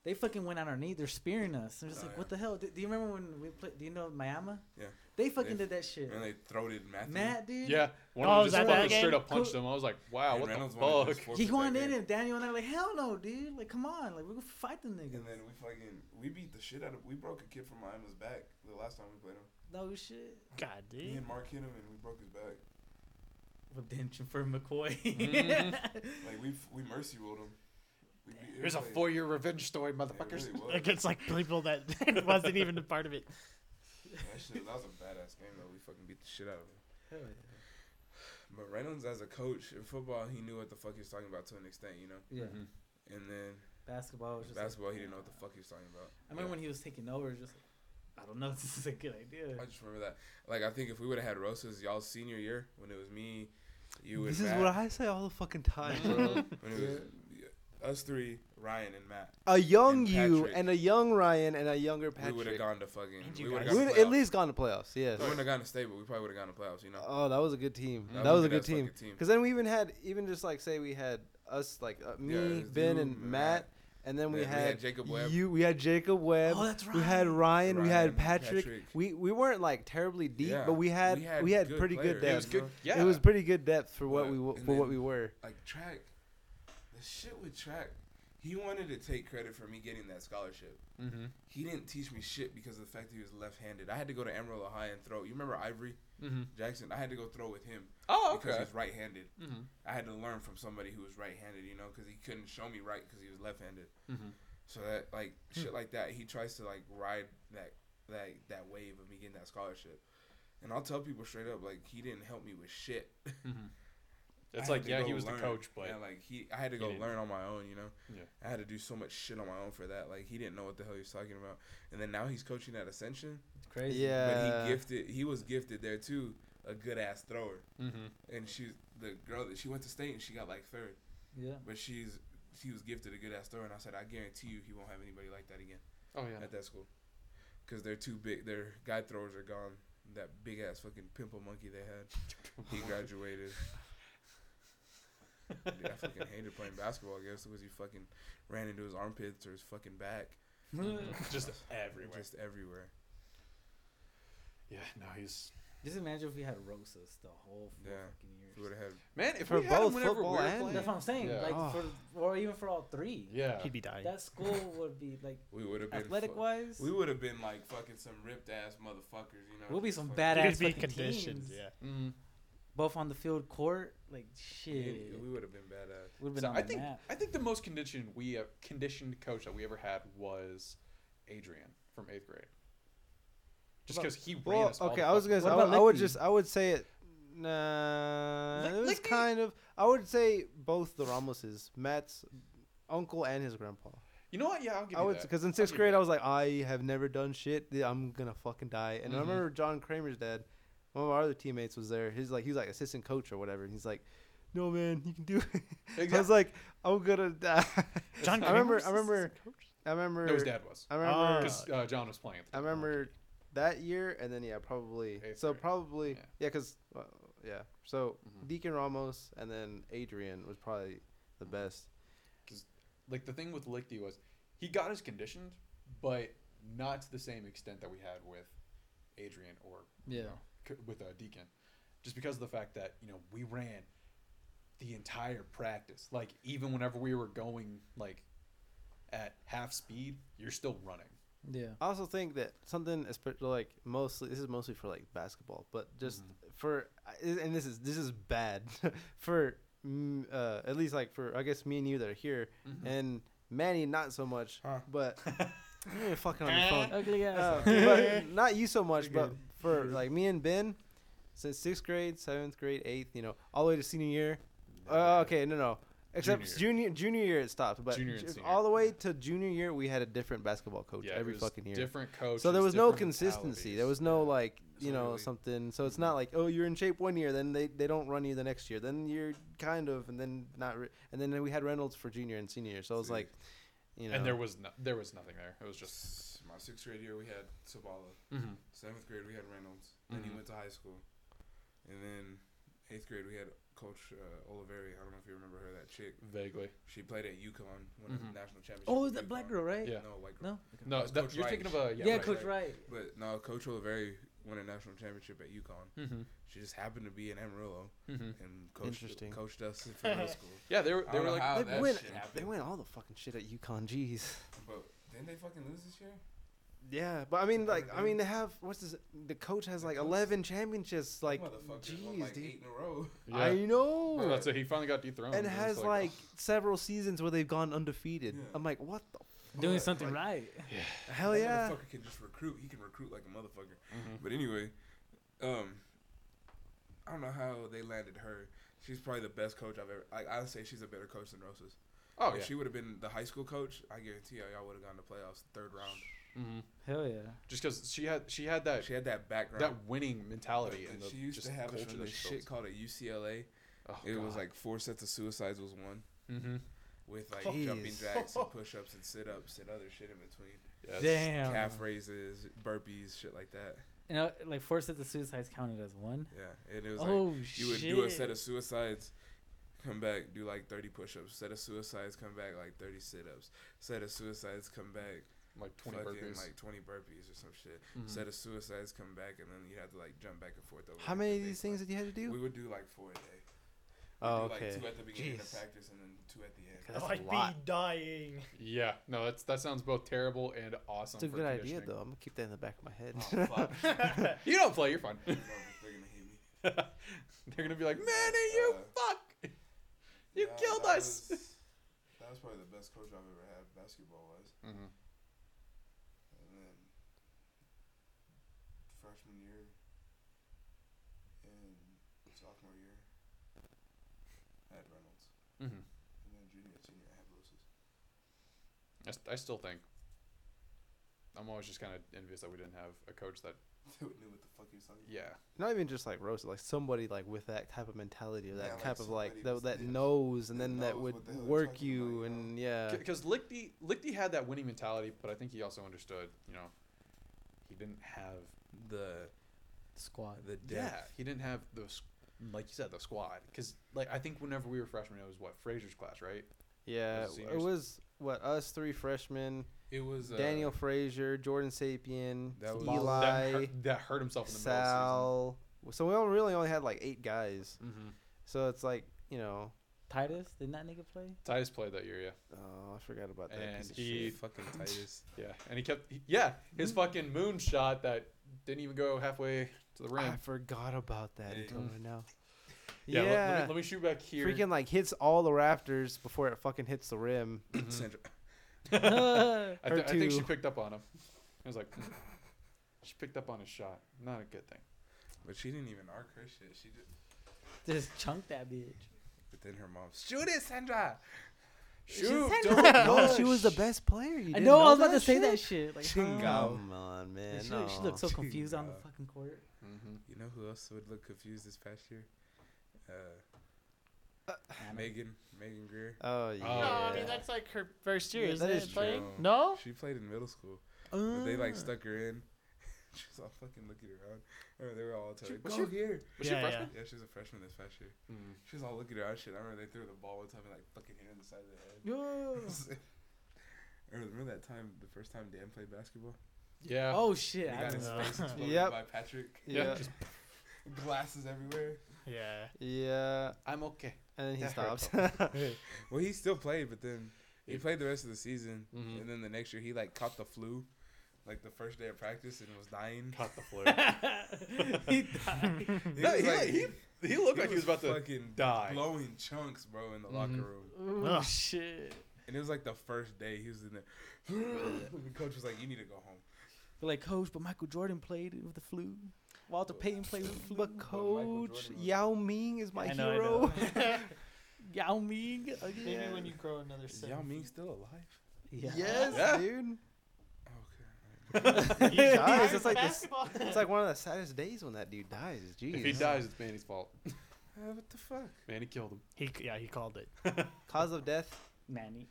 Speaker 7: They fucking went on our knee. They're spearing us. I'm just
Speaker 6: Oh,
Speaker 7: like,
Speaker 6: yeah.
Speaker 7: what the hell? Do, do you remember when we played? Do you know Miami?
Speaker 6: Yeah.
Speaker 7: They fucking
Speaker 6: They-
Speaker 7: did that shit.
Speaker 6: And they throated Matthew.
Speaker 7: Matt, dude.
Speaker 3: Yeah, one
Speaker 1: Oh,
Speaker 3: of
Speaker 1: was that
Speaker 3: them just
Speaker 1: that
Speaker 3: fucking
Speaker 1: game?
Speaker 3: straight up
Speaker 7: Cool.
Speaker 3: punched him. I was like, wow,
Speaker 6: And
Speaker 3: what
Speaker 6: Reynolds
Speaker 3: the
Speaker 6: wanted to
Speaker 3: fuck?
Speaker 6: just forfeit
Speaker 7: He
Speaker 6: that
Speaker 7: going in
Speaker 6: game.
Speaker 7: and Daniel and I were like, hell no, dude. Like, come on. Like, we're gonna fight the niggas.
Speaker 6: And then we fucking we beat the shit out of we broke a kid from Miami's back the last time we played him.
Speaker 7: no shit.
Speaker 1: God, dude.
Speaker 6: Me and Mark hit him and we broke his back.
Speaker 7: Redemption for McCoy.
Speaker 3: Mhm.
Speaker 6: Like we f- we mercy ruled him. We beat, it
Speaker 3: Here's
Speaker 6: was
Speaker 3: a
Speaker 6: like-
Speaker 3: four-year revenge story,
Speaker 6: it
Speaker 3: motherfuckers.
Speaker 6: really was.
Speaker 1: Against like people that wasn't even a part of it.
Speaker 6: That, shit, that was a badass game though. We fucking beat the shit out of him. But Reynolds, as a coach in football, he knew what the fuck he was talking about to an extent, you know.
Speaker 7: yeah.
Speaker 3: Mhm.
Speaker 6: And then
Speaker 7: Basketball was just. like-
Speaker 6: basketball, he didn't know what the fuck he was talking about.
Speaker 7: I remember when he was taking over, it was just like, I don't know if this is a good idea.
Speaker 6: I just remember that. Like I think if we would have had Rosas y'all's senior year when it was me, you and
Speaker 5: This is
Speaker 6: Matt,
Speaker 5: what I say all the fucking time,
Speaker 3: Mm-hmm.
Speaker 5: bro.
Speaker 6: when it was us three, Ryan and Matt,
Speaker 5: a young
Speaker 6: And
Speaker 5: you
Speaker 6: Patrick.
Speaker 5: and a young Ryan and a younger
Speaker 6: we would have
Speaker 5: Patrick.
Speaker 6: gone to fucking.
Speaker 1: And you
Speaker 6: We would
Speaker 1: guys.
Speaker 6: have
Speaker 5: We
Speaker 6: gone to
Speaker 5: would've at
Speaker 6: playoffs.
Speaker 5: least gone to playoffs. Yes.
Speaker 6: we wouldn't have gone to state, but we probably would have gone to playoffs. You know,
Speaker 5: Oh, that was a good team.
Speaker 6: That
Speaker 5: That
Speaker 6: was
Speaker 5: was
Speaker 6: a
Speaker 5: a
Speaker 6: good-ass
Speaker 5: good team.
Speaker 6: fucking team.
Speaker 5: Because then we even had, even just like say we had us, like uh, me,
Speaker 6: it's
Speaker 5: Ben,
Speaker 6: you, Matt.
Speaker 5: and Matt, and then
Speaker 6: Yeah,
Speaker 5: we
Speaker 6: we
Speaker 5: had,
Speaker 6: had Jacob Webb.
Speaker 5: You, we had Jacob Webb.
Speaker 7: Oh, that's
Speaker 5: We had
Speaker 7: right.
Speaker 5: Ryan. we
Speaker 6: Ryan,
Speaker 5: had Patrick.
Speaker 6: Patrick.
Speaker 5: We we weren't like terribly deep,
Speaker 6: Yeah,
Speaker 5: but we had we had,
Speaker 6: good
Speaker 5: pretty good
Speaker 6: players,
Speaker 5: depth.
Speaker 6: you
Speaker 5: It
Speaker 3: It
Speaker 5: was,
Speaker 3: was good.
Speaker 6: know?
Speaker 3: Yeah,
Speaker 5: pretty good depth for what
Speaker 6: But-
Speaker 5: we wa-
Speaker 6: and
Speaker 5: for what
Speaker 6: then-
Speaker 5: we were.
Speaker 6: like track, the shit with track. He wanted to take credit for me getting that scholarship.
Speaker 3: Mhm.
Speaker 6: He didn't teach me shit because of the fact that he was left-handed. I had to go to Amarillo High and throw. You remember Ivory
Speaker 3: Mhm.
Speaker 6: Jackson? I had to go throw with him
Speaker 3: Oh,
Speaker 6: because
Speaker 3: okay.
Speaker 6: he's right-handed.
Speaker 3: Mhm.
Speaker 6: I had to learn from somebody who was right-handed, you know, because he couldn't show me right because he was left-handed.
Speaker 3: Mhm.
Speaker 6: So that like
Speaker 3: Hmm.
Speaker 6: shit like that, he tries to like ride that that that wave of me getting that scholarship. And I'll tell people straight up, like he didn't help me with shit.
Speaker 3: It's
Speaker 6: I had
Speaker 3: like
Speaker 6: to
Speaker 3: yeah,
Speaker 6: go
Speaker 3: he was
Speaker 6: learn.
Speaker 3: the coach, but
Speaker 6: yeah, like he, I had to go
Speaker 3: didn't.
Speaker 6: learn on my own. You know,
Speaker 3: Yeah.
Speaker 6: I had to do so much shit on my own for that. Like he didn't know what the hell he was talking about. And then now he's coaching at Ascension,
Speaker 7: It's crazy.
Speaker 5: Yeah.
Speaker 6: but he gifted. He was gifted there too, a good ass thrower.
Speaker 3: Mhm.
Speaker 6: And she, the girl that she went to state, and she got like third.
Speaker 7: Yeah.
Speaker 6: But she's she was gifted a good ass thrower, and I said, I guarantee you, he won't have anybody like that again
Speaker 3: oh yeah,
Speaker 6: at that school, because they're too big. Their guy throwers are gone. That big ass fucking pimple monkey they had. He graduated. Dude, I fucking hated playing basketball. I guess because he fucking ran into his armpits or his fucking back, Mm-hmm.
Speaker 3: just everywhere.
Speaker 6: just everywhere.
Speaker 3: Yeah, no, he's
Speaker 7: Just imagine if we had Rosas the whole four
Speaker 6: Yeah.
Speaker 7: fucking years.
Speaker 6: He would have had.
Speaker 3: man. If
Speaker 5: For
Speaker 3: we had him
Speaker 5: both
Speaker 3: whenever we
Speaker 5: football
Speaker 3: were
Speaker 5: and-
Speaker 3: playing,
Speaker 7: That's what I'm saying.
Speaker 3: Yeah.
Speaker 7: Like,
Speaker 5: Oh.
Speaker 7: for, or even for all three.
Speaker 3: yeah,
Speaker 1: He'd be dying.
Speaker 7: That school would be like
Speaker 6: We would have been
Speaker 7: athletic
Speaker 6: fu-
Speaker 7: wise.
Speaker 6: We would have been like fucking some ripped ass motherfuckers, you know.
Speaker 7: We'll be
Speaker 6: just
Speaker 7: some
Speaker 6: fucking-
Speaker 7: badass
Speaker 1: He'd be
Speaker 7: fucking
Speaker 1: conditioned.
Speaker 7: teams.
Speaker 1: Yeah.
Speaker 3: Mhm.
Speaker 7: Both on the field, court, like
Speaker 6: Yeah,
Speaker 7: shit.
Speaker 6: We would have been badass.
Speaker 7: Would have been
Speaker 3: So
Speaker 7: on
Speaker 3: I
Speaker 7: the
Speaker 3: think
Speaker 7: map.
Speaker 3: I think the most conditioned we uh, conditioned coach that we ever had was Adrian from eighth grade. Just because he ran
Speaker 5: Well,
Speaker 3: us all
Speaker 5: okay,
Speaker 3: the
Speaker 5: I was
Speaker 3: fucking-
Speaker 5: gonna. Say,
Speaker 7: What
Speaker 5: I,
Speaker 7: about
Speaker 5: would- I would
Speaker 7: Lichty?
Speaker 5: just. I would say it. Nah,
Speaker 3: Lick-
Speaker 5: it was
Speaker 3: Lichty-
Speaker 5: kind of. I would say both the Ramoses, Matt's uncle and his grandpa.
Speaker 3: You know what? Yeah, I'll give
Speaker 5: I
Speaker 3: you
Speaker 5: would
Speaker 3: that.
Speaker 5: because in
Speaker 3: I'll
Speaker 5: sixth
Speaker 3: give you
Speaker 5: grade
Speaker 3: that.
Speaker 5: I was like, I have never done shit. th- I'm gonna fucking die. And I
Speaker 3: Mhm.
Speaker 5: remember John Kramer's dad, one of our other teammates was there. He's like, he was like assistant coach or whatever. And he's like, No man, you can do it. I was
Speaker 3: Exact-
Speaker 5: like, I'm gonna die.
Speaker 1: John
Speaker 5: I remember.
Speaker 1: Kramer's
Speaker 5: I remember. I remember.
Speaker 3: No, his dad was.
Speaker 5: I remember.
Speaker 1: Ah.
Speaker 3: Because uh, John was playing. At the
Speaker 5: I
Speaker 3: time.
Speaker 5: remember that year, and then yeah, probably.
Speaker 3: Eighth
Speaker 5: so
Speaker 3: grade.
Speaker 5: probably
Speaker 3: Yeah.
Speaker 5: yeah, because yeah. So
Speaker 3: Mhm. Mm-hmm.
Speaker 5: Deacon Ramos and then Adrian was probably the best,
Speaker 3: like the thing with Lichty was he got us conditioned, but not to the same extent that we had with Adrian or
Speaker 4: Yeah.
Speaker 3: c- with uh, Deacon, just because of the fact that you know we ran the entire practice. Like even whenever we were going like at half speed, you're still running.
Speaker 4: Yeah.
Speaker 5: I also think that something, espe- like mostly, this is mostly for like basketball, but just for, I- and this is this is bad for mm, uh, at least like for I guess me and you that are here, and Manny not so much,
Speaker 6: Huh.
Speaker 5: but you're fucking on your phone.
Speaker 7: Ugly ass.
Speaker 5: Uh, but not you so much, but for like me and Ben, since sixth grade, seventh grade, eighth, you know, all the way to senior year. Uh, okay, no, no. Except junior. junior year it stopped, but
Speaker 3: Junior and
Speaker 5: ju-
Speaker 3: senior,
Speaker 5: all the way to junior year we had a different basketball coach
Speaker 3: it
Speaker 5: every
Speaker 3: was
Speaker 5: fucking year.
Speaker 3: Different coach.
Speaker 5: So there was no consistency. There was no like
Speaker 6: So
Speaker 5: you know
Speaker 6: really-
Speaker 5: something. So it's not like oh you're in shape one year, then they, they don't run you the next year, then you're kind of, and then not, re- and then we had Reynolds for junior and senior year. So I was like, you know,
Speaker 3: and there was no, there was nothing there. It was just
Speaker 6: S- my sixth grade year we had Sabala.
Speaker 7: Mm-hmm.
Speaker 3: Mhm.
Speaker 6: Seventh grade we had Reynolds. Then
Speaker 3: Mhm.
Speaker 6: he went to high school, and then eighth grade we had Coach uh, Oliveri. I don't know if you remember her, that chick.
Speaker 3: vaguely.
Speaker 6: She played at UConn, won a
Speaker 3: Mhm.
Speaker 6: national championship.
Speaker 7: Oh,
Speaker 6: with
Speaker 7: is that black
Speaker 6: UConn.
Speaker 7: girl, right?
Speaker 3: Yeah.
Speaker 6: No, white girl.
Speaker 7: No.
Speaker 3: No,
Speaker 6: was
Speaker 3: that-
Speaker 6: Coach
Speaker 3: you're
Speaker 6: Reich.
Speaker 3: thinking of a
Speaker 7: Yeah,
Speaker 3: yeah. right.
Speaker 7: Coach Wright.
Speaker 6: But no, Coach Oliveri won a national championship at UConn.
Speaker 3: Mhm.
Speaker 7: Mm-hmm.
Speaker 6: She just happened to be in Amarillo
Speaker 3: Mhm.
Speaker 6: and coached,
Speaker 5: Interesting.
Speaker 6: coached us for middle school.
Speaker 3: Yeah, they were
Speaker 6: Mm. I
Speaker 3: they
Speaker 6: don't
Speaker 3: were
Speaker 6: know
Speaker 3: like
Speaker 6: how
Speaker 5: they
Speaker 6: that
Speaker 5: win.
Speaker 6: shit
Speaker 5: They
Speaker 6: happened.
Speaker 5: win all the fucking shit at UConn. Jeez.
Speaker 6: But didn't they fucking lose this year?
Speaker 5: Yeah, but I mean, like, I
Speaker 6: Mhm.
Speaker 5: mean, they have what's this? The coach has like eleven championships. Like,
Speaker 6: Motherfuckers won
Speaker 5: jeez,
Speaker 6: like
Speaker 5: dude.
Speaker 6: eight in a row.
Speaker 3: yeah.
Speaker 5: I know.
Speaker 3: Oh, that's it. He finally got dethroned.
Speaker 5: and
Speaker 3: It was
Speaker 5: has like, several seasons where they've gone undefeated.
Speaker 6: oh. Yeah.
Speaker 5: I'm like, what the
Speaker 7: Doing something right.
Speaker 5: hell
Speaker 6: That
Speaker 5: yeah?
Speaker 6: motherfucker can just recruit. He can recruit like a motherfucker.
Speaker 3: Mm-hmm.
Speaker 6: But anyway, um, I don't know how they landed her. She's probably the best coach I've ever. Like I'd say she's a better coach than Rosas.
Speaker 3: oh
Speaker 6: if
Speaker 3: yeah.
Speaker 6: she would have been the high school coach, I guarantee y'all, y'all would have gone to playoffs third round.
Speaker 3: Mhm.
Speaker 7: Hell yeah.
Speaker 3: Just because she had she had that
Speaker 6: She had that background.
Speaker 3: that winning
Speaker 6: But
Speaker 3: mentality and
Speaker 6: then
Speaker 3: the,
Speaker 6: she used
Speaker 3: just
Speaker 6: to have us
Speaker 3: culture
Speaker 6: from
Speaker 3: that
Speaker 6: this
Speaker 3: she
Speaker 6: shit called a UCLA.
Speaker 3: built. Oh,
Speaker 6: it was
Speaker 3: God.
Speaker 6: like mm-hmm. four sets of suicides was one,
Speaker 3: Mhm.
Speaker 6: with like
Speaker 5: Jeez.
Speaker 6: jumping jacks and push ups and sit ups and other shit in between,
Speaker 3: Yes.
Speaker 7: Damn.
Speaker 6: calf raises, burpees, shit like that.
Speaker 7: You know, like four sets of suicides counted as one.
Speaker 6: Yeah, and it was like
Speaker 7: Oh
Speaker 6: You would
Speaker 7: shit.
Speaker 6: do a set of suicides, come back, do like 30 push ups. Set of suicides, come back, like 30 sit ups. Set of suicides, come back,
Speaker 3: like twenty
Speaker 6: 20 fucking
Speaker 3: burpees.
Speaker 6: like 20 burpees or some shit.
Speaker 5: Mm-hmm.
Speaker 3: Mhm.
Speaker 6: Set of suicides, come back, and then you have to like jump back and forth. Over
Speaker 5: How
Speaker 6: like,
Speaker 5: many
Speaker 6: the
Speaker 5: of these things
Speaker 6: baseline.
Speaker 5: did you have to do?
Speaker 6: We would do like four a day. We'd
Speaker 5: oh,
Speaker 6: do,
Speaker 5: okay.
Speaker 6: Like two at the beginning of
Speaker 5: Jeez.
Speaker 6: practice and then two at the end.
Speaker 5: That's a
Speaker 1: I'd
Speaker 5: lot.
Speaker 1: be dying.
Speaker 3: Yeah, no, that's that sounds both terrible and awesome.
Speaker 5: It's a
Speaker 3: for
Speaker 5: good idea
Speaker 3: conditioning.
Speaker 5: though. I'm gonna keep that in the back of my head.
Speaker 6: Oh, fuck.
Speaker 3: You don't play, you're fine.
Speaker 6: They're gonna hate me.
Speaker 3: They're gonna be like, Manny, you
Speaker 6: Uh,
Speaker 3: fuck, you
Speaker 6: Nah,
Speaker 3: killed
Speaker 6: that
Speaker 3: us.
Speaker 6: was- that was probably the best coach I've ever had basketball wise.
Speaker 3: Mhm.
Speaker 6: And then freshman year and sophomore year, I had Reynolds.
Speaker 3: Mhm.
Speaker 6: And then junior and senior, I had Roses.
Speaker 3: I, st- I still think I'm always just kind of envious that we didn't have a coach that.
Speaker 6: They knew what the fuck he was talking
Speaker 3: Yeah,
Speaker 5: Not even just like roasted, like somebody like with that type of mentality or that
Speaker 6: Yeah, like
Speaker 5: type of like
Speaker 6: somebody
Speaker 5: that,
Speaker 6: was-
Speaker 5: that
Speaker 6: yeah,
Speaker 5: knows and
Speaker 6: that
Speaker 5: then that
Speaker 6: knows
Speaker 5: would
Speaker 6: what the hell they're
Speaker 5: work
Speaker 6: talking about,
Speaker 5: you
Speaker 6: you know?
Speaker 5: and yeah.
Speaker 3: because Lichty Lichty had that winning mentality, but I think he also understood, you know, he didn't have the
Speaker 7: squad.
Speaker 6: The
Speaker 3: Yeah, he didn't have those, like you said, the squad. Because like I think whenever we were freshmen, it was what Frazier's class, right?
Speaker 5: Yeah,
Speaker 3: Those
Speaker 5: it
Speaker 3: seniors.
Speaker 5: was what us three freshmen,
Speaker 6: It was uh,
Speaker 5: Daniel Frazier, Jordan Sapien,
Speaker 6: That was-
Speaker 3: that
Speaker 5: Eli,
Speaker 3: hurt, that hurt himself in the
Speaker 5: Sal. So we all really only had like eight guys.
Speaker 3: middle of the
Speaker 6: Mm-hmm.
Speaker 3: season.
Speaker 5: So it's like you know,
Speaker 7: Titus, didn't that nigga play?
Speaker 3: Titus played that year, yeah,
Speaker 5: oh, I forgot about that
Speaker 3: And
Speaker 5: piece of
Speaker 3: he-
Speaker 5: shit.
Speaker 6: fucking Titus.
Speaker 3: yeah, and he kept, he- yeah, his
Speaker 5: Mm-hmm.
Speaker 3: fucking moon shot that didn't even go halfway to the
Speaker 5: I
Speaker 3: rim.
Speaker 5: forgot about that
Speaker 6: Yeah.
Speaker 5: until
Speaker 3: Mm.
Speaker 5: now.
Speaker 3: Yeah,
Speaker 5: Yeah,
Speaker 3: let- Let, me, let me shoot back here.
Speaker 5: freaking like hits all the rafters before it fucking hits the rim.
Speaker 6: Sandra-
Speaker 3: I, th-
Speaker 5: her
Speaker 3: I think she
Speaker 5: too.
Speaker 3: picked up on him. I was like, "Hmm." she picked up on his shot. Not a good thing.
Speaker 6: But she didn't even arc her shit. She did.
Speaker 7: Just chunk that bitch.
Speaker 6: But then her mom, shoot it, Sandra.
Speaker 3: Shoot,
Speaker 7: said
Speaker 3: don't
Speaker 5: No,
Speaker 3: push.
Speaker 5: she was the best player. You
Speaker 7: I
Speaker 5: didn't
Speaker 7: know, I was
Speaker 5: that
Speaker 7: about to say
Speaker 5: shit?
Speaker 7: that shit. Like, huh?
Speaker 5: Come on, man.
Speaker 7: She,
Speaker 5: no.
Speaker 7: looked- she looked so confused on the
Speaker 6: Chinga.
Speaker 7: fucking court.
Speaker 3: Mhm.
Speaker 6: You know who else would look confused this past year? Uh, Megan, Megan Greer.
Speaker 5: oh yeah.
Speaker 1: No, I mean
Speaker 3: Yeah.
Speaker 1: that's like her first year,
Speaker 5: Yeah,
Speaker 1: isn't
Speaker 5: that
Speaker 1: it?
Speaker 5: is
Speaker 1: playing?
Speaker 6: true.
Speaker 1: No.
Speaker 6: Mm. She played in middle school. But they like stuck her in. She's all fucking looking around. I remember they were all telling
Speaker 3: was
Speaker 6: go
Speaker 3: she-
Speaker 6: here.
Speaker 3: Was she
Speaker 1: Yeah,
Speaker 3: a
Speaker 1: yeah.
Speaker 3: freshman?
Speaker 6: Yeah, she was a freshman this past year.
Speaker 3: Mm.
Speaker 6: She was all looking around shit. I remember they threw the ball one time and like fucking hit her in the side of the head. I remember that time, the first time Dan played basketball?
Speaker 3: Yeah.
Speaker 7: Oh
Speaker 6: He
Speaker 7: shit! I
Speaker 6: got his
Speaker 1: remember.
Speaker 6: face exploded
Speaker 5: Yep.
Speaker 6: by Patrick.
Speaker 5: Yeah.
Speaker 3: just-
Speaker 6: Glasses everywhere.
Speaker 1: Yeah.
Speaker 5: Yeah.
Speaker 3: I'm okay.
Speaker 5: And then he
Speaker 3: That hurt.
Speaker 5: stops.
Speaker 6: Well, he still played, but then he
Speaker 3: Yeah.
Speaker 6: played the rest of the season,
Speaker 3: Mhm.
Speaker 6: and then the next year he like caught the flu, like the first day of practice, and was dying.
Speaker 3: Caught the flu.
Speaker 7: he died.
Speaker 6: He
Speaker 3: No,
Speaker 6: was,
Speaker 3: he like- he looked like he was about to
Speaker 6: fucking
Speaker 3: die.
Speaker 6: blowing chunks, bro, in the locker
Speaker 3: Mhm.
Speaker 6: room.
Speaker 1: Ugh.
Speaker 7: shit!
Speaker 6: And it was like the first day he was in there. the coach was like, "You need to go home."
Speaker 7: But like, coach, but Michael Jordan played with the flu. Walter Payton played with the flu.
Speaker 5: but coach, Yao Ming is my
Speaker 1: I know, I
Speaker 5: hero.
Speaker 1: know.
Speaker 7: Yao Ming. uh,
Speaker 1: Maybe
Speaker 7: Again.
Speaker 1: when you grow another
Speaker 6: Is
Speaker 1: set.
Speaker 6: Yao Ming still alive?
Speaker 7: Yeah.
Speaker 5: Yes,
Speaker 3: Yeah.
Speaker 5: dude.
Speaker 6: Okay.
Speaker 1: He died
Speaker 5: it's
Speaker 1: for
Speaker 5: like this-
Speaker 1: basketball.
Speaker 5: It's like one of the saddest days when that dude dies. Jeez.
Speaker 3: If he dies, it's Manny's fault.
Speaker 6: Uh, what the fuck?
Speaker 3: Manny killed him.
Speaker 1: he, yeah, he called it.
Speaker 5: Cause of death.
Speaker 7: Manny.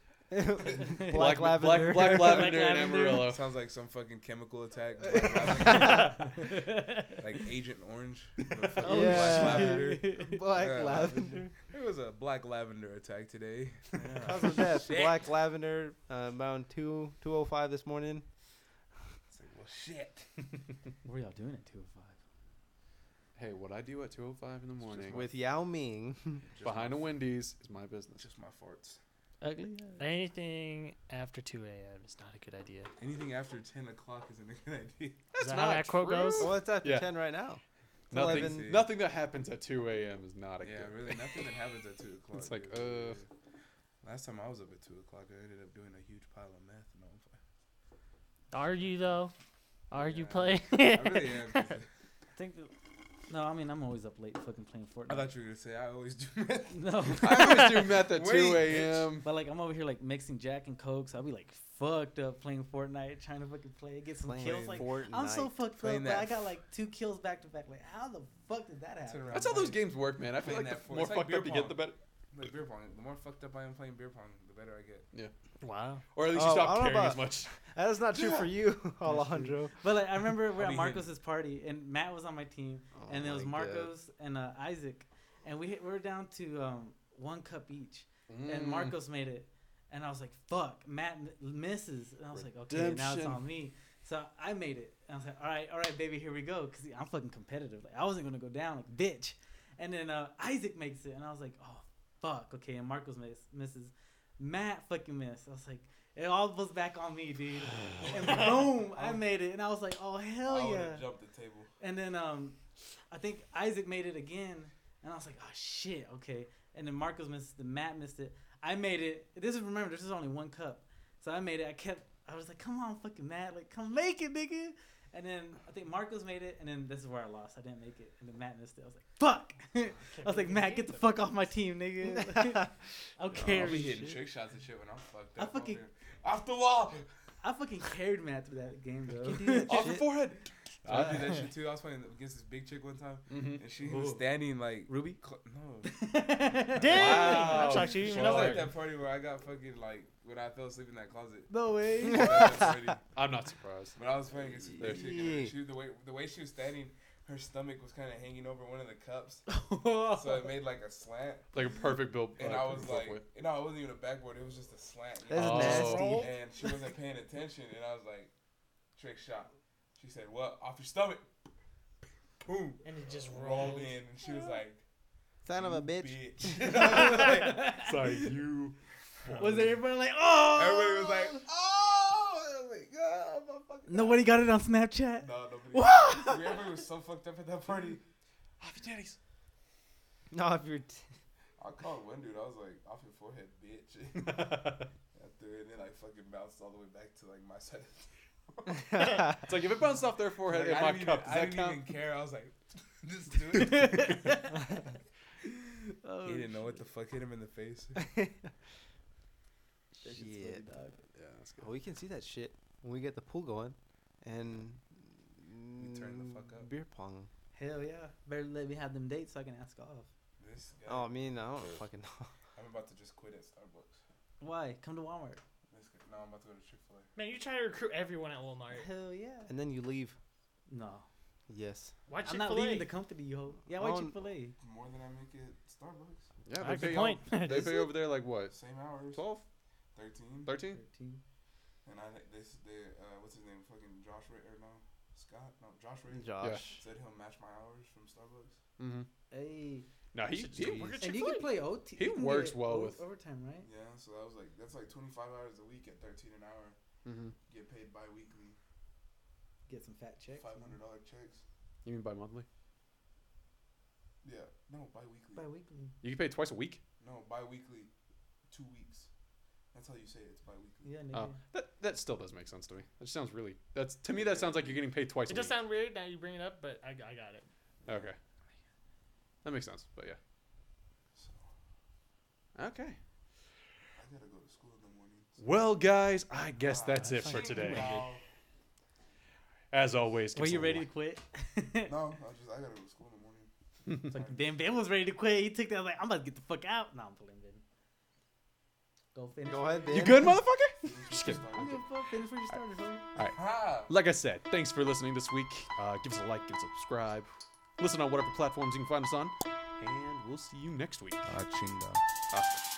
Speaker 3: Black, black
Speaker 5: Black lavender.
Speaker 3: lavender
Speaker 1: Black
Speaker 3: and
Speaker 1: lavender.
Speaker 3: Amarillo.
Speaker 6: Sounds like some fucking chemical attack. like Agent Orange. The fucking black
Speaker 5: Oh, Yeah.
Speaker 6: lavender.
Speaker 5: Black
Speaker 6: Yeah.
Speaker 5: lavender.
Speaker 6: There was a black lavender attack today.
Speaker 5: Cause of death. Black lavender. Uh, around two two oh five this morning.
Speaker 6: It's like, well, shit.
Speaker 7: What are y'all doing at two o five?
Speaker 3: Hey, what I do at 2:05 in the morning
Speaker 5: With Yao Ming.
Speaker 6: Just
Speaker 3: behind
Speaker 6: my,
Speaker 3: a Wendy's is my business.
Speaker 6: Just my farts.
Speaker 7: Ugly.
Speaker 1: Anything after 2 a.m. is not a good idea.
Speaker 6: Anything after 10 o'clock isn't a good idea.
Speaker 1: That's is that how
Speaker 3: not
Speaker 1: that quote
Speaker 3: true.
Speaker 1: goes?
Speaker 5: well, it's after
Speaker 3: Yeah.
Speaker 5: ten right now. It's
Speaker 3: Nothing,
Speaker 5: eleven.
Speaker 3: nothing that happens at 2 a.m. is not a
Speaker 6: yeah,
Speaker 3: good.
Speaker 6: really, nothing that happens at 2 o'clock.
Speaker 3: It's like,
Speaker 6: really,
Speaker 3: uh,
Speaker 6: yeah. Last time I was up at 2 o'clock, I ended up doing a huge pile of meth. No, I'm fine.
Speaker 1: Are you, though? Are you
Speaker 6: Yeah.
Speaker 1: playing?
Speaker 6: I really am. 'cause
Speaker 7: I think. No, I mean I'm always up late, fucking playing Fortnite.
Speaker 6: I thought you were going to say, I always do meth.
Speaker 7: no.
Speaker 3: I always do meth at
Speaker 6: Wait,
Speaker 3: 2 a.m.
Speaker 7: But like I'm over here like mixing Jack and Coke, so I'll be like fucked up playing Fortnite, trying to fucking play, get some
Speaker 5: Playing
Speaker 7: kills. Like
Speaker 5: Fortnite.
Speaker 7: I'm so fucked
Speaker 6: Playing
Speaker 7: up, but
Speaker 6: that
Speaker 7: I got like two kills back to back. Like how the fuck did that
Speaker 6: Turn
Speaker 7: happen?
Speaker 6: around
Speaker 3: That's how those
Speaker 6: playing-
Speaker 3: games work, man. I feel
Speaker 6: Playing
Speaker 3: like
Speaker 6: that
Speaker 3: the
Speaker 6: for-
Speaker 3: more
Speaker 6: it's like
Speaker 3: fucked up you
Speaker 6: beer
Speaker 3: get,
Speaker 6: pong.
Speaker 3: the better.
Speaker 6: Like beer pong. The more fucked up I am playing beer pong, the better I get.
Speaker 1: wow.
Speaker 3: Or at least you
Speaker 5: Oh, I
Speaker 3: stop
Speaker 5: don't know
Speaker 3: caring as
Speaker 5: about-
Speaker 3: much.
Speaker 5: That is not true for you, Alejandro.
Speaker 7: But like I remember we're
Speaker 6: I'll
Speaker 7: at
Speaker 6: be
Speaker 7: Marcos's party and Matt was on my team,
Speaker 6: Oh
Speaker 5: Oh
Speaker 7: and it was Marcos and uh, Isaac, and we hit, we were down to um, one cup each, and
Speaker 3: Mm.
Speaker 7: Marcos made it, and I was like fuck, Matt m- misses, and I was like okay, now it's
Speaker 3: Redemption.
Speaker 7: on me. So I made it. And I was like, all right, all right, baby, here we go. Because I'm fucking competitive. Like, I wasn't going to go down, like, bitch. And then uh, Isaac makes it. And I was like, oh, fuck. Okay. And Marcos miss, misses. Matt fucking missed. I was like, it all was back on me, dude. and boom, I made it. And I was like, oh, hell
Speaker 6: I
Speaker 7: yeah.
Speaker 6: have jumped the table.
Speaker 7: And then um, I think Isaac made it again, and I was like, oh shit, okay. And then Marcos missed it, Matt missed it. I made it. This is remember, this is only one cup, so I made it. I kept. I was like, come on, fucking Matt, like come make it, nigga. And then I think Marcos made it, and then this is where I lost. I didn't make it, and then Matt missed it. I was like, fuck. I was like, Matt, get the fuck off my team, nigga. I'll
Speaker 6: Yo, I'll be
Speaker 7: carry.
Speaker 6: hitting
Speaker 7: shit.
Speaker 6: trick shots and shit when I'm fucked
Speaker 7: I
Speaker 6: up. I'll
Speaker 7: fucking-
Speaker 6: be- off the wall.
Speaker 7: I fucking carried Matt through that game,
Speaker 5: that
Speaker 7: though.
Speaker 3: Off your
Speaker 5: Shit.
Speaker 3: forehead. Mm.
Speaker 6: I did that shit too. I was playing against this big chick one time,
Speaker 3: Mhm.
Speaker 6: and she was
Speaker 7: Ooh.
Speaker 6: standing like
Speaker 7: Ruby?
Speaker 6: Cl- no,
Speaker 1: Dang!
Speaker 3: Wow.
Speaker 1: I shocked you. You
Speaker 3: She
Speaker 1: didn't
Speaker 6: I
Speaker 1: know
Speaker 6: was
Speaker 3: Sorry.
Speaker 1: that.
Speaker 6: at that party where I got fucking like when I fell asleep in that closet.
Speaker 7: no way.
Speaker 6: I got sweaty.
Speaker 3: I'm not surprised.
Speaker 6: but I was playing against this big chick, and
Speaker 5: Yeah.
Speaker 6: she, the way the way she was standing, her stomach was kind of hanging over one of the cups, so it made like a slant.
Speaker 3: Like a perfect build.
Speaker 6: And
Speaker 3: uh,
Speaker 6: I was
Speaker 3: perfect
Speaker 6: like,
Speaker 3: build point.
Speaker 6: no, it wasn't even a backboard. It was just a slant. you
Speaker 5: That's
Speaker 6: know?
Speaker 5: nasty.
Speaker 6: And she wasn't paying attention, and I was like, trick shot. She said, what? Off your stomach. Boom.
Speaker 1: And it just
Speaker 6: Rolled in, and she was like,
Speaker 5: Son of a
Speaker 6: "You
Speaker 5: bitch.
Speaker 6: And I was like-
Speaker 3: sorry, you.
Speaker 7: Was everybody like, oh?
Speaker 6: Everybody was like, oh, I was like, oh motherfucker.
Speaker 7: Nobody got it on Snapchat.
Speaker 6: No, nobody. Everybody was so fucked up at that party.
Speaker 3: Off your titties.
Speaker 5: No, if you're. T-
Speaker 6: I called one dude. I was like, off your forehead, bitch. After and then like fucking bounced all the way back to like my side.
Speaker 3: It's like if it bounced off their
Speaker 6: Like,
Speaker 3: forehead
Speaker 6: I
Speaker 3: in my
Speaker 6: didn't
Speaker 3: cup,
Speaker 6: even,
Speaker 3: does
Speaker 6: I
Speaker 3: that
Speaker 6: didn't
Speaker 3: count?
Speaker 6: even care. I was like, just do it.
Speaker 7: Oh,
Speaker 6: he didn't know what the fuck hit him in the face.
Speaker 7: that shit's
Speaker 5: shit.
Speaker 7: funny, dog.
Speaker 3: Yeah, that's good.
Speaker 5: Well, we can see that shit when we get the pool going, and
Speaker 6: We turn the
Speaker 5: mm,
Speaker 6: fuck up.
Speaker 5: Beer pong.
Speaker 7: Hell yeah. Better let me have them dates so I can ask off.
Speaker 6: This guy.
Speaker 5: Oh, I mean, I don't fucking know.
Speaker 6: I'm about to just quit at Starbucks.
Speaker 7: Why? Come to Walmart.
Speaker 6: This guy. No, I'm about to go to Chick Fil A.
Speaker 1: Man, you try to recruit everyone at Walmart.
Speaker 7: Hell yeah.
Speaker 5: And then you leave.
Speaker 7: No.
Speaker 5: Yes.
Speaker 1: Why
Speaker 7: I'm not leaving the company, yo. Yeah, why
Speaker 5: Oh, n-
Speaker 7: Chick fil A?
Speaker 6: More than I make at Starbucks.
Speaker 3: Yeah,
Speaker 1: Ah,
Speaker 3: they
Speaker 1: good
Speaker 3: pay,
Speaker 1: point.
Speaker 3: Over, they pay over there like what,
Speaker 6: Same hours.
Speaker 3: 12,
Speaker 6: 13.
Speaker 3: 13?
Speaker 6: And I think this, the, uh, what's his name? Fucking Josh Ray, or no, Scott? No, Josh Ray.
Speaker 5: Josh.
Speaker 6: Said he'll match my hours from Starbucks.
Speaker 3: Mm-hmm.
Speaker 7: Hey.
Speaker 3: No, he,
Speaker 1: Should
Speaker 3: he
Speaker 1: just-
Speaker 3: works.
Speaker 7: And you can play OT.
Speaker 3: He
Speaker 7: you can
Speaker 3: works
Speaker 7: get
Speaker 3: well
Speaker 7: o-
Speaker 3: with-
Speaker 7: overtime, right?
Speaker 6: Yeah, so that was like, that's like 25 hours a week at 13 an hour.
Speaker 3: Mm-hmm.
Speaker 6: Get paid bi weekly,
Speaker 7: Get some fat checks.
Speaker 6: $500 checks.
Speaker 3: You mean bi monthly?
Speaker 6: Yeah, no, bi weekly.
Speaker 7: Bi weekly.
Speaker 3: You get paid twice a week?
Speaker 6: no, bi weekly, two weeks. That's how you say it, it's bi weekly.
Speaker 7: Yeah, nigga.
Speaker 3: Oh, that that still does make sense to me. That sounds really. That's to me. That sounds like you're getting paid twice.
Speaker 1: It
Speaker 3: a
Speaker 1: does
Speaker 3: week.
Speaker 1: sound weird now you bring it up, but I, I got it.
Speaker 3: okay. That makes sense. But yeah.
Speaker 6: So
Speaker 3: Okay.
Speaker 6: I gotta go to school in the morning. So
Speaker 3: Well, guys, Ah, I guess that's it for
Speaker 1: Thank you.
Speaker 3: today. As always,
Speaker 7: Were
Speaker 3: it's
Speaker 7: you
Speaker 3: a
Speaker 7: ready to
Speaker 3: lot-
Speaker 7: quit?
Speaker 6: No, I just I gotta go to school in the morning.
Speaker 7: It's like, damn, Ben was ready to quit. He took that. I was like, I'm about to get the fuck out. Nah, I'm pulling Ben. Go finish.
Speaker 5: Go ahead,
Speaker 3: You
Speaker 5: Ben.
Speaker 3: good, motherfucker? Just kidding.
Speaker 7: I'm gonna fuck finish where you started, homie.
Speaker 6: Ah,
Speaker 3: Like I said, thanks for listening this week. Uh, give us a like, give us a subscribe. Listen on whatever platforms you can find us on, and we'll see you next week.
Speaker 10: Ah, chinga.
Speaker 3: Ah.